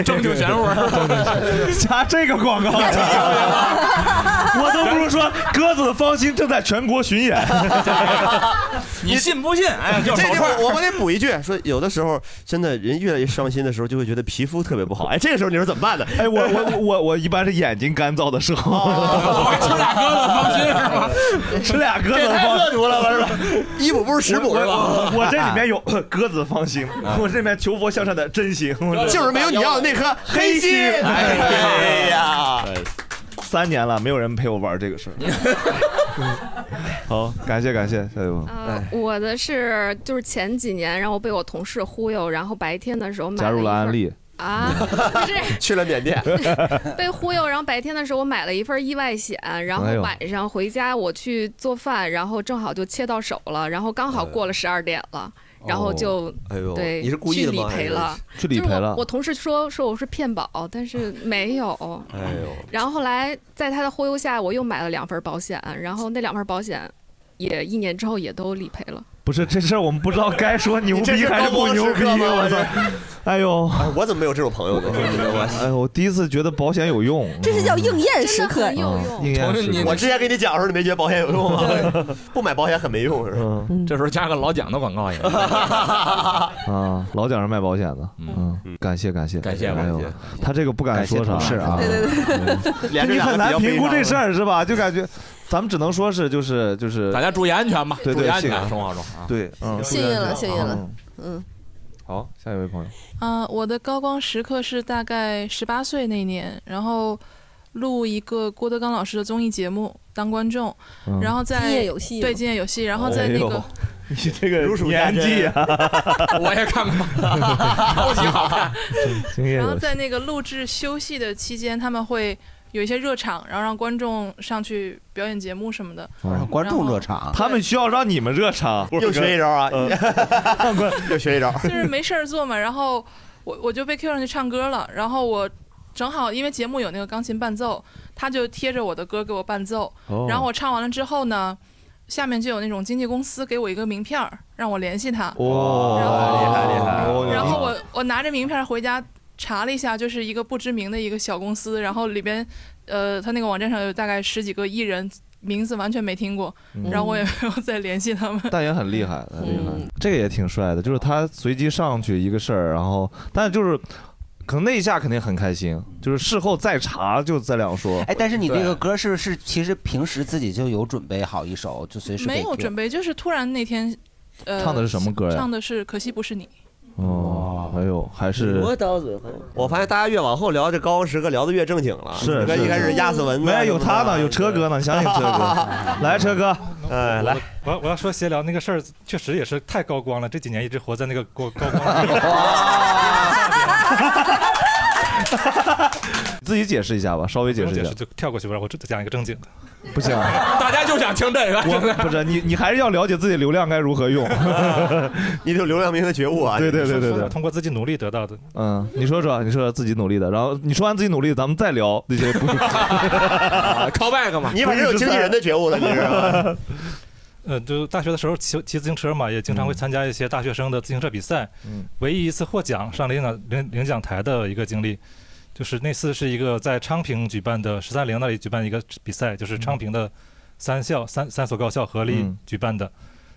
Speaker 12: 正经玄乎啊
Speaker 5: [LAUGHS]
Speaker 12: 儿，
Speaker 2: 加这个广告， [LAUGHS] 我都不如说鸽子芳心正 [LAUGHS] 在全国巡
Speaker 5: [LAUGHS]
Speaker 2: 演。
Speaker 12: 你信不信？哎，就
Speaker 5: 这
Speaker 12: 手
Speaker 5: 地方
Speaker 12: 串儿
Speaker 5: 我我得补一句，说有的时候真的人越来越伤心的时候，就会觉得皮肤特别不好。哎，这个时候你说怎么办呢？
Speaker 2: 哎，我我我我一般是眼睛干燥的时
Speaker 5: 哦
Speaker 2: 候，
Speaker 12: [LAUGHS] 吃俩鸽子放心是吧？
Speaker 2: 吃俩鸽子
Speaker 5: 这太
Speaker 2: 放
Speaker 5: 恶毒了吧？是吧？
Speaker 2: [LAUGHS]
Speaker 5: 一补不如十补是吧啊
Speaker 2: 我？我这里
Speaker 12: [LAUGHS]
Speaker 2: 面有鸽子芳心，我这边求佛向善的真心，我这
Speaker 5: 就是没有你要的那颗黑心。哎呀，
Speaker 2: 三年了，没有人陪我玩这个事儿。好，感谢感谢，下一位朋友。
Speaker 28: 呃，
Speaker 5: 哎
Speaker 28: 我的是就是前几年，然后被我同事忽悠，然后白天的时候买
Speaker 2: 加入了安利，
Speaker 28: 啊， [LAUGHS]
Speaker 5: 去了缅甸，
Speaker 28: 被忽悠，然后白天的时候我买了一份意外险，然后
Speaker 5: 哎呦
Speaker 28: 晚上回家我去做饭，然后正好就切到手了，然后刚好过了十二点了。然后就，
Speaker 5: 哎呦
Speaker 28: 对，
Speaker 5: 你是故意
Speaker 28: 去
Speaker 5: 的
Speaker 28: 理
Speaker 5: 吗哎
Speaker 28: 赔了，
Speaker 2: 哦去理赔了
Speaker 28: 我同事说说我是骗保，但是没
Speaker 5: [LAUGHS]
Speaker 28: 有。
Speaker 5: 哎呦，
Speaker 28: 然后后来在他的忽悠下，我又买了两份保险，然后那两份保险也一年之后也都理赔了。
Speaker 2: 不是这事儿，我们不知道该说牛逼还是不牛逼。我操！哎呦，
Speaker 5: 我怎么没有这种朋友呢？
Speaker 2: 哎呦，我第一次觉得保险有用，
Speaker 5: 嗯
Speaker 1: 这是叫应验时刻呀。
Speaker 2: 嗯应验时刻
Speaker 5: 我之前跟你讲的时候，你没觉得保险有
Speaker 12: [LAUGHS]
Speaker 5: 用吗？不买保险很没用，是吧？
Speaker 12: 这时候加个老蒋的广告也。
Speaker 2: 啊，老蒋是卖保险的，嗯，感谢感谢感
Speaker 12: 谢
Speaker 2: 哎呦
Speaker 12: 感，
Speaker 2: 他这个不敢说啥，
Speaker 12: 感谢同事啊
Speaker 2: 对
Speaker 12: 对
Speaker 2: 对你很难评估这事
Speaker 12: 儿，
Speaker 2: 儿是吧？就感觉咱们只能说是就是就是，
Speaker 12: 大家注意安全吧，
Speaker 2: 对
Speaker 12: 注意
Speaker 2: 对，
Speaker 12: 安
Speaker 2: 幸
Speaker 12: 全，
Speaker 2: 运
Speaker 12: 生活中啊。
Speaker 2: 对，嗯，
Speaker 1: 幸运了，
Speaker 2: 注
Speaker 1: 幸
Speaker 2: 意安全
Speaker 1: 运了
Speaker 2: 嗯。
Speaker 1: [LAUGHS] 嗯，
Speaker 2: 好，下一位朋友，
Speaker 10: 啊、我的高光时刻是大概十八岁那年，然后录一个郭德纲老师的综艺节目当观众，
Speaker 2: 嗯
Speaker 10: 然后在
Speaker 1: 今夜有戏
Speaker 10: 对
Speaker 1: 吗
Speaker 10: 今夜有戏，然后在那
Speaker 7: 哦
Speaker 10: 个、
Speaker 2: 哎你这个
Speaker 10: 数
Speaker 2: 年纪啊，
Speaker 12: [LAUGHS] 我也看过，超级 [LAUGHS] 好看。
Speaker 10: 然后在那个录制休息的期间，他们会有一些热场，然后让观众上去表演节目什么的。
Speaker 2: 观
Speaker 10: 众
Speaker 2: 热场，嗯他们需要让你们热场，
Speaker 5: 又学一招啊
Speaker 2: 嗯
Speaker 5: 又学一招，
Speaker 10: 就是没事儿做嘛，然后。我我就被 Q 上去唱歌了，然后我正好因为节目有那个钢琴伴奏，他就贴着我的歌给我伴奏，
Speaker 29: 哦
Speaker 10: 然后我唱完了之后呢，下面就有那种经纪公司给我一个名片儿，让我联系他，
Speaker 2: [LAUGHS] 哦
Speaker 5: 哦
Speaker 10: [LAUGHS]
Speaker 2: 哇，厉害厉害！
Speaker 10: 哦然后我我拿着名片回家查了一下，就是一个不知名的一个小公司，然后里边，呃，他那个网站上有大概十几个艺人，名字完全没听过，
Speaker 2: 嗯
Speaker 10: 然后我也没有再联系他们。
Speaker 2: 但也很厉害，很厉害，这个也挺帅的，就是他随机上去一个事儿，然后但就是。可能那一下肯定很开心，就是事后再查就再两说。
Speaker 3: 哎，但是你
Speaker 2: 对
Speaker 3: 那个歌是是其实平时自己就有准备好一首，就随时
Speaker 10: 没有准
Speaker 3: 备。
Speaker 10: 备，就是突然那天，呃，
Speaker 2: 唱的是什么歌呀
Speaker 10: 唱的是《可惜不是你》。
Speaker 2: 哦，哎呦，还是
Speaker 5: 我
Speaker 3: 刀子，
Speaker 5: 我发现大家越往后聊这高光时刻聊的越正经了，
Speaker 2: 是
Speaker 5: 你看
Speaker 2: 是
Speaker 5: 一开始
Speaker 2: 是
Speaker 5: 压死蚊子，啊
Speaker 2: 没有有他呢，
Speaker 5: 有
Speaker 2: 有车哥呢，你想想车 [LAUGHS] 哥， [LAUGHS] 来车哥，
Speaker 5: 哎来，
Speaker 7: 我要我要说闲聊那个事儿，确实也是太高光了，这几年一直活在那个高高光。
Speaker 2: 自己解释一下吧，稍微解
Speaker 7: 不
Speaker 2: 释一
Speaker 7: 用解
Speaker 2: 下
Speaker 7: 释，就跳过去吧，我只讲一个正经的。
Speaker 2: 不行，啊
Speaker 7: [LAUGHS]
Speaker 11: 大家就想听这个，真
Speaker 2: 我
Speaker 11: 的。
Speaker 2: 不是你，你还是要了解自己流量该如何用，
Speaker 5: [LAUGHS] 你有流量明星的觉悟啊
Speaker 2: 对对对对
Speaker 7: 说
Speaker 2: 对
Speaker 7: 说，通过自己努力得到的。
Speaker 2: 嗯，你说说，你说说自己努力的，然后你说完自己努力，咱们再聊
Speaker 5: [LAUGHS]
Speaker 2: 那些不。
Speaker 5: callback 嘛你反正有经纪人的觉悟了，你知道吗？
Speaker 7: [LAUGHS]
Speaker 2: [LAUGHS]
Speaker 7: 呃，就大学的时候骑骑自行车嘛，也经常会参加一些大学生的自行车比赛。
Speaker 2: 嗯，
Speaker 7: 唯一一次获奖上领奖领领奖台的一个经历，就是那次是一个在昌平举办的十三陵那里举办一个比赛，
Speaker 3: 嗯
Speaker 7: 就是昌平的三校三三所高校合力
Speaker 2: 嗯
Speaker 7: 举办的。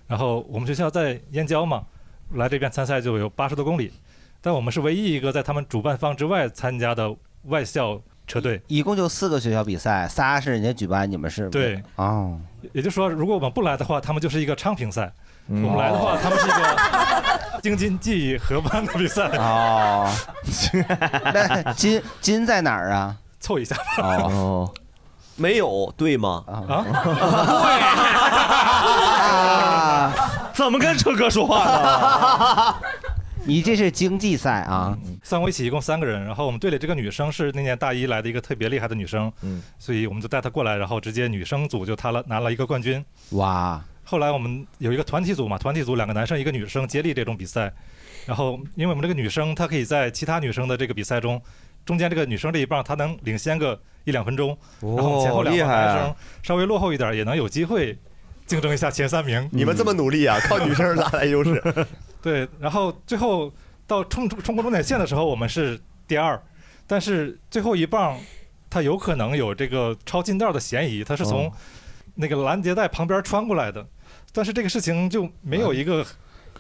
Speaker 7: 然后我们学校在燕郊嘛，来这边参赛就有八十多公里，但我们是唯一一个在他们主办方之外参加的外校车队。
Speaker 3: [LAUGHS] 一共就四个学校比赛，仨是人家举办，你们是
Speaker 7: 对
Speaker 3: 哦，
Speaker 7: 也就是说，如果我们不来的话，他们就是一个昌平赛；
Speaker 3: 嗯
Speaker 7: 我们来的话，他们是一个京津冀合办的比赛。
Speaker 3: 哦， [LAUGHS] 那金金在哪儿啊？
Speaker 7: 凑一下吧。
Speaker 2: 哦，
Speaker 5: 没有对吗？
Speaker 3: 啊，
Speaker 2: [LAUGHS] 怎么跟车哥说话呢？
Speaker 3: 你这是经济赛啊？
Speaker 7: 三我一起一共三个人，然后我们队里这个女生是那年大一来的一个特别厉害的女生，
Speaker 2: 嗯，
Speaker 7: 所以我们就带她过来，然后直接女生组就她了拿了一个冠军。
Speaker 3: 哇！
Speaker 7: 后来我们有一个团体组嘛，团体组两个男生一个女生接力这种比赛，然后因为我们这个女生她可以在其他女生的这个比赛中，中间这个女生这一棒她能领先个一两分钟，
Speaker 3: 哦
Speaker 7: 然后我们前后两
Speaker 5: 厉
Speaker 7: 棒
Speaker 5: 害
Speaker 7: 男生稍微落后一点也能有机会竞争一下前三名。
Speaker 5: 你们这么努力啊，靠女生拉来优势。
Speaker 7: 对，然后最后到冲冲过终点线的时候，我们是第二，但是最后一棒，它有可能有这个抄近道的嫌疑，它是从
Speaker 2: 哦
Speaker 7: 那个拦截带旁边穿过来的，但是这个事情就没有一个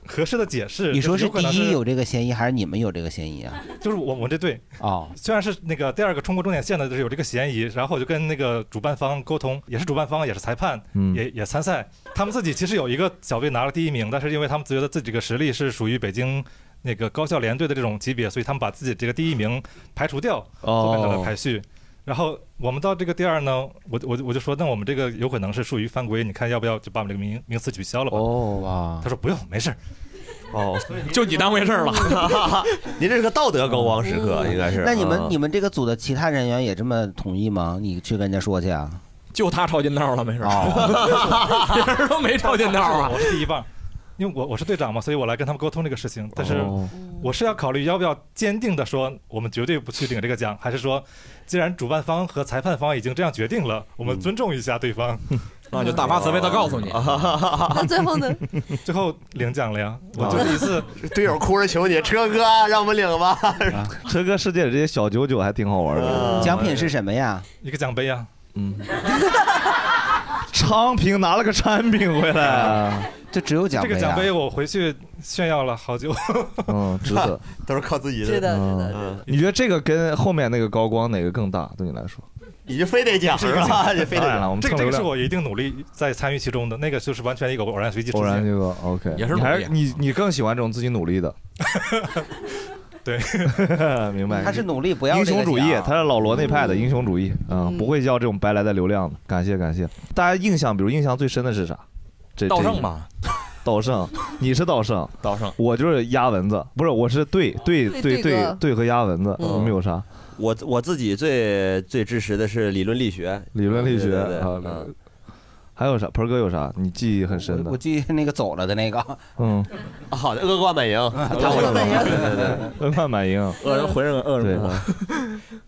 Speaker 7: 合适的解释。
Speaker 3: 你说
Speaker 7: 就是有可
Speaker 3: 第
Speaker 7: 能
Speaker 3: 一
Speaker 7: 是
Speaker 3: 有这个嫌疑，还是你们有这个嫌疑啊？
Speaker 7: 就是我我们这队
Speaker 3: 哦，
Speaker 7: 虽然是那个第二个冲过终点线的，就是有这个嫌疑，然后我就跟那个主办方沟通，也是主办方，也是裁判，
Speaker 2: 嗯
Speaker 7: 也也参赛。他们自己其实有一个小队拿了第一名，但是因为他们觉得自己这个实力是属于北京那个高校联队的这种级别，所以他们把自己这个第一名排除掉后面的
Speaker 2: 哦
Speaker 7: 排序。然后我们到这个第二呢，我我我就说，那我们这个有可能是属于犯规，你看要不要就把我们这个名名次取消了吧？
Speaker 2: 哦哇！
Speaker 7: 他说不用，没事儿。
Speaker 5: 哦，
Speaker 11: 就你当回事儿
Speaker 7: [LAUGHS]
Speaker 11: 了。
Speaker 5: [LAUGHS] 您这是个道德高光时刻，应
Speaker 2: [LAUGHS]
Speaker 5: 该是。
Speaker 3: 那你们
Speaker 5: 嗯
Speaker 3: 你们这个组的其他人员也这么同意吗？你去跟人家说去啊？哦
Speaker 11: 就他抄近道了，没事儿。 [LAUGHS] 别人都没抄近道啊
Speaker 7: 我。是第一棒，因为我我是队长嘛，所以我来跟他们沟通这个事情。但是
Speaker 11: 哦
Speaker 7: 我是要考虑要不要坚定的说，我们绝对不去领这个奖，还是说，既然主办方和裁判方已经这样决定了，我们尊重一下对方。
Speaker 11: [LAUGHS] 那就大发慈悲地告
Speaker 7: [LAUGHS]
Speaker 11: 诉你那
Speaker 5: 最后
Speaker 7: 呢？最后领奖了呀！我就这一次，
Speaker 5: 队友哭着求你，车哥让我们领吧。
Speaker 2: 车哥世界里这些小九九还挺好玩的。
Speaker 3: 奖品是什么呀？
Speaker 11: [LAUGHS] 啊
Speaker 7: 一个奖杯啊呀。
Speaker 2: 嗯。昌平拿了个产品回来，
Speaker 3: 这只有
Speaker 11: 啊
Speaker 2: 啊
Speaker 7: 这个奖杯我回去炫耀了好久。 [LAUGHS]
Speaker 2: 嗯，值得，
Speaker 5: 都是靠自己的。
Speaker 7: 值得值
Speaker 2: 得。嗯你觉得这个跟后面那个高光哪个更大？对你来说？
Speaker 5: 你就非得讲是吧？ [LAUGHS] 就非得
Speaker 2: 当然了我
Speaker 5: 讲。
Speaker 2: 们
Speaker 7: 这个这
Speaker 2: 蹭流
Speaker 7: 个是
Speaker 2: 量
Speaker 7: 我一定努力在参与其中的，那个就是完全一个偶然随机出
Speaker 2: 偶
Speaker 7: 现。 [LAUGHS]
Speaker 2: 然这个 OK，
Speaker 7: 也是努
Speaker 2: 你
Speaker 7: 力啊
Speaker 2: 还是你你更喜欢这种自己努力的，
Speaker 7: [LAUGHS] 对，
Speaker 2: [LAUGHS] 明白。
Speaker 3: 他是努力不要
Speaker 2: 英雄主义
Speaker 3: 这个，奖
Speaker 2: 他是老罗那派的英雄主义啊，不会要这种白来的流量的。感谢感谢，大家印象，比如印象最深的是啥？这
Speaker 11: 道圣
Speaker 2: 吧 [LAUGHS]
Speaker 11: 吧，
Speaker 2: 道圣，你是道圣，
Speaker 11: 道圣，
Speaker 2: 我就是压蚊子，不是，我是对对
Speaker 5: 对
Speaker 2: 对
Speaker 5: 对
Speaker 2: 对
Speaker 5: 哥
Speaker 2: 对和压蚊子，你们有啥？
Speaker 5: 我我自己最最支持的是理论力学，
Speaker 2: 理论力学
Speaker 5: 对对对
Speaker 2: 啊
Speaker 5: 嗯
Speaker 2: 还有啥？盆儿哥有啥？你记忆很深的？
Speaker 3: 我记那个走了的
Speaker 2: [LAUGHS]
Speaker 3: 那个，
Speaker 2: 嗯，
Speaker 30: 哦好的，恶贯满盈，
Speaker 2: 恶贯满盈
Speaker 30: 对对对，
Speaker 2: 恩判满盈，
Speaker 30: 恶人回人恶人
Speaker 2: 对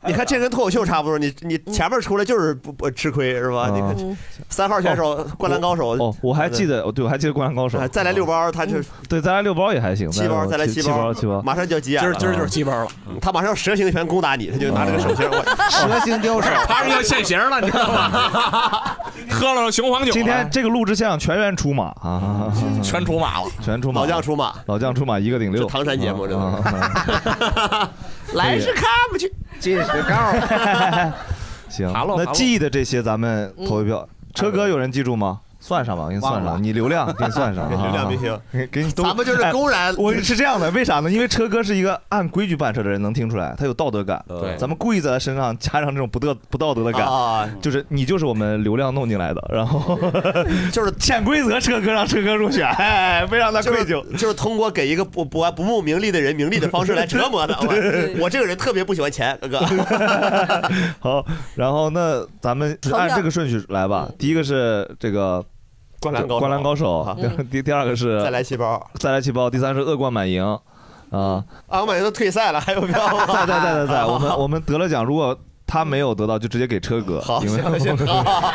Speaker 5: 你看这跟脱口秀差不多，你你前面出来就是不不吃亏是吧？你看三号选手灌篮高手，哎
Speaker 2: 哦，我我还记得，哦，对，我还记得《灌篮高手》。哦
Speaker 5: 再来六包，他
Speaker 9: 嗯
Speaker 5: 就
Speaker 2: 对，再来六包也还行，
Speaker 5: 七包，再来
Speaker 2: 七
Speaker 5: 包，
Speaker 2: 包，七包，
Speaker 5: 马上就要急眼了，
Speaker 2: 今儿今儿就是
Speaker 5: 七包了，他马上要蛇形拳攻打你，他就拿这个手心儿，我
Speaker 3: 蛇形刁
Speaker 5: [LAUGHS]
Speaker 3: 手，
Speaker 9: 他是要现形了，你知道
Speaker 30: [LAUGHS]
Speaker 9: 吗？喝了雄黄酒了，嗯
Speaker 2: 今天这个录制现场全员出马啊，
Speaker 9: 全出马了，
Speaker 2: 全出马，
Speaker 5: 老将出马，
Speaker 2: 老将出马一个顶六，啊
Speaker 5: 唐山节目
Speaker 2: 这的。
Speaker 5: [LAUGHS] 来是看不去，
Speaker 3: 这是告。
Speaker 2: 行，
Speaker 9: 爬喽爬
Speaker 2: 那
Speaker 9: 喽
Speaker 2: 记忆的这些咱们投一票。车哥有人记住吗？算上吧，我给你 [LAUGHS]
Speaker 5: 嗯
Speaker 2: 算
Speaker 5: 忘了
Speaker 2: 上，你流量给你算上，
Speaker 5: [LAUGHS] 给流量
Speaker 2: 啊
Speaker 5: 明星
Speaker 2: 给给你都。
Speaker 5: 咱们
Speaker 2: [LAUGHS]
Speaker 5: 就是公然
Speaker 2: 哎我是这样的，为啥呢？因为车哥是一个按规矩办事的人，能听出来，他有道德感。
Speaker 5: 对
Speaker 2: 咱们故意在他身上加上这种不道不道德的感
Speaker 5: 啊，
Speaker 2: 就是你就是我们流量弄进来的，然后
Speaker 5: [LAUGHS] 就是
Speaker 2: 潜规则，车哥让车哥
Speaker 5: [LAUGHS]
Speaker 2: 入选，哎，没让他
Speaker 5: 愧疚，就是通过给一个不不安不慕名利的人名利的方式来折
Speaker 2: [LAUGHS]
Speaker 5: 磨他。我我这个人特别不喜欢钱，哥哥。
Speaker 2: 好，然后那咱们是按这个顺序来
Speaker 5: 嗯
Speaker 2: 吧。第一个是这个
Speaker 5: 灌篮高手
Speaker 2: 灌篮高手，
Speaker 5: 嗯
Speaker 2: 第第二个是
Speaker 5: 再来七包，
Speaker 2: 再来七包，第三是恶贯满盈啊。
Speaker 5: 啊，我感觉都退赛了，还有哎票吗？
Speaker 2: [LAUGHS] 在在在
Speaker 5: [LAUGHS]
Speaker 2: 在在，我们我们得了奖，如果他没有得到，就直接给车哥。好，因为
Speaker 5: 行
Speaker 2: [LAUGHS]
Speaker 5: 行好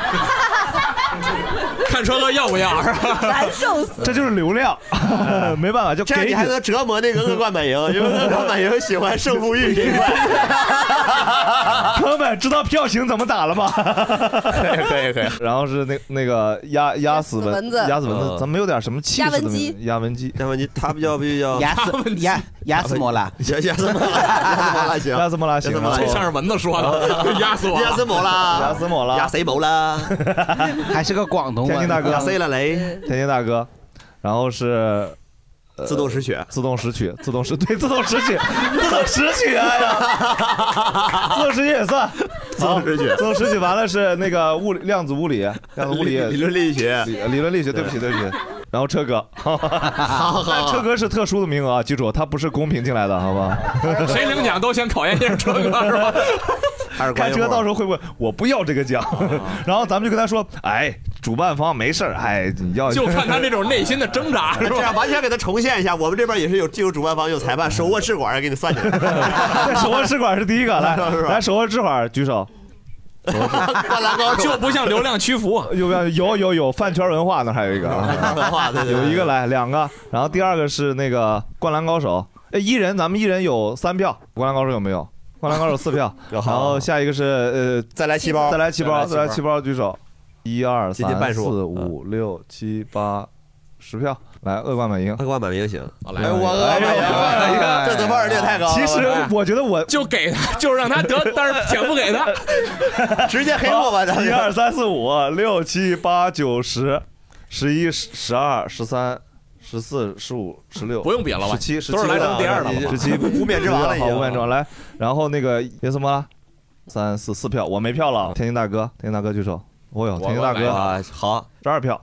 Speaker 9: 看车哥要不要？
Speaker 2: 难
Speaker 1: 受
Speaker 2: 死这就是流量， [LAUGHS] 没办法，就
Speaker 5: 这样
Speaker 2: 给
Speaker 5: 你还能折磨那个恶贯满盈， [LAUGHS] 因为恶贯满盈喜
Speaker 2: [LAUGHS]
Speaker 5: 欢胜负欲这一块。
Speaker 2: 朋友们知道票型怎么打
Speaker 5: [LAUGHS]
Speaker 2: 了吗？可以可以可以。然后是那那个压压死
Speaker 3: 蚊子
Speaker 2: 压死蚊子
Speaker 3: 嗯，
Speaker 2: 咱们有点什么气势的
Speaker 3: 压蚊
Speaker 2: 名
Speaker 3: 鸡
Speaker 2: 字？压蚊 [LAUGHS] 鸡，
Speaker 5: 压蚊鸡，他们叫不就叫
Speaker 3: 牙斯牙牙斯
Speaker 5: [LAUGHS]
Speaker 3: 莫拉，
Speaker 5: 牙牙斯莫拉，牙斯莫拉行，
Speaker 2: 压死莫拉行，
Speaker 5: 亚斯莫拉
Speaker 9: 这像是蚊子说的，压死我了，
Speaker 5: 压死某啦，
Speaker 2: [LAUGHS] 压死某啦，
Speaker 5: 压谁某啦？
Speaker 2: [LAUGHS]
Speaker 3: [LAUGHS] 还是个广东
Speaker 2: 天津大哥，
Speaker 5: 压谁了嘞？
Speaker 2: 天津大哥，然后是。呃
Speaker 5: 自动识曲，
Speaker 2: 自动识曲，自动识 [LAUGHS] 对，自动识
Speaker 5: [LAUGHS]
Speaker 2: 曲，自动识曲，哎呀，自动识曲也算，自
Speaker 5: 动识曲
Speaker 2: 自动识曲完了是那个物理量子物理，量子物理也
Speaker 5: 理理论力学
Speaker 2: 理呃理论力学，对不起对不起，然后车哥，好
Speaker 5: 好好
Speaker 2: 车哥是特殊的名额啊，记住他不是公平进来的，好
Speaker 5: [LAUGHS]
Speaker 2: 吧？
Speaker 9: [LAUGHS] 谁
Speaker 2: [LAUGHS]
Speaker 9: 领奖都先考验一下车哥是吧？
Speaker 2: 开车到时候会不会我不要这个奖？
Speaker 5: 啊
Speaker 2: 然后咱们就跟他说，哎，主办方没事儿，哎，你要
Speaker 9: 就看
Speaker 2: [LAUGHS]
Speaker 9: 他这种内心的挣扎是
Speaker 5: 哎这
Speaker 9: 吧
Speaker 5: 样？完全给他重现一下，我们这边也是有既有主办方，有裁判，手握试管给你算起来。
Speaker 2: [LAUGHS] 手握试管是第一个，来
Speaker 5: [LAUGHS] 是吧
Speaker 2: 来手握试管举手。
Speaker 5: 灌篮高手
Speaker 9: 就不向流量屈服，啊
Speaker 2: [LAUGHS] 有有有有有饭圈文化呢，还有一个啊
Speaker 5: [LAUGHS] 饭圈文化对对对
Speaker 2: 有一个来两个，然后第二个是那个灌篮高手，哎，一人咱们一人有三票，灌篮高手有没有？灌篮高手
Speaker 5: [LAUGHS]
Speaker 2: 四票，然后下一个是呃，
Speaker 5: 再来七包
Speaker 2: 再来七包，
Speaker 5: 再
Speaker 2: 再
Speaker 5: 来七包
Speaker 2: 来七包，举手，一二
Speaker 5: 接近半
Speaker 2: 三
Speaker 5: 数嗯
Speaker 2: 四五六七八十票，来恶贯满盈，恶
Speaker 5: 贯满盈行，
Speaker 2: 来
Speaker 5: 哎我恶贯满盈
Speaker 2: 哎
Speaker 5: 这得分有点太高了
Speaker 2: 其实我觉得我
Speaker 9: 就给他，就让他
Speaker 2: [LAUGHS]
Speaker 9: 得，但是且不给他，
Speaker 5: [LAUGHS] 直接黑我吧，咱
Speaker 2: 一二三四五六七八九十，十一十十二十三。十四、十五、十六，
Speaker 9: 不用比了吧
Speaker 2: 十七、十七
Speaker 9: 都是来争第二的了
Speaker 5: [LAUGHS]
Speaker 2: 十七
Speaker 9: 无冕之王了已经
Speaker 2: 好，无冕之王来。然后那个耶斯莫拉，三四四票，我没票了。天津大哥，天津大哥举手。哦哟，天津大
Speaker 5: 我
Speaker 2: 哥
Speaker 5: 我买了，
Speaker 2: 好，十二票。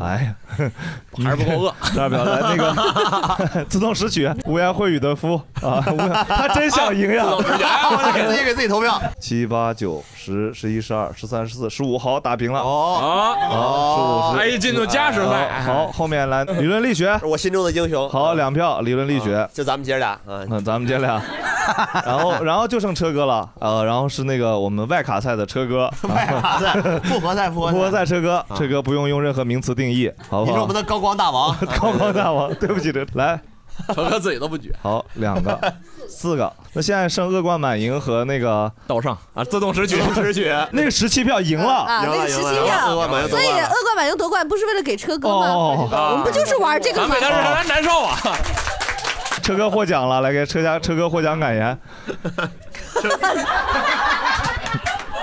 Speaker 2: 哎呀，
Speaker 9: [LAUGHS] 还是不
Speaker 2: [LAUGHS]
Speaker 9: 够饿。
Speaker 2: 十二票来那
Speaker 9: [LAUGHS]
Speaker 2: 个 [LAUGHS] 自动拾取，污言秽语的夫啊，无言他真想赢呀！
Speaker 9: 啊
Speaker 5: 我给自己给自己投
Speaker 2: [LAUGHS]
Speaker 5: 票。
Speaker 2: 七八九十十一十二十三十四十五，好，打平了。
Speaker 5: 哦
Speaker 2: 好，十五啊
Speaker 9: 哎进入加时哎赛
Speaker 2: 好，后面来理论
Speaker 5: [LAUGHS]
Speaker 2: 力学，
Speaker 5: 我心中的英雄。
Speaker 2: 好，两票理论力学。
Speaker 5: 就咱们姐俩啊，
Speaker 2: 嗯，咱们姐
Speaker 5: [LAUGHS]
Speaker 2: 俩。然后，然后就剩车哥了，呃，然后是那个我们外卡赛的车哥，
Speaker 5: [LAUGHS] 外卡赛复活赛复
Speaker 2: 复活赛车哥，车哥不用用任何名词定义，好
Speaker 5: 你
Speaker 2: 不
Speaker 5: 是我们的
Speaker 2: 好？
Speaker 5: 高光大
Speaker 9: [LAUGHS]
Speaker 5: 王，
Speaker 2: [LAUGHS] 高光大王， [LAUGHS] 对不起，这来，
Speaker 9: 车哥自己都不举，
Speaker 2: 好，两
Speaker 5: [LAUGHS]
Speaker 2: 个，四个，那现在剩恶贯满盈和那个
Speaker 9: 倒上啊，自动
Speaker 2: [LAUGHS]
Speaker 9: 识取，
Speaker 5: 识取，
Speaker 1: [LAUGHS]
Speaker 2: 那个十七票赢
Speaker 1: 啊，
Speaker 2: 了，
Speaker 1: 那个十七票，所以恶贯满盈夺冠不是为了给车哥吗？我啊们不就是玩这个吗？
Speaker 9: 难受啊！
Speaker 2: 车哥获奖了，来给车家车哥获奖感
Speaker 9: [LAUGHS]
Speaker 2: 言，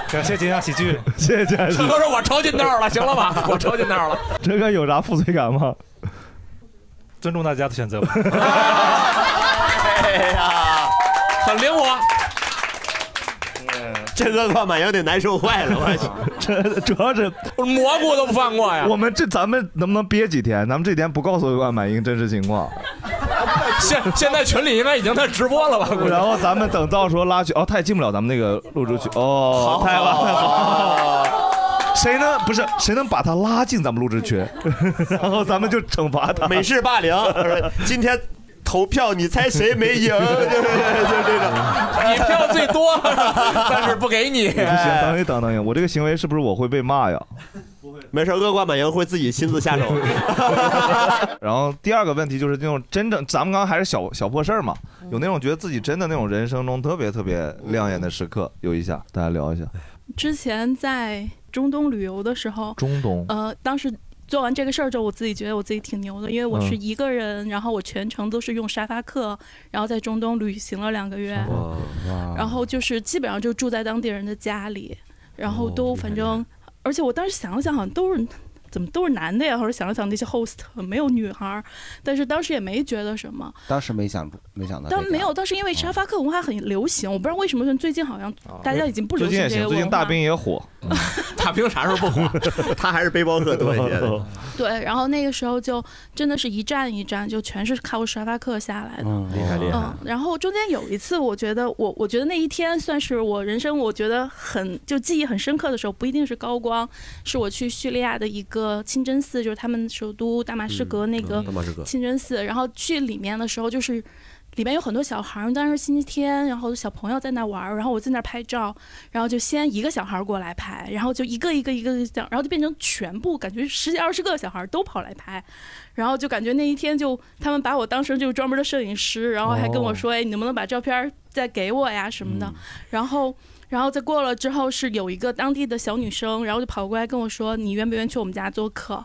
Speaker 31: 感谢金雅喜剧，
Speaker 2: [LAUGHS] 谢谢金雅喜
Speaker 9: 车
Speaker 2: 剧
Speaker 9: 哥说我抄近道了，行了吧？ [LAUGHS] 我抄近道了。
Speaker 2: 车哥有啥负罪感吗？
Speaker 31: 尊重大家的选择吧。
Speaker 5: 哎呀，
Speaker 9: 很灵活。
Speaker 5: 这个灌满盈得难受坏了，我去。
Speaker 2: [LAUGHS] 这 [LAUGHS] 主要是
Speaker 9: 蘑菇都不放过呀！
Speaker 2: 我们这咱们能不能憋几天？咱们这几天不告诉恶贯满盈真实情况，
Speaker 9: [LAUGHS] 现现在群里应该已经在直播了吧？估计
Speaker 2: 然后咱们哦等到时候拉去哦，他也进不了咱们那个录制区哦，太晚了，谁能不是谁能把他拉进咱们录制
Speaker 32: [LAUGHS]
Speaker 2: 群，然后咱们就惩罚 [LAUGHS] 他。
Speaker 5: 美式霸凌，今天投票你猜谁没赢？ [LAUGHS] 就是就是这种，
Speaker 32: 你票最多，但是不给
Speaker 2: [LAUGHS]
Speaker 32: 你。
Speaker 2: 不哎行，
Speaker 5: 哎
Speaker 2: 等一等，等一等，我这个行为是不是我会被骂呀？
Speaker 5: 没事，恶贯满盈会自己亲自下手。
Speaker 2: [LAUGHS] 然后第二个问题就是那种真正，咱们刚刚还是小小破事儿嘛，有那种觉得自己真的那种人生中特别特别亮眼的时刻，有一下，大家聊一下。
Speaker 33: 之前在中东旅游的时候，
Speaker 2: 中东
Speaker 33: 呃，当时做完这个事儿之后，我自己觉得我自己挺牛的，因为我是
Speaker 2: 嗯
Speaker 33: 一个人，然后我全程都是用沙发客，然后在中东旅行了两个月，然后就是基本上就住在当地人的家里，然
Speaker 2: 哦
Speaker 33: 后都反正，而且我当时想了想，好像都是。怎么都是男的呀？或者想了想那些 host 没有女孩儿，但是当时也没觉得什么。
Speaker 3: [LAUGHS] 当时没想没想到这个，
Speaker 33: 但没有，但是因为沙发客文化很流行，我不知道为什么最近好像大家已经不流
Speaker 2: 啊最近也
Speaker 33: 行这
Speaker 2: 行，
Speaker 33: 个
Speaker 2: 最
Speaker 33: 文
Speaker 2: 近大
Speaker 33: 化。
Speaker 2: 兵
Speaker 5: [LAUGHS]
Speaker 2: 也火。
Speaker 32: 大兵啥时候不火？
Speaker 5: 他还是背包客多一些的。
Speaker 33: 对，然后那个时候就真的是一站一站，就全是靠沙发客下来的。
Speaker 23: 哦
Speaker 5: 嗯厉害厉害
Speaker 33: 嗯，然后中间有一次，我觉得我我觉得那一天算是我人生我觉得很就记忆很深刻的时候，不一定是高光，是我去叙利亚的一个清真寺，就是他们首都大马士革
Speaker 23: 嗯
Speaker 33: 那个
Speaker 23: 嗯大马士革
Speaker 33: 清真寺，然后去里面的时候就是。里面有很多小孩儿，当时星期天，然后小朋友在那玩儿，然后我在那儿拍照，然后就先一个小孩儿过来拍，然后就一个一个一个一个这样，然后就变成全部感觉十几二十个小孩儿都跑来拍，然后就感觉那一天就他们把我当成就是专门的摄影师，然后还跟我说，哎，你能不能把照片儿再给我呀什
Speaker 2: 嗯
Speaker 33: 么的，然后。然后再过了之后，是有一个当地的小女生，然后就跑过来跟我说：“你愿不愿意去我们家做客？”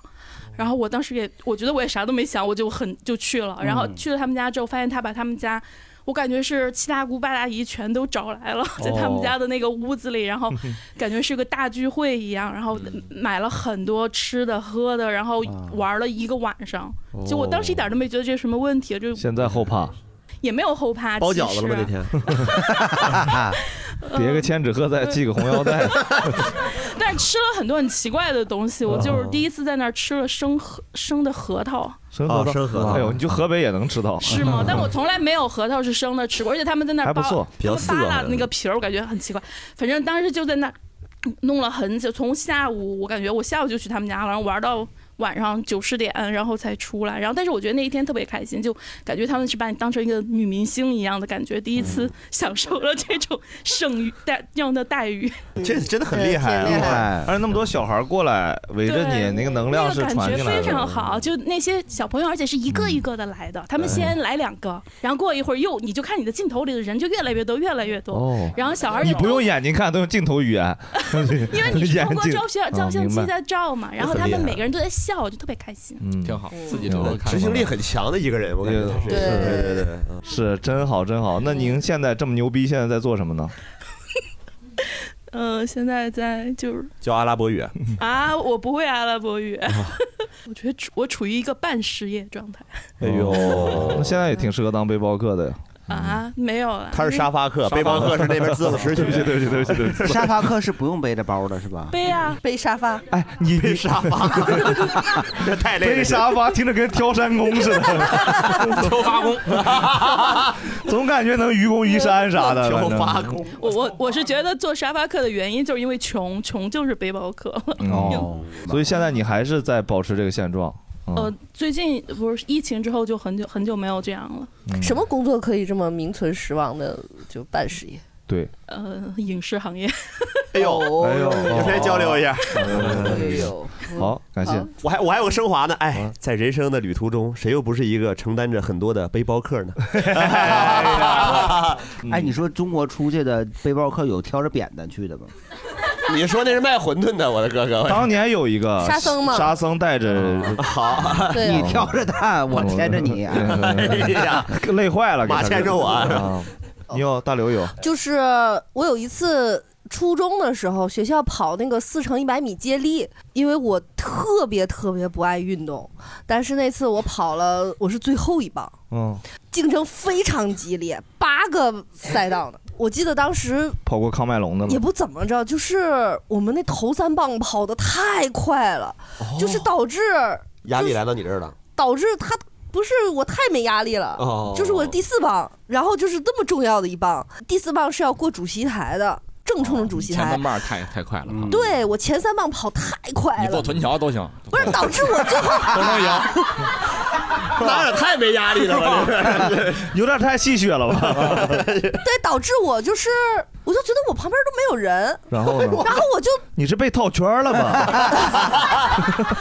Speaker 33: 然后我当时也，我觉得我也啥都没想，我就很就去了。然后
Speaker 28: 嗯
Speaker 33: 去了他们家之后，发现他把他们家，我感觉是七大姑八大姨全都找
Speaker 2: [LAUGHS]
Speaker 33: 来了，在
Speaker 2: 哦
Speaker 33: 他们家的那个屋子里，然后感觉是个大聚会一样，然后
Speaker 2: 嗯
Speaker 33: 买了很多吃的喝的，然后
Speaker 2: 啊
Speaker 33: 玩了一个晚上。
Speaker 2: 哦
Speaker 33: 就我当时一点都没觉得这是什么问题，就
Speaker 2: [LAUGHS] 现在后怕，
Speaker 33: 也没有后怕。
Speaker 2: 包
Speaker 33: 啊其
Speaker 2: 饺子了吗
Speaker 33: 实
Speaker 2: 那
Speaker 33: 啊
Speaker 2: 天 [LAUGHS] 别个千纸鹤再系个红腰
Speaker 5: 嗯
Speaker 2: 带。
Speaker 33: 但是吃了很多很奇怪的东西，我
Speaker 2: 啊
Speaker 33: 就是第一次在那儿吃了生核生的核桃。
Speaker 2: 生核桃，
Speaker 5: 哦生核桃
Speaker 2: 哎呦，你去河北也能吃到，[LAUGHS]
Speaker 33: 是吗？但我从来没有核桃是生的吃过，而且他们在那
Speaker 2: 还
Speaker 33: 儿
Speaker 2: 不
Speaker 33: 扒，
Speaker 2: 错比较
Speaker 33: 他们
Speaker 2: 涩
Speaker 33: 扒
Speaker 2: 好
Speaker 33: 拉
Speaker 2: 像
Speaker 33: 那个皮儿，我感觉很奇怪。反正当时就在那儿弄了很久，从下午我感觉我下午就去他们家了，然后玩到晚上九十点，然后才出来。然后但是我觉得那一天特别开心，就感觉他们是把你当成一个女明星一样的感觉，第一
Speaker 2: 嗯
Speaker 33: 次享受了这种盛遇待这样的
Speaker 2: [LAUGHS]
Speaker 33: 待遇。
Speaker 5: 这真的
Speaker 2: 很厉害啊，
Speaker 33: 对挺厉
Speaker 5: 害
Speaker 2: 而且那么多小孩过来围着你，
Speaker 33: 对
Speaker 2: 那个能量是
Speaker 33: 感
Speaker 2: 传
Speaker 33: 觉
Speaker 2: 进来
Speaker 33: 非
Speaker 2: 的。嗯哦
Speaker 33: 常好，就那些小朋友，而且是一个一个的来的。他们先来两个，然后过一会儿又，你就看你的镜头里的人就越来越多，越来越多。
Speaker 2: 哦
Speaker 33: 然后小孩儿也
Speaker 2: 你不用眼睛看，都用镜头语言，
Speaker 33: [LAUGHS]
Speaker 2: 哦 [LAUGHS]
Speaker 33: 因为你是通过照
Speaker 2: 相
Speaker 33: 相照相机在照嘛，然后他们每个人都在笑，就特别开心。
Speaker 2: 嗯，
Speaker 32: 挺好，自己
Speaker 2: 挺
Speaker 32: 都
Speaker 2: 好
Speaker 32: 能看。
Speaker 5: 执行力很强的一个人，我感觉他是。
Speaker 2: 对
Speaker 5: 对对对，
Speaker 2: 是真好真好。那您现在这么牛逼，现在在做什么呢？
Speaker 33: 呃，现在在就是
Speaker 5: 教阿拉伯
Speaker 2: [LAUGHS]
Speaker 5: 语。
Speaker 2: 嗯
Speaker 33: [LAUGHS] 啊，我不会阿拉伯语，
Speaker 2: 啊
Speaker 33: [LAUGHS] 我觉得处我处于一个半失业状态
Speaker 2: 哎呦，那现在也挺适合当背包客的呀。
Speaker 33: 啊，没有了。因为
Speaker 5: 发客背包客是那边自由时
Speaker 2: 对不起，对不起，对不起，对
Speaker 5: [LAUGHS]
Speaker 2: 不起。
Speaker 3: 沙发客是不用背着包的，
Speaker 11: [LAUGHS]
Speaker 3: 是吧？
Speaker 33: 背啊，
Speaker 1: 背沙发。
Speaker 2: 哎， [LAUGHS] 你
Speaker 5: 背沙发，这 [LAUGHS] 太累了。
Speaker 2: 背沙发听着跟挑山工
Speaker 5: [LAUGHS]
Speaker 2: 似的，
Speaker 32: 挑发工，
Speaker 2: [LAUGHS] 总感觉能愚公移山
Speaker 5: [LAUGHS]
Speaker 2: 啥的。
Speaker 5: 挑发
Speaker 2: 反正
Speaker 5: 工，
Speaker 33: 我我我是觉得做沙发客的原因，就是因为穷，穷就是背包客。
Speaker 2: 哦，所以现在你还是在保持这个现状。嗯
Speaker 3: 哦
Speaker 5: 哦
Speaker 33: 呃，最近不是疫情之后就很久很久没有这样了。
Speaker 2: 嗯
Speaker 34: 什么工作可以这么名存实亡的就半失业？
Speaker 2: 对，
Speaker 33: 呃，影视行业。
Speaker 5: 哎呦，
Speaker 34: 哦
Speaker 2: 哎呦，
Speaker 5: 有谁交流一下？
Speaker 2: 哎呦，好，感谢。
Speaker 5: 嗯我还我还有个升华呢，哎，在人生的旅途中，谁又不是一个承担着很多的背包客呢？
Speaker 20: [LAUGHS]
Speaker 3: 哎，你说中国出去的背包客有挑着扁担去的吗？
Speaker 5: 你说那是卖馄饨的，我的哥哥。
Speaker 2: 当年有一个
Speaker 3: 沙僧嘛
Speaker 2: 沙僧带着
Speaker 5: 哦好
Speaker 3: 对啊你挑着他，我牵着
Speaker 5: [LAUGHS]
Speaker 3: 你。
Speaker 2: 哎呀， [LAUGHS] 累坏了，给他
Speaker 5: 马牵着我
Speaker 2: 啊你有大刘有，
Speaker 1: 就是我有一次初中的时候，学校跑那个四乘一百米接力，因为我特别特别不爱运动，但是那次我跑了，我是最后一棒，
Speaker 2: [LAUGHS] 嗯，
Speaker 1: 竞争非常激烈，八个赛道呢。我记得当时
Speaker 2: 跑过康麦隆的了，
Speaker 1: 也不怎么着，就是我们那头三棒跑得太快了，就是导致
Speaker 5: 压力来到你这儿了，
Speaker 1: 导致他不是我太没压力了，
Speaker 5: 哦
Speaker 1: 就是我第四棒，然后就是这么重要的一棒，第四棒是要过主席台的。正正冲着主席
Speaker 7: 前
Speaker 1: 台
Speaker 7: 三。半太太快了，跑得，
Speaker 1: 对我前三棒跑太快
Speaker 7: 你
Speaker 1: 了
Speaker 7: 过，臀桥都行，
Speaker 1: 不是导致我最
Speaker 5: [LAUGHS]
Speaker 1: 后
Speaker 7: 都能赢。
Speaker 1: [LAUGHS]
Speaker 5: 那也太没压力了吧？
Speaker 1: [LAUGHS]
Speaker 5: 这
Speaker 2: 有点太戏谑了吧？
Speaker 1: 对导致我就是，我就觉得我旁边都没有人，
Speaker 2: 然后呢
Speaker 5: 哦
Speaker 1: 然后我就
Speaker 2: 你是被套圈了吧？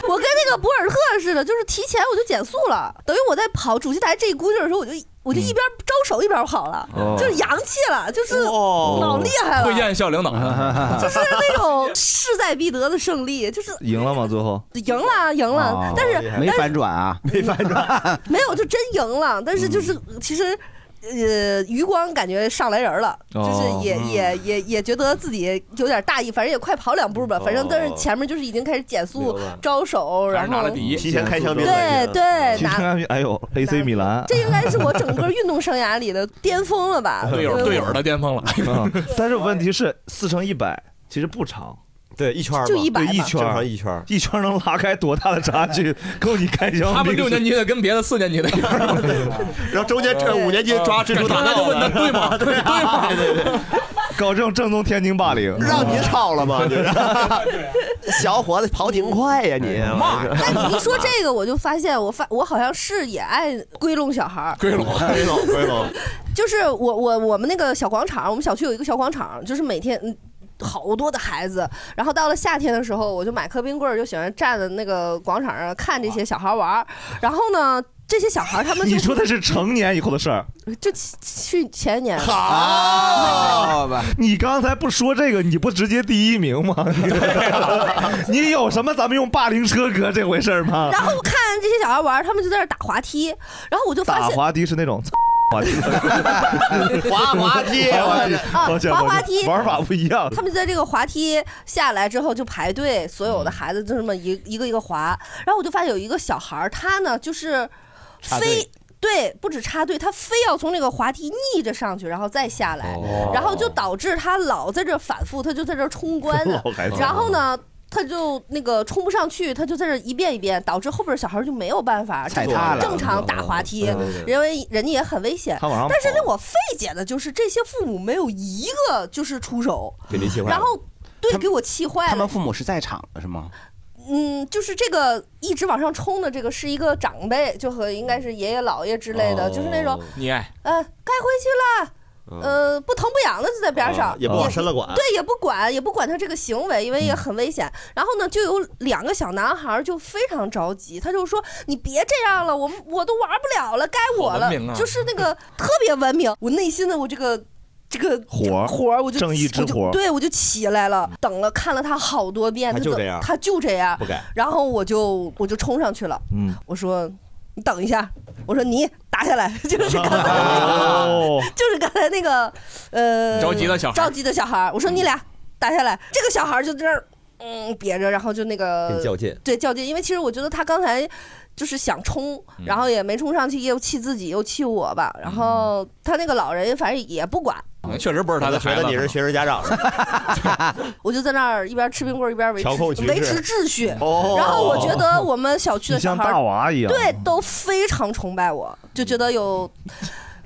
Speaker 1: [LAUGHS] 我跟那个博尔特似的，就是提前我就减速了，等于我在跑主席台这一股劲儿的时候，我就我就
Speaker 2: 嗯
Speaker 1: 一边招手一边跑了，
Speaker 7: 哦
Speaker 1: 就是洋气了，就是
Speaker 2: 哦
Speaker 1: 老厉害了，
Speaker 7: 会见校领导，
Speaker 1: 哦
Speaker 2: [LAUGHS]
Speaker 1: 就是那种势在必得的胜利，就是
Speaker 2: 赢了吗？最后
Speaker 1: 赢了赢了，
Speaker 2: 哦
Speaker 1: 但是但是
Speaker 2: 转啊，没反转。
Speaker 1: 没有就真赢了，但是就是、
Speaker 2: 嗯
Speaker 1: 其实。呃，余光感觉上来人了，
Speaker 2: 哦
Speaker 1: 就是也、
Speaker 2: 嗯
Speaker 1: 也也也觉得自己有点大意，反正也快跑两步吧，反正但是
Speaker 2: 哦
Speaker 1: 前面就是已经开始减速
Speaker 2: 明白、
Speaker 1: 招手，然后
Speaker 2: 提前开枪
Speaker 1: 兵了对对
Speaker 2: 提前开枪兵，哎呦，AC 米兰，？
Speaker 1: 这应该是我整个运动生涯里的巅峰了
Speaker 2: [LAUGHS]
Speaker 1: 吧对
Speaker 7: 友的巅峰了。
Speaker 2: 嗯
Speaker 1: [LAUGHS]
Speaker 2: 但是问题是，四乘一百其实不长。对一圈
Speaker 1: 儿就嘛一百
Speaker 2: 一
Speaker 1: 嘛
Speaker 2: 圈
Speaker 1: 正
Speaker 2: 儿
Speaker 1: 常一
Speaker 2: 圈儿一圈儿能拉开多大的差距？够你开枪。
Speaker 7: 他们六年级的跟别的四年级的一样，
Speaker 5: [LAUGHS] 然后中间这五年级
Speaker 2: 啊
Speaker 5: 抓蜘蛛打
Speaker 7: 那就问他对
Speaker 5: [LAUGHS]
Speaker 7: 吗？对
Speaker 5: 啊
Speaker 7: 吗？
Speaker 2: [LAUGHS] 搞这种正宗天津霸凌，
Speaker 5: 让你吵了吗？就是，
Speaker 2: 啊
Speaker 5: [LAUGHS] 小伙子跑挺快呀
Speaker 2: 哎
Speaker 5: 你。 [LAUGHS]
Speaker 1: 但你一说这个，我就发现我发我好像是也爱归拢小孩儿，
Speaker 5: 归拢归拢归
Speaker 2: [LAUGHS]
Speaker 5: 拢，
Speaker 1: 就是我我我们那个小广场，我们小区有一个小广场，就是每天嗯好多的孩子。然后到了夏天的时候，我就买颗冰棍儿，就喜欢站在那个广场上看这些小孩玩儿。然后呢，这些小孩儿他们
Speaker 2: [LAUGHS]
Speaker 1: 就
Speaker 2: 你说的是成年以后的事儿。
Speaker 1: 就去前年哦
Speaker 2: 好吧，你刚才不说这个，你不直接第一名吗？ [LAUGHS] 你有什么咱们用霸凌车隔这回事儿吗？
Speaker 1: 然后我看这些小孩玩儿，他们就在那儿打滑梯，然后我就发
Speaker 2: 打
Speaker 1: 现
Speaker 2: 滑梯是那种 [LAUGHS] 滑
Speaker 1: [LAUGHS]
Speaker 2: 梯，
Speaker 5: 滑滑梯
Speaker 2: [LAUGHS] 滑滑梯，
Speaker 1: 啊
Speaker 2: 抱歉
Speaker 1: 滑
Speaker 2: 抱
Speaker 1: 滑
Speaker 2: 歉
Speaker 1: 梯
Speaker 2: 玩法不一样。
Speaker 1: 他们就在这个滑梯下来之后就排队，所有的孩子就这么一一个一个滑。然后我就发现有一个小孩儿，他呢就是
Speaker 22: 插队
Speaker 1: 非。对，不止插队，他非要从这个滑梯逆着上去，然后再下来，
Speaker 22: 哦
Speaker 1: 然后就导致他老在这反复，他就在这冲关
Speaker 22: [LAUGHS]
Speaker 1: 呢
Speaker 22: 老孩子
Speaker 1: 然后呢，他就那个冲不上去，他就在这一遍一遍，导致后边小孩就没有办法
Speaker 22: 踩踏了
Speaker 1: 正常打滑梯
Speaker 22: 哦对对，对
Speaker 1: 因为人家也很危险。
Speaker 22: 他往上
Speaker 1: 但是令我费解的就是，这些父母没有一个就是出手，
Speaker 3: 给力气坏了
Speaker 1: 然后对给我气坏
Speaker 3: 他
Speaker 1: 了
Speaker 3: 们。父母是在场的是吗？
Speaker 1: 嗯，就是这个一直往上冲的这个是一个长辈，就和应该是爷爷姥爷之
Speaker 3: 哦
Speaker 1: 类的，就是那种
Speaker 7: 溺爱，
Speaker 1: 呃该回去了，呃不疼不痒的就在边上，
Speaker 7: 啊也不往深了管
Speaker 1: 对，也不管，也不管他这个行为，因为也很危险。然后呢，就有两个小男孩就非常着急，他就说：“你别这样了，我们我都玩不了了，该我了
Speaker 2: 好文。明啊
Speaker 1: 就是那个特别文明，我内心的我这个。这个
Speaker 2: 火儿
Speaker 1: 火儿，我就
Speaker 2: 正义之
Speaker 1: 我就
Speaker 2: 火儿
Speaker 1: 对我就起来了，等了看了他好多遍，
Speaker 5: 他就
Speaker 1: 等
Speaker 5: 这样
Speaker 1: 他就这样，
Speaker 5: 不改
Speaker 1: 然后我就我就冲上去了，
Speaker 2: 嗯，
Speaker 1: 我说你等一下，我说你打下来， [LAUGHS] 就是刚才、
Speaker 2: [LAUGHS] 哦，
Speaker 1: 就是刚才那个呃
Speaker 7: 着急的小孩嗯
Speaker 1: 着急的小孩儿，我说你俩打下来，这个小孩儿就在那儿嗯别着，然后就那个
Speaker 5: 很较劲
Speaker 1: 对较劲，因为其实我觉得他刚才。就是想冲，
Speaker 7: 嗯
Speaker 1: 然后也没冲上去，又气自己，又气我吧。然
Speaker 7: 嗯
Speaker 1: 后他那个老人反正也不管，
Speaker 7: 确实不是他的孩
Speaker 5: 觉
Speaker 7: 子。啊
Speaker 5: 得你是学生家长，
Speaker 1: 我就在那儿一边吃冰棍儿一边维持
Speaker 5: 调控局势
Speaker 1: 维持秩序。
Speaker 5: 哦
Speaker 1: 然后我觉得我们小区的
Speaker 2: 你
Speaker 1: 小
Speaker 2: 像
Speaker 1: 孩儿
Speaker 2: 大娃一样
Speaker 1: 对，都非常崇拜我，就觉得有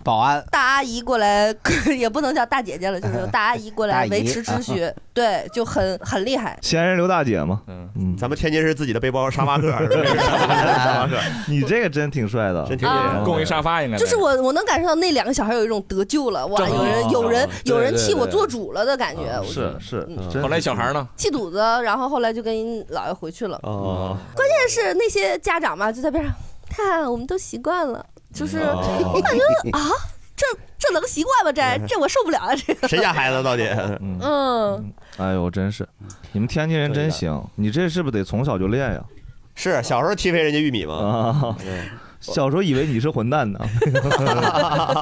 Speaker 3: 保安
Speaker 1: 大阿姨过来，也不能叫大姐姐了，就是有大阿姨过
Speaker 2: 大
Speaker 1: 来
Speaker 2: 姨
Speaker 1: 维持秩序
Speaker 2: 啊，
Speaker 1: 对，就很很厉害。
Speaker 2: [LAUGHS] 闲人刘大姐嘛，嗯，
Speaker 5: 咱们天津市自己的背包沙发客，
Speaker 2: [LAUGHS] 你这这真挺帅的，真
Speaker 7: 挺厉害啊供一沙发应该
Speaker 1: 就是我，我能感受到那两个小孩有一种得救了，哇，
Speaker 7: 正
Speaker 1: 有人
Speaker 7: 好
Speaker 1: 有人
Speaker 7: 对
Speaker 1: 有人
Speaker 7: 对
Speaker 1: 替我
Speaker 7: 对
Speaker 1: 做主了的感觉，
Speaker 2: 嗯
Speaker 1: 我
Speaker 2: 是是，真嗯
Speaker 7: 后来小孩呢？
Speaker 1: 气肚子，然后后来就跟姥爷回去了。
Speaker 2: 哦，
Speaker 1: 关键是那些家长吧，就在边上看，我们都习惯了，就是
Speaker 5: 哦
Speaker 1: 我感觉啊，这这能习惯吗？这这我受不了啊，这个
Speaker 5: 谁家孩子到底？
Speaker 2: 嗯，
Speaker 1: [LAUGHS] 嗯，
Speaker 2: 哎呦，真是，你们天津人真行，你这是不是得从小就练呀？
Speaker 5: 是小时候踢飞人家玉米嗯
Speaker 2: 吗？小时候以为你是混
Speaker 5: [LAUGHS]
Speaker 2: 蛋呢，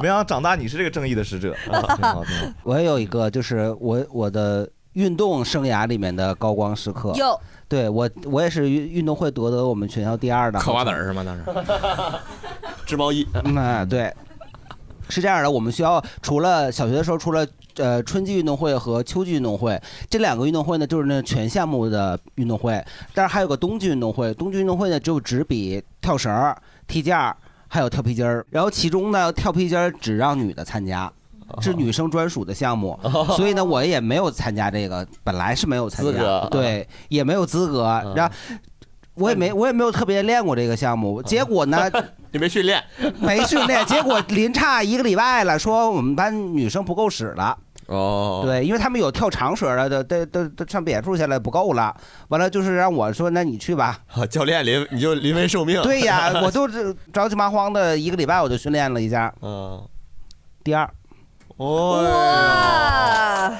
Speaker 2: 没想到长大你是这个正义的使者。
Speaker 5: 啊 [LAUGHS]
Speaker 3: [LAUGHS] 我也有一个，就是我我的运动生涯里面的高光时刻。
Speaker 1: 有，
Speaker 3: 对我我也是运运动会夺得我们全校第二的。
Speaker 7: 嗑瓜子儿是吗？当时
Speaker 5: 织毛衣。
Speaker 3: 嗯、啊对。是这样的，我们学校除了小学的时候，除了呃春季运动会和秋季运动会这两个运动会呢，就是那全项目的运动会，但是还有个冬季运动会。冬季运动会呢，只有纸笔、跳绳儿、踢毽儿，还有跳皮筋儿。然后其中呢，跳皮筋儿只让女的参加。是女生专属的项目，所以呢，我也没有参加这个，本来是没有参
Speaker 5: 哦资
Speaker 3: 加
Speaker 5: 格，啊嗯
Speaker 3: 对，也没有资格，然后。我也没，我也没有特别练过这个项
Speaker 5: 嗯
Speaker 3: 目。结果呢，
Speaker 5: 你没训练，
Speaker 3: [LAUGHS] 没训练，结果临差一个礼拜了，说我们班女生不够使了。
Speaker 5: 哦，
Speaker 3: 对，因为他们有跳长水的，都都都都上远处去了，不够了。完了就是让我说，那你
Speaker 2: [LAUGHS]
Speaker 3: 去吧。
Speaker 5: 啊教练临你就临危受命。
Speaker 3: 对呀，我都是着急忙慌的，一个礼拜我就训练了一下。
Speaker 5: 嗯，
Speaker 3: 第二。
Speaker 2: 哦哎
Speaker 1: 哇，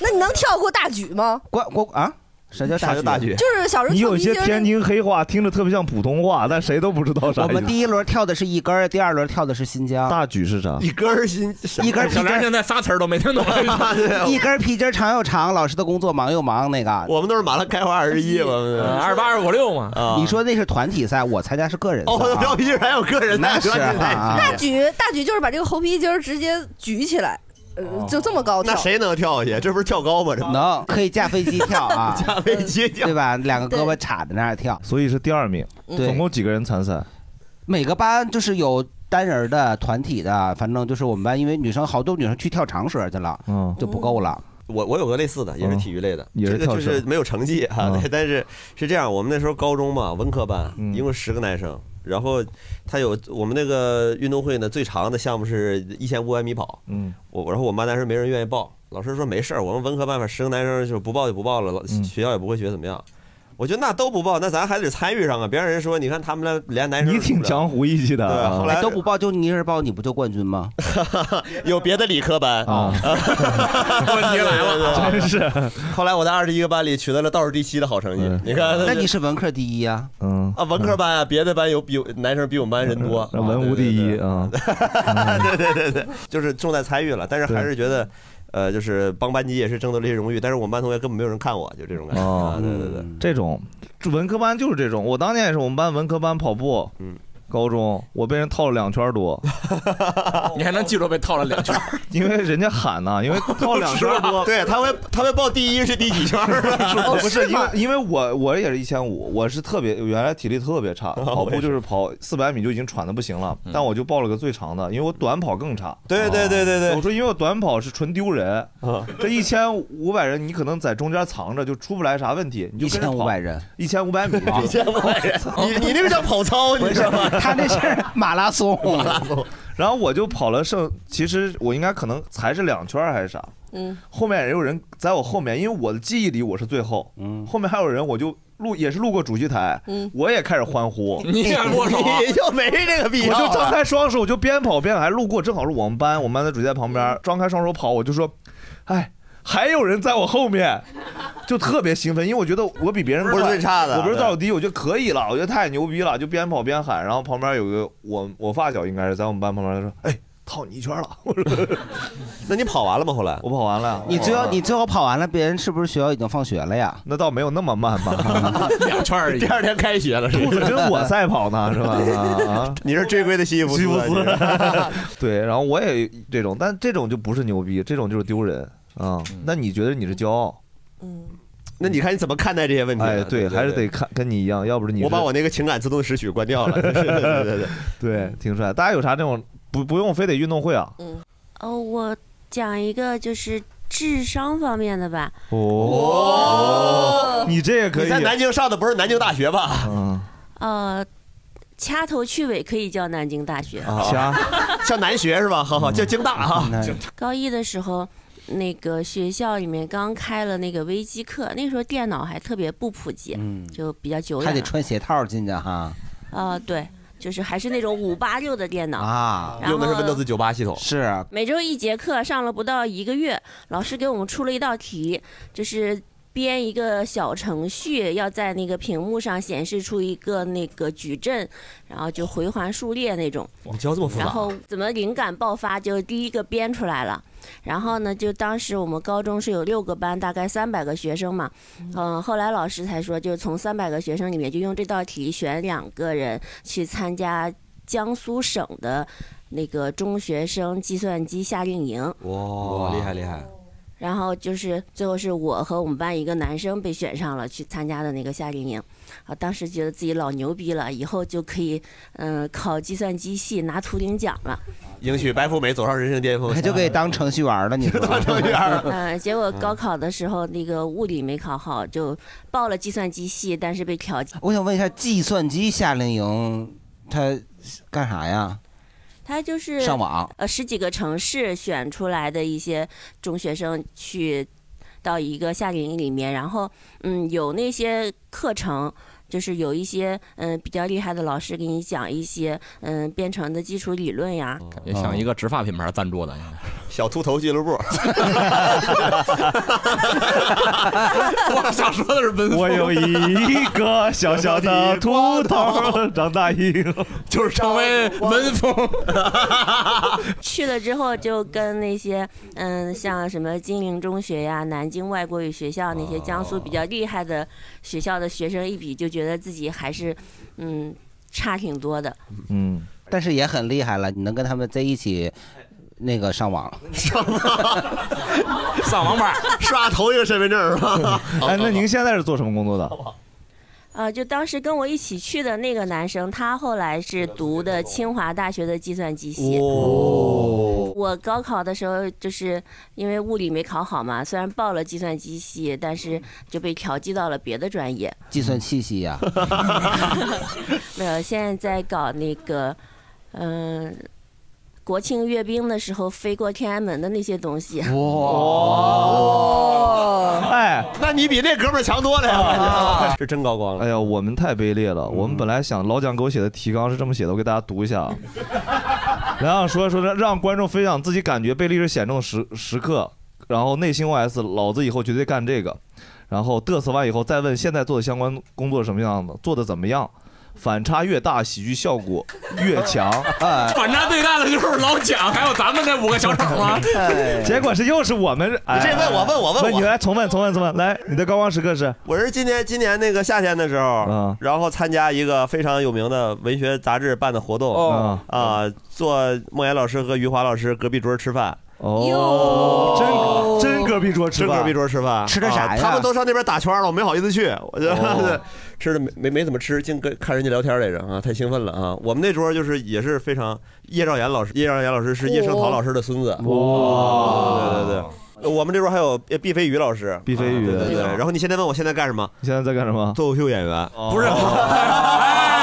Speaker 1: 那你能跳过大举吗？
Speaker 3: 关关啊？啥叫
Speaker 2: 啥叫大举
Speaker 1: 就是小时候
Speaker 2: 你有一些
Speaker 1: 跳皮筋儿
Speaker 2: 天津黑话听着特别像普通话，但谁都不知道啥意
Speaker 3: 我
Speaker 2: 思。
Speaker 3: 们第一轮跳的是一根儿，第二轮跳的是新疆。
Speaker 2: 大举是啥？
Speaker 5: 一根儿心，
Speaker 3: 一根儿
Speaker 4: 小
Speaker 3: 皮筋
Speaker 4: 梁
Speaker 3: 儿，。
Speaker 4: 现在仨词儿都没
Speaker 5: [LAUGHS]
Speaker 4: 听懂
Speaker 3: [LAUGHS] 一根儿皮筋儿长又长，老师的工作忙又忙。那个，
Speaker 5: 我们都是马拉开花二十一，我们
Speaker 4: 嗯
Speaker 7: 嗯
Speaker 4: 二八二五六嘛。
Speaker 3: 你说那是团体赛，我参加是个人赛
Speaker 5: 啊 [LAUGHS] 哦，
Speaker 3: 啊。
Speaker 5: 我的貂皮筋还有个人
Speaker 3: 那
Speaker 5: 的，
Speaker 3: 是啊啊
Speaker 1: 大举大举就是把这个猴皮筋儿直接举起来，呃，就这么高跳。
Speaker 5: 那谁能跳下去？这不是跳高吗？这不
Speaker 3: 哦能可以架飞机跳
Speaker 5: [LAUGHS]
Speaker 3: 啊，
Speaker 5: 架飞机跳，
Speaker 3: 对吧？两个胳膊插在那儿跳。
Speaker 2: 所以是第二名。
Speaker 3: 嗯
Speaker 2: 总共几个人参赛？
Speaker 3: 每个班就是有单人的、团体的，反正就是我们班，因为女生好多女生去跳长水去了，
Speaker 2: 嗯，
Speaker 3: 就不够了。
Speaker 5: 我我有个类似的，也是体育类的，
Speaker 2: 也是
Speaker 5: 这个
Speaker 2: 跳
Speaker 5: 就
Speaker 2: 绳
Speaker 5: 是没有成绩啊
Speaker 2: 嗯，
Speaker 5: 对 [LAUGHS] 但是是这样，我们那时候高中嘛，文科班，一共十个男生，然后他有我们那个运动会呢，最长的项目是一千五百米跑，
Speaker 2: 嗯，
Speaker 5: 我然后我们班男生没人愿意报，老师说没事儿，我们文科办法，十个男生就不报就不报了，老
Speaker 2: 嗯
Speaker 5: 学校也不会觉得怎么样。我觉得那都不报，那咱还得参与上啊！别让人说，你看他们俩连男生
Speaker 2: 你挺江湖义气的
Speaker 5: 对
Speaker 2: 啊。
Speaker 5: 后来
Speaker 3: 哎都不报，就你一人报，你不就冠军吗？
Speaker 5: 有别的理科班
Speaker 4: [LAUGHS]
Speaker 2: 啊，
Speaker 5: 问题来了，
Speaker 2: 真
Speaker 4: 啊
Speaker 2: 是。
Speaker 5: 后来我在二十一个班里取得了倒数第七的好成绩，你看，
Speaker 3: 那你是文科第一呀？
Speaker 2: 嗯
Speaker 5: 啊，文科班啊，别的班有比男生比我们班人多，
Speaker 2: 那文无第一啊，
Speaker 5: [LAUGHS] 对对对对，就是重在参与了，但是还是觉得。呃，就是帮班级也是争得了一些荣誉，但是我们班同学根本没有人看我，就这种感觉。
Speaker 2: 哦
Speaker 5: 啊，对对对，
Speaker 2: 这种文科班就是这种。我当年也是我们班文科班跑步，
Speaker 5: 嗯，
Speaker 2: 高中我被人套了两
Speaker 5: [LAUGHS]
Speaker 2: 圈多，
Speaker 4: 你还能记住被套了两圈？
Speaker 2: 因为人家喊
Speaker 5: [LAUGHS]
Speaker 2: 呐、因为 [LAUGHS] 套两圈
Speaker 5: 是吧
Speaker 2: 多，
Speaker 5: 对他会他会报第一是第几圈儿？
Speaker 2: 不 [LAUGHS] 是因为
Speaker 5: 吗
Speaker 2: 因为我我也是一千五，我是特别原来体力特别
Speaker 5: 哦
Speaker 2: 差，跑步就是跑四百米就已经喘的不行了，但我就报了个最长的，因为我短跑更
Speaker 5: 嗯
Speaker 2: 差。哦
Speaker 5: 对对对对对嗯
Speaker 2: 我说因为我短跑是纯丢人，这一千五百人你可能在中间藏着就出不来啥问题，你就跟着跑
Speaker 3: 1500人，
Speaker 2: 一千五百
Speaker 5: [LAUGHS]
Speaker 2: 米，啊
Speaker 5: 一千五
Speaker 2: [LAUGHS]
Speaker 5: 百人，你你那个叫跑
Speaker 3: [LAUGHS]
Speaker 5: 操，你知道吗？
Speaker 3: 他那是 [LAUGHS] 马拉松，马拉
Speaker 5: 松。
Speaker 2: 然后我就跑了剩，其实我应该可能才是两圈儿还是啥，
Speaker 1: 嗯，
Speaker 2: 后面也有人在我后面，因为我的记忆里我是最后，嗯，后面还有人，我就路也是路过主席台，
Speaker 1: 嗯，
Speaker 2: 我也开始欢呼，
Speaker 4: 你也握手啊你
Speaker 5: 就没这个必要
Speaker 2: 我就张开双手，我就边跑边喊，路过正好是我们班，我们班的主席台旁边，张开双手跑，我就说，哎。还有人在我后面，就特别兴奋，因为我觉得我比别人
Speaker 5: 不是
Speaker 2: 快
Speaker 5: 最差的
Speaker 2: 我不是
Speaker 5: 对
Speaker 2: 倒数第一，我觉得可以了，我觉得太牛逼了，就边跑边喊。然后旁边有个我我发小，应该是在我们班旁边，他说：“哎，套你一圈了。”我说：“
Speaker 5: [LAUGHS] 那你跑完了吗？后来
Speaker 2: 我跑完了。
Speaker 3: 你最后你最后跑完了，别人是不是学校已经放学了呀？
Speaker 2: 那倒没有那么慢吧，
Speaker 4: [LAUGHS] 两圈而已。
Speaker 5: 第二天开学了，是
Speaker 2: 兔子跟我赛跑
Speaker 5: [LAUGHS]
Speaker 2: 呢，是吧？啊，
Speaker 5: 你是追归的西西弗
Speaker 2: 西弗
Speaker 5: 斯
Speaker 2: 斯
Speaker 5: 啊，
Speaker 2: [LAUGHS] 对，然后我也这种，但这种就不是牛逼，这种就是丢人啊。那你觉得你是骄傲？
Speaker 5: [LAUGHS] 那你看你怎么看待这些问题呢？啊
Speaker 2: 哎，对，还是得看跟你一样，要不是你
Speaker 5: 我把
Speaker 2: 是
Speaker 5: 我那个情感自动拾取关掉
Speaker 2: [LAUGHS]
Speaker 5: 了。对对对对对。
Speaker 2: 对挺帅。大家有啥这种不不用非得运动会啊？
Speaker 22: 哦，我讲一个就是智商方面的吧。
Speaker 2: 哦，你这个可以
Speaker 5: 你在南京上的不是南京大学吧？
Speaker 2: 嗯，
Speaker 22: 呃，掐头去尾可以叫南京大学。
Speaker 3: 啊
Speaker 2: 掐
Speaker 5: 哦像南学
Speaker 2: 嗯
Speaker 5: 是吧？好好，叫京大哈。
Speaker 22: 高一的时候，那个学校里面刚开了那个微机课，那时候电脑还特别不普及，
Speaker 3: [LAUGHS] 嗯
Speaker 22: 就比较久远
Speaker 3: 还
Speaker 22: 了。
Speaker 3: 得穿鞋套进去哈
Speaker 22: 啊、对，就是还是那种五八六的电脑。
Speaker 3: 啊！
Speaker 22: 然后用的是 Windows
Speaker 5: 九八系统
Speaker 3: 是啊
Speaker 22: 每周一节课上了不到一个月，老师给我们出了一道题，就是编一个小程序，要在那个屏幕上显示出一个那个矩阵，然后就回环数列那种。
Speaker 5: 你教这么复杂？
Speaker 22: 然后怎么灵感爆发，就第一个编出来了。然后呢，就当时我们高中是有六个班，大概三百个学生嘛。嗯、后来老师才说，就从三百个学生里面，就用这道题选两个人去参加江苏省的那个中学生计算机夏令营。哦
Speaker 5: 哇，厉害厉害！
Speaker 22: 然后就是最后是我和我们班一个男生被选上了去参加的那个夏令营，啊，当时觉得自己老牛逼了，以后就可以嗯、考计算机系拿图灵奖了。
Speaker 5: 迎娶白富美走上人生巅峰，
Speaker 3: 他就给当程序员了，
Speaker 5: [LAUGHS]
Speaker 3: 你说当程序
Speaker 22: 嗯，结果高考的时候那个物理没考好，就报了计算机系，但是被调剂。
Speaker 3: 我想问一下，计算机夏令营它干啥呀？
Speaker 22: 他就是
Speaker 3: 上网
Speaker 22: 呃，十几个城市选出来的一些中学生去到一个夏令营里面，然后嗯，有那些课程。就是有一些嗯比较厉害的老师给你讲一些嗯编程的基础理论呀，
Speaker 3: 哦
Speaker 20: 也
Speaker 2: 哦
Speaker 20: 想一个植发品牌赞助的，
Speaker 5: [LAUGHS] 小秃头俱
Speaker 20: [LAUGHS]
Speaker 5: 乐部。
Speaker 20: 我想说的是奔
Speaker 2: 我有一个小小的秃头，长大 [LAUGHS] 以后
Speaker 20: 就是成为文
Speaker 2: [LAUGHS]
Speaker 20: 风。
Speaker 22: 去了之后就跟那些嗯，像什么金陵中学呀、南京外国语学校那些江苏比较厉害的学校的学生一比，就觉得自己还是嗯差挺多的。
Speaker 2: 嗯，
Speaker 3: 但是也很厉害了，你能跟他们在一起那个上网，
Speaker 20: 上网吧
Speaker 5: 刷头一个身份证是吧？
Speaker 2: [LAUGHS] 哎，那您现在是做什么工作的？
Speaker 22: 呃，就当时跟我一起去的那个男生，他后来是读的清华大学的计算机系。
Speaker 2: 哦，
Speaker 22: 我高考的时候，就是因为物理没考好嘛，虽然报了计算机系，但是就被调剂到了别的专业。
Speaker 3: [LAUGHS] 计算器系呀、
Speaker 22: 没有，现在在搞那个，嗯、国庆阅兵的时候飞过天安门的那些东西。
Speaker 5: 哇！
Speaker 2: 哎，
Speaker 5: 那你比那哥们儿强多了
Speaker 10: 啊
Speaker 5: 呀！啊
Speaker 20: 啊
Speaker 5: 是真高光了。嗯
Speaker 2: 哎呀，我们太卑劣了。我们本来想老蒋给我写的提纲是这么写的，我给大家读一下。啊。 [LAUGHS] 然后说说让让观众分享自己感觉被历史选中的时时刻，然后内心 OS：老子以后绝对干这个。然后嘚瑟完以后再问现在做的相关工作是什么样的，做的怎么样，反差越大，喜剧效果越
Speaker 5: [LAUGHS]
Speaker 2: 强。哎，
Speaker 20: 反差最大的就是老蒋，还有咱们那五个小丑啊吗？
Speaker 2: 哎
Speaker 5: [LAUGHS]
Speaker 2: 结果是又是我们，哎、
Speaker 5: 这问我问我问我
Speaker 2: 你来重问重问重问，来你的高光时刻是？
Speaker 5: 我是今年今年那个夏天的时
Speaker 2: 嗯
Speaker 5: 候，然后参加一个非常有名的文学杂志办的活动
Speaker 2: 哦，
Speaker 5: 啊，坐莫言老师和余华老师隔壁桌吃饭。
Speaker 2: 哦，真真隔壁桌吃
Speaker 5: 真
Speaker 2: 饭，
Speaker 5: 隔壁桌吃饭，
Speaker 2: 吃的啥
Speaker 5: 啊
Speaker 2: 呀
Speaker 5: 他们都上那边打圈了，我没好意思去，我就、 [LAUGHS]
Speaker 2: 哦
Speaker 5: 吃的没没没怎么吃，净跟看人家聊天来着啊，太兴奋了啊！我们那桌就是也是非常叶兆言老师，叶兆言老师是叶圣陶老师的孙子，
Speaker 2: 哦哇
Speaker 5: 对对对，我们这桌还有毕飞宇老师，
Speaker 2: 毕飞宇
Speaker 5: 啊对对对。然后你现在问我现在干什么？
Speaker 2: 你现在在干什么？哦
Speaker 5: 脱口秀演员， [LAUGHS]
Speaker 20: 不是，哎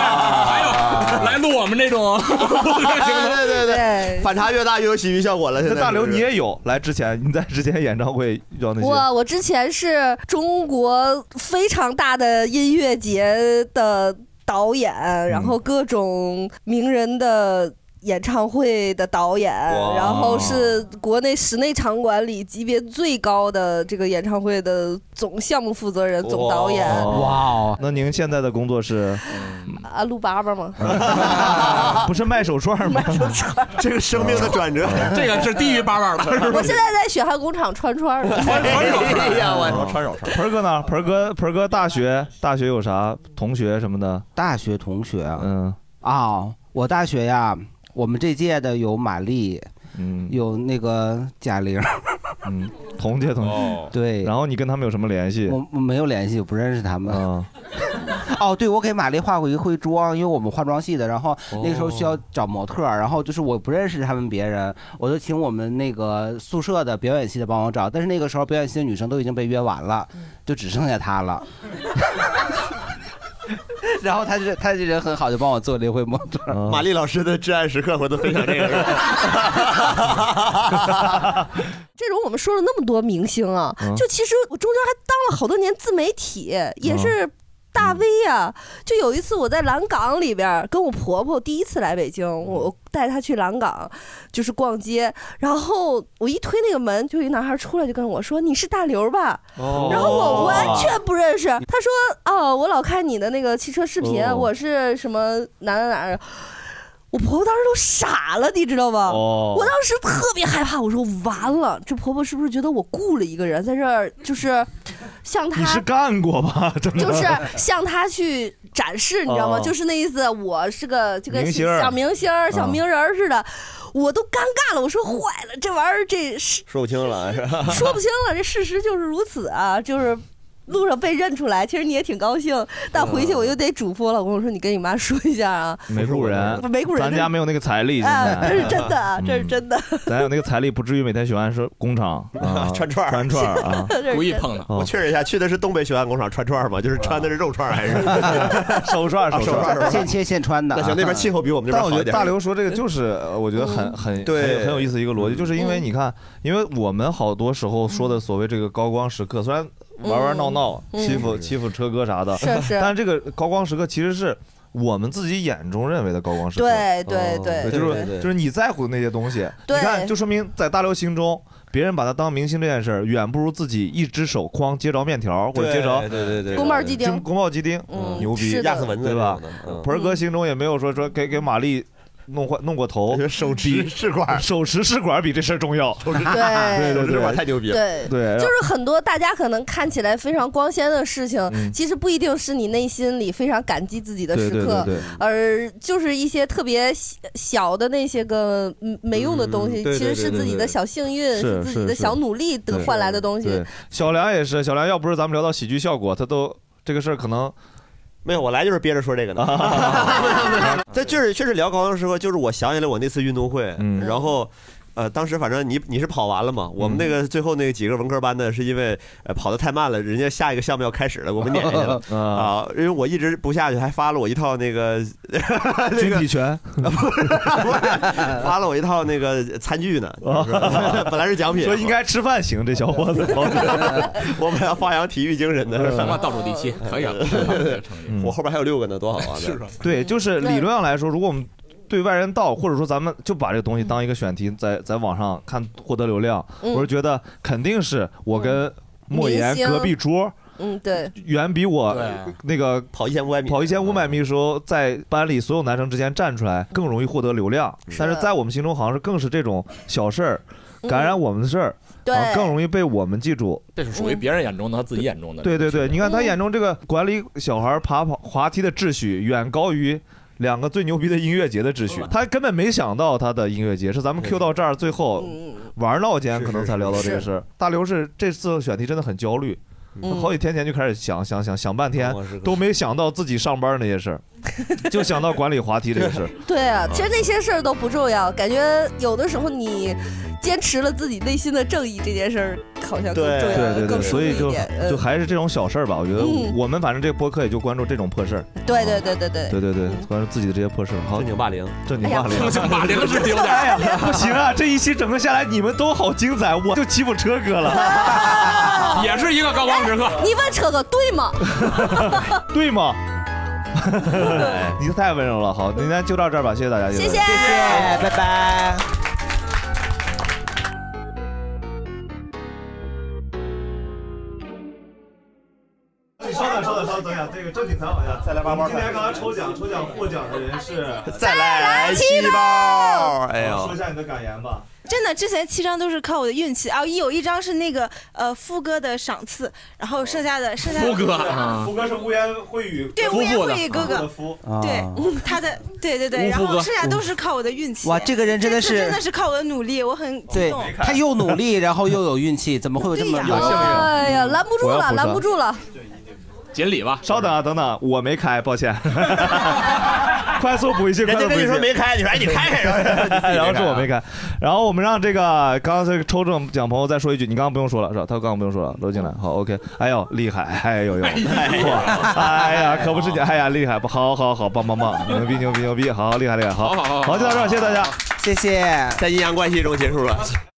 Speaker 20: 来录我们这种，
Speaker 5: [LAUGHS] 对对对，反差越大越有喜剧效果了。现
Speaker 2: [LAUGHS] 那
Speaker 5: 在
Speaker 2: 大刘
Speaker 5: 就是
Speaker 2: 你也有来之前，你在之前演唱会遇到那些
Speaker 1: 我我之前是中国非常大的音乐节的导演，然后各种名人的。演唱会的导演，
Speaker 18: 哇
Speaker 1: 然后是国内室内场馆里级别最高的这个演唱会的总项目负责人、总导演
Speaker 2: 哦，那您现在的工作是？呃
Speaker 1: 啊，陆爸爸吗？啊
Speaker 2: 不是卖手串
Speaker 1: [LAUGHS]
Speaker 2: 吗？
Speaker 5: [LAUGHS] 这个生命的转折，
Speaker 2: 哦
Speaker 20: 这个是低于八
Speaker 5: [LAUGHS]
Speaker 20: 万了。
Speaker 1: 我现在在血汗工厂穿串儿呢。
Speaker 5: 哎呀，我
Speaker 2: 哦
Speaker 5: 穿手串。
Speaker 2: 盆儿哥呢？盆儿哥，盆儿哥，大学大学有啥同学什么的？
Speaker 3: 大学同学啊，
Speaker 2: 嗯
Speaker 3: 啊、我大学呀，我们这届的有马丽，
Speaker 2: 嗯，
Speaker 3: 有那个贾玲，
Speaker 2: 嗯，同届同
Speaker 5: 哦
Speaker 2: 学。
Speaker 3: 对，
Speaker 2: 然后你跟他们有什么联系？
Speaker 3: 我我没有联系，我不认识他们。
Speaker 2: 啊、
Speaker 3: [LAUGHS] 哦，对，我给马丽化过一回妆，因为我们化妆系的，然后
Speaker 2: 哦
Speaker 3: 那个时候需要找模特儿，然后就是我不认识他们别人，我就请我们那个宿舍的表演系的帮我找，但是那个时候表演系的女生都已经被约完了，
Speaker 2: 嗯
Speaker 3: 就只剩下她了。
Speaker 2: [LAUGHS]
Speaker 3: 然后他就他这人很好，就帮我做了一回模特儿。
Speaker 5: 玛丽老师的至暗时刻，回头分享这个。
Speaker 3: [LAUGHS]
Speaker 1: 这种我们说了那么多明星啊，
Speaker 2: 嗯
Speaker 1: 就其实我中间还当了好多年自媒体，也是大
Speaker 2: 嗯
Speaker 1: V 啊。就有一次我在蓝港里边儿跟我婆婆第一次来北京，
Speaker 2: 嗯
Speaker 1: 我带她去蓝港就是逛街，然后我一推那个门，就有一男孩出来就跟我说：“你是大刘吧？”
Speaker 2: 哦
Speaker 1: 然后我完全不认识。他说：“哦，我老看你的那个汽车视频，
Speaker 2: 哦
Speaker 1: 我是什么哪哪哪儿。”我婆婆当时都傻了，你知道吗？
Speaker 2: 哦
Speaker 1: 我当时特别害怕，我说完了，这婆婆是不是觉得我雇了一个人在这儿，就是向她
Speaker 2: 你是干过吧？真的
Speaker 1: 就是向她去展示，你知道吗？
Speaker 2: 哦
Speaker 1: 就是那意思，我是个这个
Speaker 2: 明星儿
Speaker 1: 小明星儿、
Speaker 2: 嗯
Speaker 1: 小名人儿似的。我都尴尬了。我说坏了，这玩意儿这
Speaker 2: [LAUGHS]
Speaker 1: 是
Speaker 5: 说不清
Speaker 3: [LAUGHS]
Speaker 5: 了是吧？
Speaker 1: 说不清了，这事实就是如此啊，就是。路上被认出来，其实你也挺高兴，但回
Speaker 2: 嗯
Speaker 1: 去我又得嘱咐老公，我说你跟你妈说一下啊，
Speaker 2: 没雇人，
Speaker 1: 没雇人
Speaker 2: 咱家没有那个财力，现
Speaker 1: 哎，
Speaker 2: 在
Speaker 1: 这是真的啊，这是
Speaker 2: 嗯
Speaker 1: 真的。
Speaker 2: [LAUGHS] 咱有那个财力，不至于每天喜欢是工厂
Speaker 5: [LAUGHS]
Speaker 2: 啊
Speaker 5: 串串儿
Speaker 2: 串串儿
Speaker 1: [LAUGHS]
Speaker 2: 啊
Speaker 1: 这是故意真的
Speaker 5: 碰的。我确认一下，去的是东北血汗工厂串串儿吗？就是穿的是肉串儿还是 [LAUGHS]
Speaker 2: 手串
Speaker 5: 啊
Speaker 2: 手
Speaker 5: 手串
Speaker 2: 串
Speaker 5: 儿？
Speaker 3: 现切现穿的啊。
Speaker 5: 那行那边气候比我们这边
Speaker 2: 但
Speaker 5: 好
Speaker 2: 我
Speaker 5: 一
Speaker 2: 觉
Speaker 5: 点
Speaker 2: 得大刘说这个就是，呃我觉得很
Speaker 5: 嗯
Speaker 2: 很很
Speaker 5: 对嗯
Speaker 2: 有很有意思一个逻辑，就是因为你看，因为我们好多时
Speaker 1: 嗯
Speaker 2: 候说的所谓这个高光时刻，虽然玩玩闹闹、
Speaker 5: 嗯
Speaker 2: 欺负欺负车哥啥的，
Speaker 1: 是是
Speaker 2: [LAUGHS] 但是这个高光时刻其实是。我们自己眼中认为的高光时刻，
Speaker 1: 对
Speaker 5: 哦
Speaker 1: 对对
Speaker 2: 就
Speaker 1: 对对
Speaker 2: 是就是你在乎那些东西，你
Speaker 1: 对
Speaker 2: 看，就说明在大刘心中，别人把他当明星这件事儿，远不如自己一只手哐接着面条或者接着
Speaker 5: 对对对对
Speaker 1: 宫保鸡丁
Speaker 2: 就宫保鸡丁，
Speaker 1: 嗯
Speaker 2: 牛逼，
Speaker 1: 是的压死蚊
Speaker 5: 子
Speaker 2: 对吧
Speaker 5: 那种的嗯？
Speaker 2: 盆儿哥心中也没有说说给给玛丽弄 [LAUGHS] 坏弄过头，
Speaker 5: 手持试管，
Speaker 2: 手持试管比这事儿重要。手
Speaker 5: 持
Speaker 2: 对
Speaker 1: 对
Speaker 5: 手持试
Speaker 2: 对，
Speaker 5: 管太牛逼
Speaker 1: 对
Speaker 2: 对，
Speaker 1: 就是很多大家可能看起来非常光鲜的事情，
Speaker 2: 嗯
Speaker 1: 其实不一定是你内心里非常感激自己的时刻，
Speaker 2: 对对对对
Speaker 1: 而就是一些特别小小的那些个嗯没用的东西，
Speaker 2: 嗯对对
Speaker 1: 其实是
Speaker 2: 对对
Speaker 1: 自己的
Speaker 2: 对
Speaker 1: 小幸运，
Speaker 2: 是
Speaker 1: 是自己
Speaker 2: 是
Speaker 1: 的
Speaker 2: 是
Speaker 1: 小努力得换来的东西
Speaker 2: 对。，小梁也是，小梁要不是咱们聊到喜剧效果，他都这个事儿可 [LAUGHS] 能
Speaker 5: 没有，我来就是憋着说这个 [LAUGHS] 的。啊但确实确实聊高中时候，就是我想起来我那次运动会，然后。呃，当时反正你你是跑完了嘛？我们那个最后那几个文科班的，是因为呃跑得太慢了，人家下一个项目要开始了，我们撵下去了 [LAUGHS] 啊。因为我一直不下去，还发了我一套那个 [LAUGHS] 那
Speaker 2: 军
Speaker 5: 个
Speaker 2: 体拳，
Speaker 5: 发了我一套那个餐具 [LAUGHS] 呢，就是本来是奖品，
Speaker 2: 说应该吃饭行，这小伙子。
Speaker 5: [LAUGHS] 我们要发扬体育精神的，嗯
Speaker 9: 什么倒数第七可以了啊
Speaker 5: 我后边还有六个呢，多好啊！是
Speaker 1: 嗯
Speaker 2: 对，就是理论上来说，如果我们对外人道，或者说咱们就把这个东西当一个选题，在在网上看获得流量，
Speaker 1: 嗯
Speaker 2: 我是觉得肯定是我跟莫言
Speaker 1: 明星
Speaker 2: 隔壁桌。
Speaker 1: 嗯，对，
Speaker 2: 远比我
Speaker 1: 对
Speaker 2: 那个
Speaker 5: 跑一千五百米，
Speaker 2: 跑一千五百米的时候，在班里所有男生之间站出来更容易获得流量，
Speaker 5: 嗯
Speaker 2: 但是在我们心中好像是更是这种小事儿感染我们的事儿，
Speaker 9: 对
Speaker 2: 然后更容易被我们记住。
Speaker 9: 这是属
Speaker 5: 嗯
Speaker 9: 于别人眼中的和自己眼中的。
Speaker 2: 对对对，你看
Speaker 1: 哦
Speaker 2: 他眼中这个管理小孩爬跑滑梯的秩序，远高于两个最牛逼的音乐节的秩序。他根本没想到他的音乐节是咱们 Q 到这儿，最
Speaker 1: 嗯
Speaker 2: 后玩闹间可能才聊到这个事儿。大刘是这次选题真的很焦虑。
Speaker 1: 嗯
Speaker 2: 好几天前就开始想想想想半天，都没想到自己上班那些事儿，就想到管理滑梯这个事儿。
Speaker 1: 对啊，其实那些事儿都不重要，感觉有的时候你坚持了自己内心的正义这件事儿，好像更重要，
Speaker 2: 对对对，
Speaker 1: 更舒服
Speaker 2: 所以
Speaker 1: 一
Speaker 2: 就
Speaker 1: 点。嗯
Speaker 2: 就还是这种小事儿吧。我觉得
Speaker 1: 嗯
Speaker 2: 我们反正这播客也就关注这种破事儿。
Speaker 1: 对对对对对
Speaker 2: 对对对，关注自己的这些破事儿。好，正经
Speaker 5: 霸凌，
Speaker 2: 正经
Speaker 13: 哎
Speaker 2: 霸凌，
Speaker 9: 正经霸凌是有点儿
Speaker 2: 哎呀，不行啊！这一期整个下来，你们都好精彩，我就欺负车哥
Speaker 13: [LAUGHS]
Speaker 2: 了，
Speaker 9: 也是一个高光时刻。
Speaker 1: 你问车哥对吗？ [LAUGHS]
Speaker 2: 对吗？ [LAUGHS] 你太温柔了。好，今天就到这儿吧，谢谢大家，
Speaker 10: 哎
Speaker 1: 谢谢谢谢
Speaker 3: 拜拜。
Speaker 2: 稍等，稍等，稍等，等一下，这个正经采访一下，再来八包。今天刚才抽奖，抽奖获奖的人是
Speaker 13: 再来七包
Speaker 5: 哎呦
Speaker 2: 说一下你的感言吧。
Speaker 13: [LAUGHS] 真的，之前七张都是靠我的运气啊！有一张是那个呃副歌的赏赐，然
Speaker 3: 哦
Speaker 13: 后剩下的剩下的啊
Speaker 3: 啊
Speaker 2: 福哥是无言会语，
Speaker 13: [LAUGHS] 对无言会语哥哥
Speaker 2: 的啊夫，
Speaker 13: 对他的对对对，
Speaker 3: 吴
Speaker 13: 然
Speaker 3: 副
Speaker 13: 后
Speaker 3: 歌
Speaker 13: 剩下都是靠我的运气。
Speaker 3: 嗯哇这个人真的
Speaker 13: 这
Speaker 3: 是
Speaker 13: 次真的是靠我的努力，我很激
Speaker 3: 对
Speaker 13: 动。
Speaker 3: 他又努力，然后又有运气，怎么会有这么有幸运？
Speaker 1: 哎呀，拦不住
Speaker 2: 我要
Speaker 1: 了，
Speaker 2: 补
Speaker 1: 拦
Speaker 2: 上
Speaker 1: 不住了。
Speaker 2: 锦鲤吧。稍等啊，等等，我没开，抱歉。 [LAUGHS] 快速补一句，
Speaker 5: 人家
Speaker 2: 快速补一
Speaker 5: 跟你
Speaker 2: 句
Speaker 5: 说没开你说哎你开开然后
Speaker 2: [LAUGHS] 然后是我没开，然后我们让这个刚才抽中奖朋友再说一句，你刚刚不用说了是吧？他刚刚不用说了，搂进来，好，OK。哎呦，厉害，哎呦呦，哇哎呀，可不是你，哎呀，厉害，不好好好，棒棒棒，牛逼牛逼牛逼，好，厉害厉害，好，好，就到这儿，谢谢大家，
Speaker 3: 谢谢，
Speaker 5: 在阴阳怪气中结束了。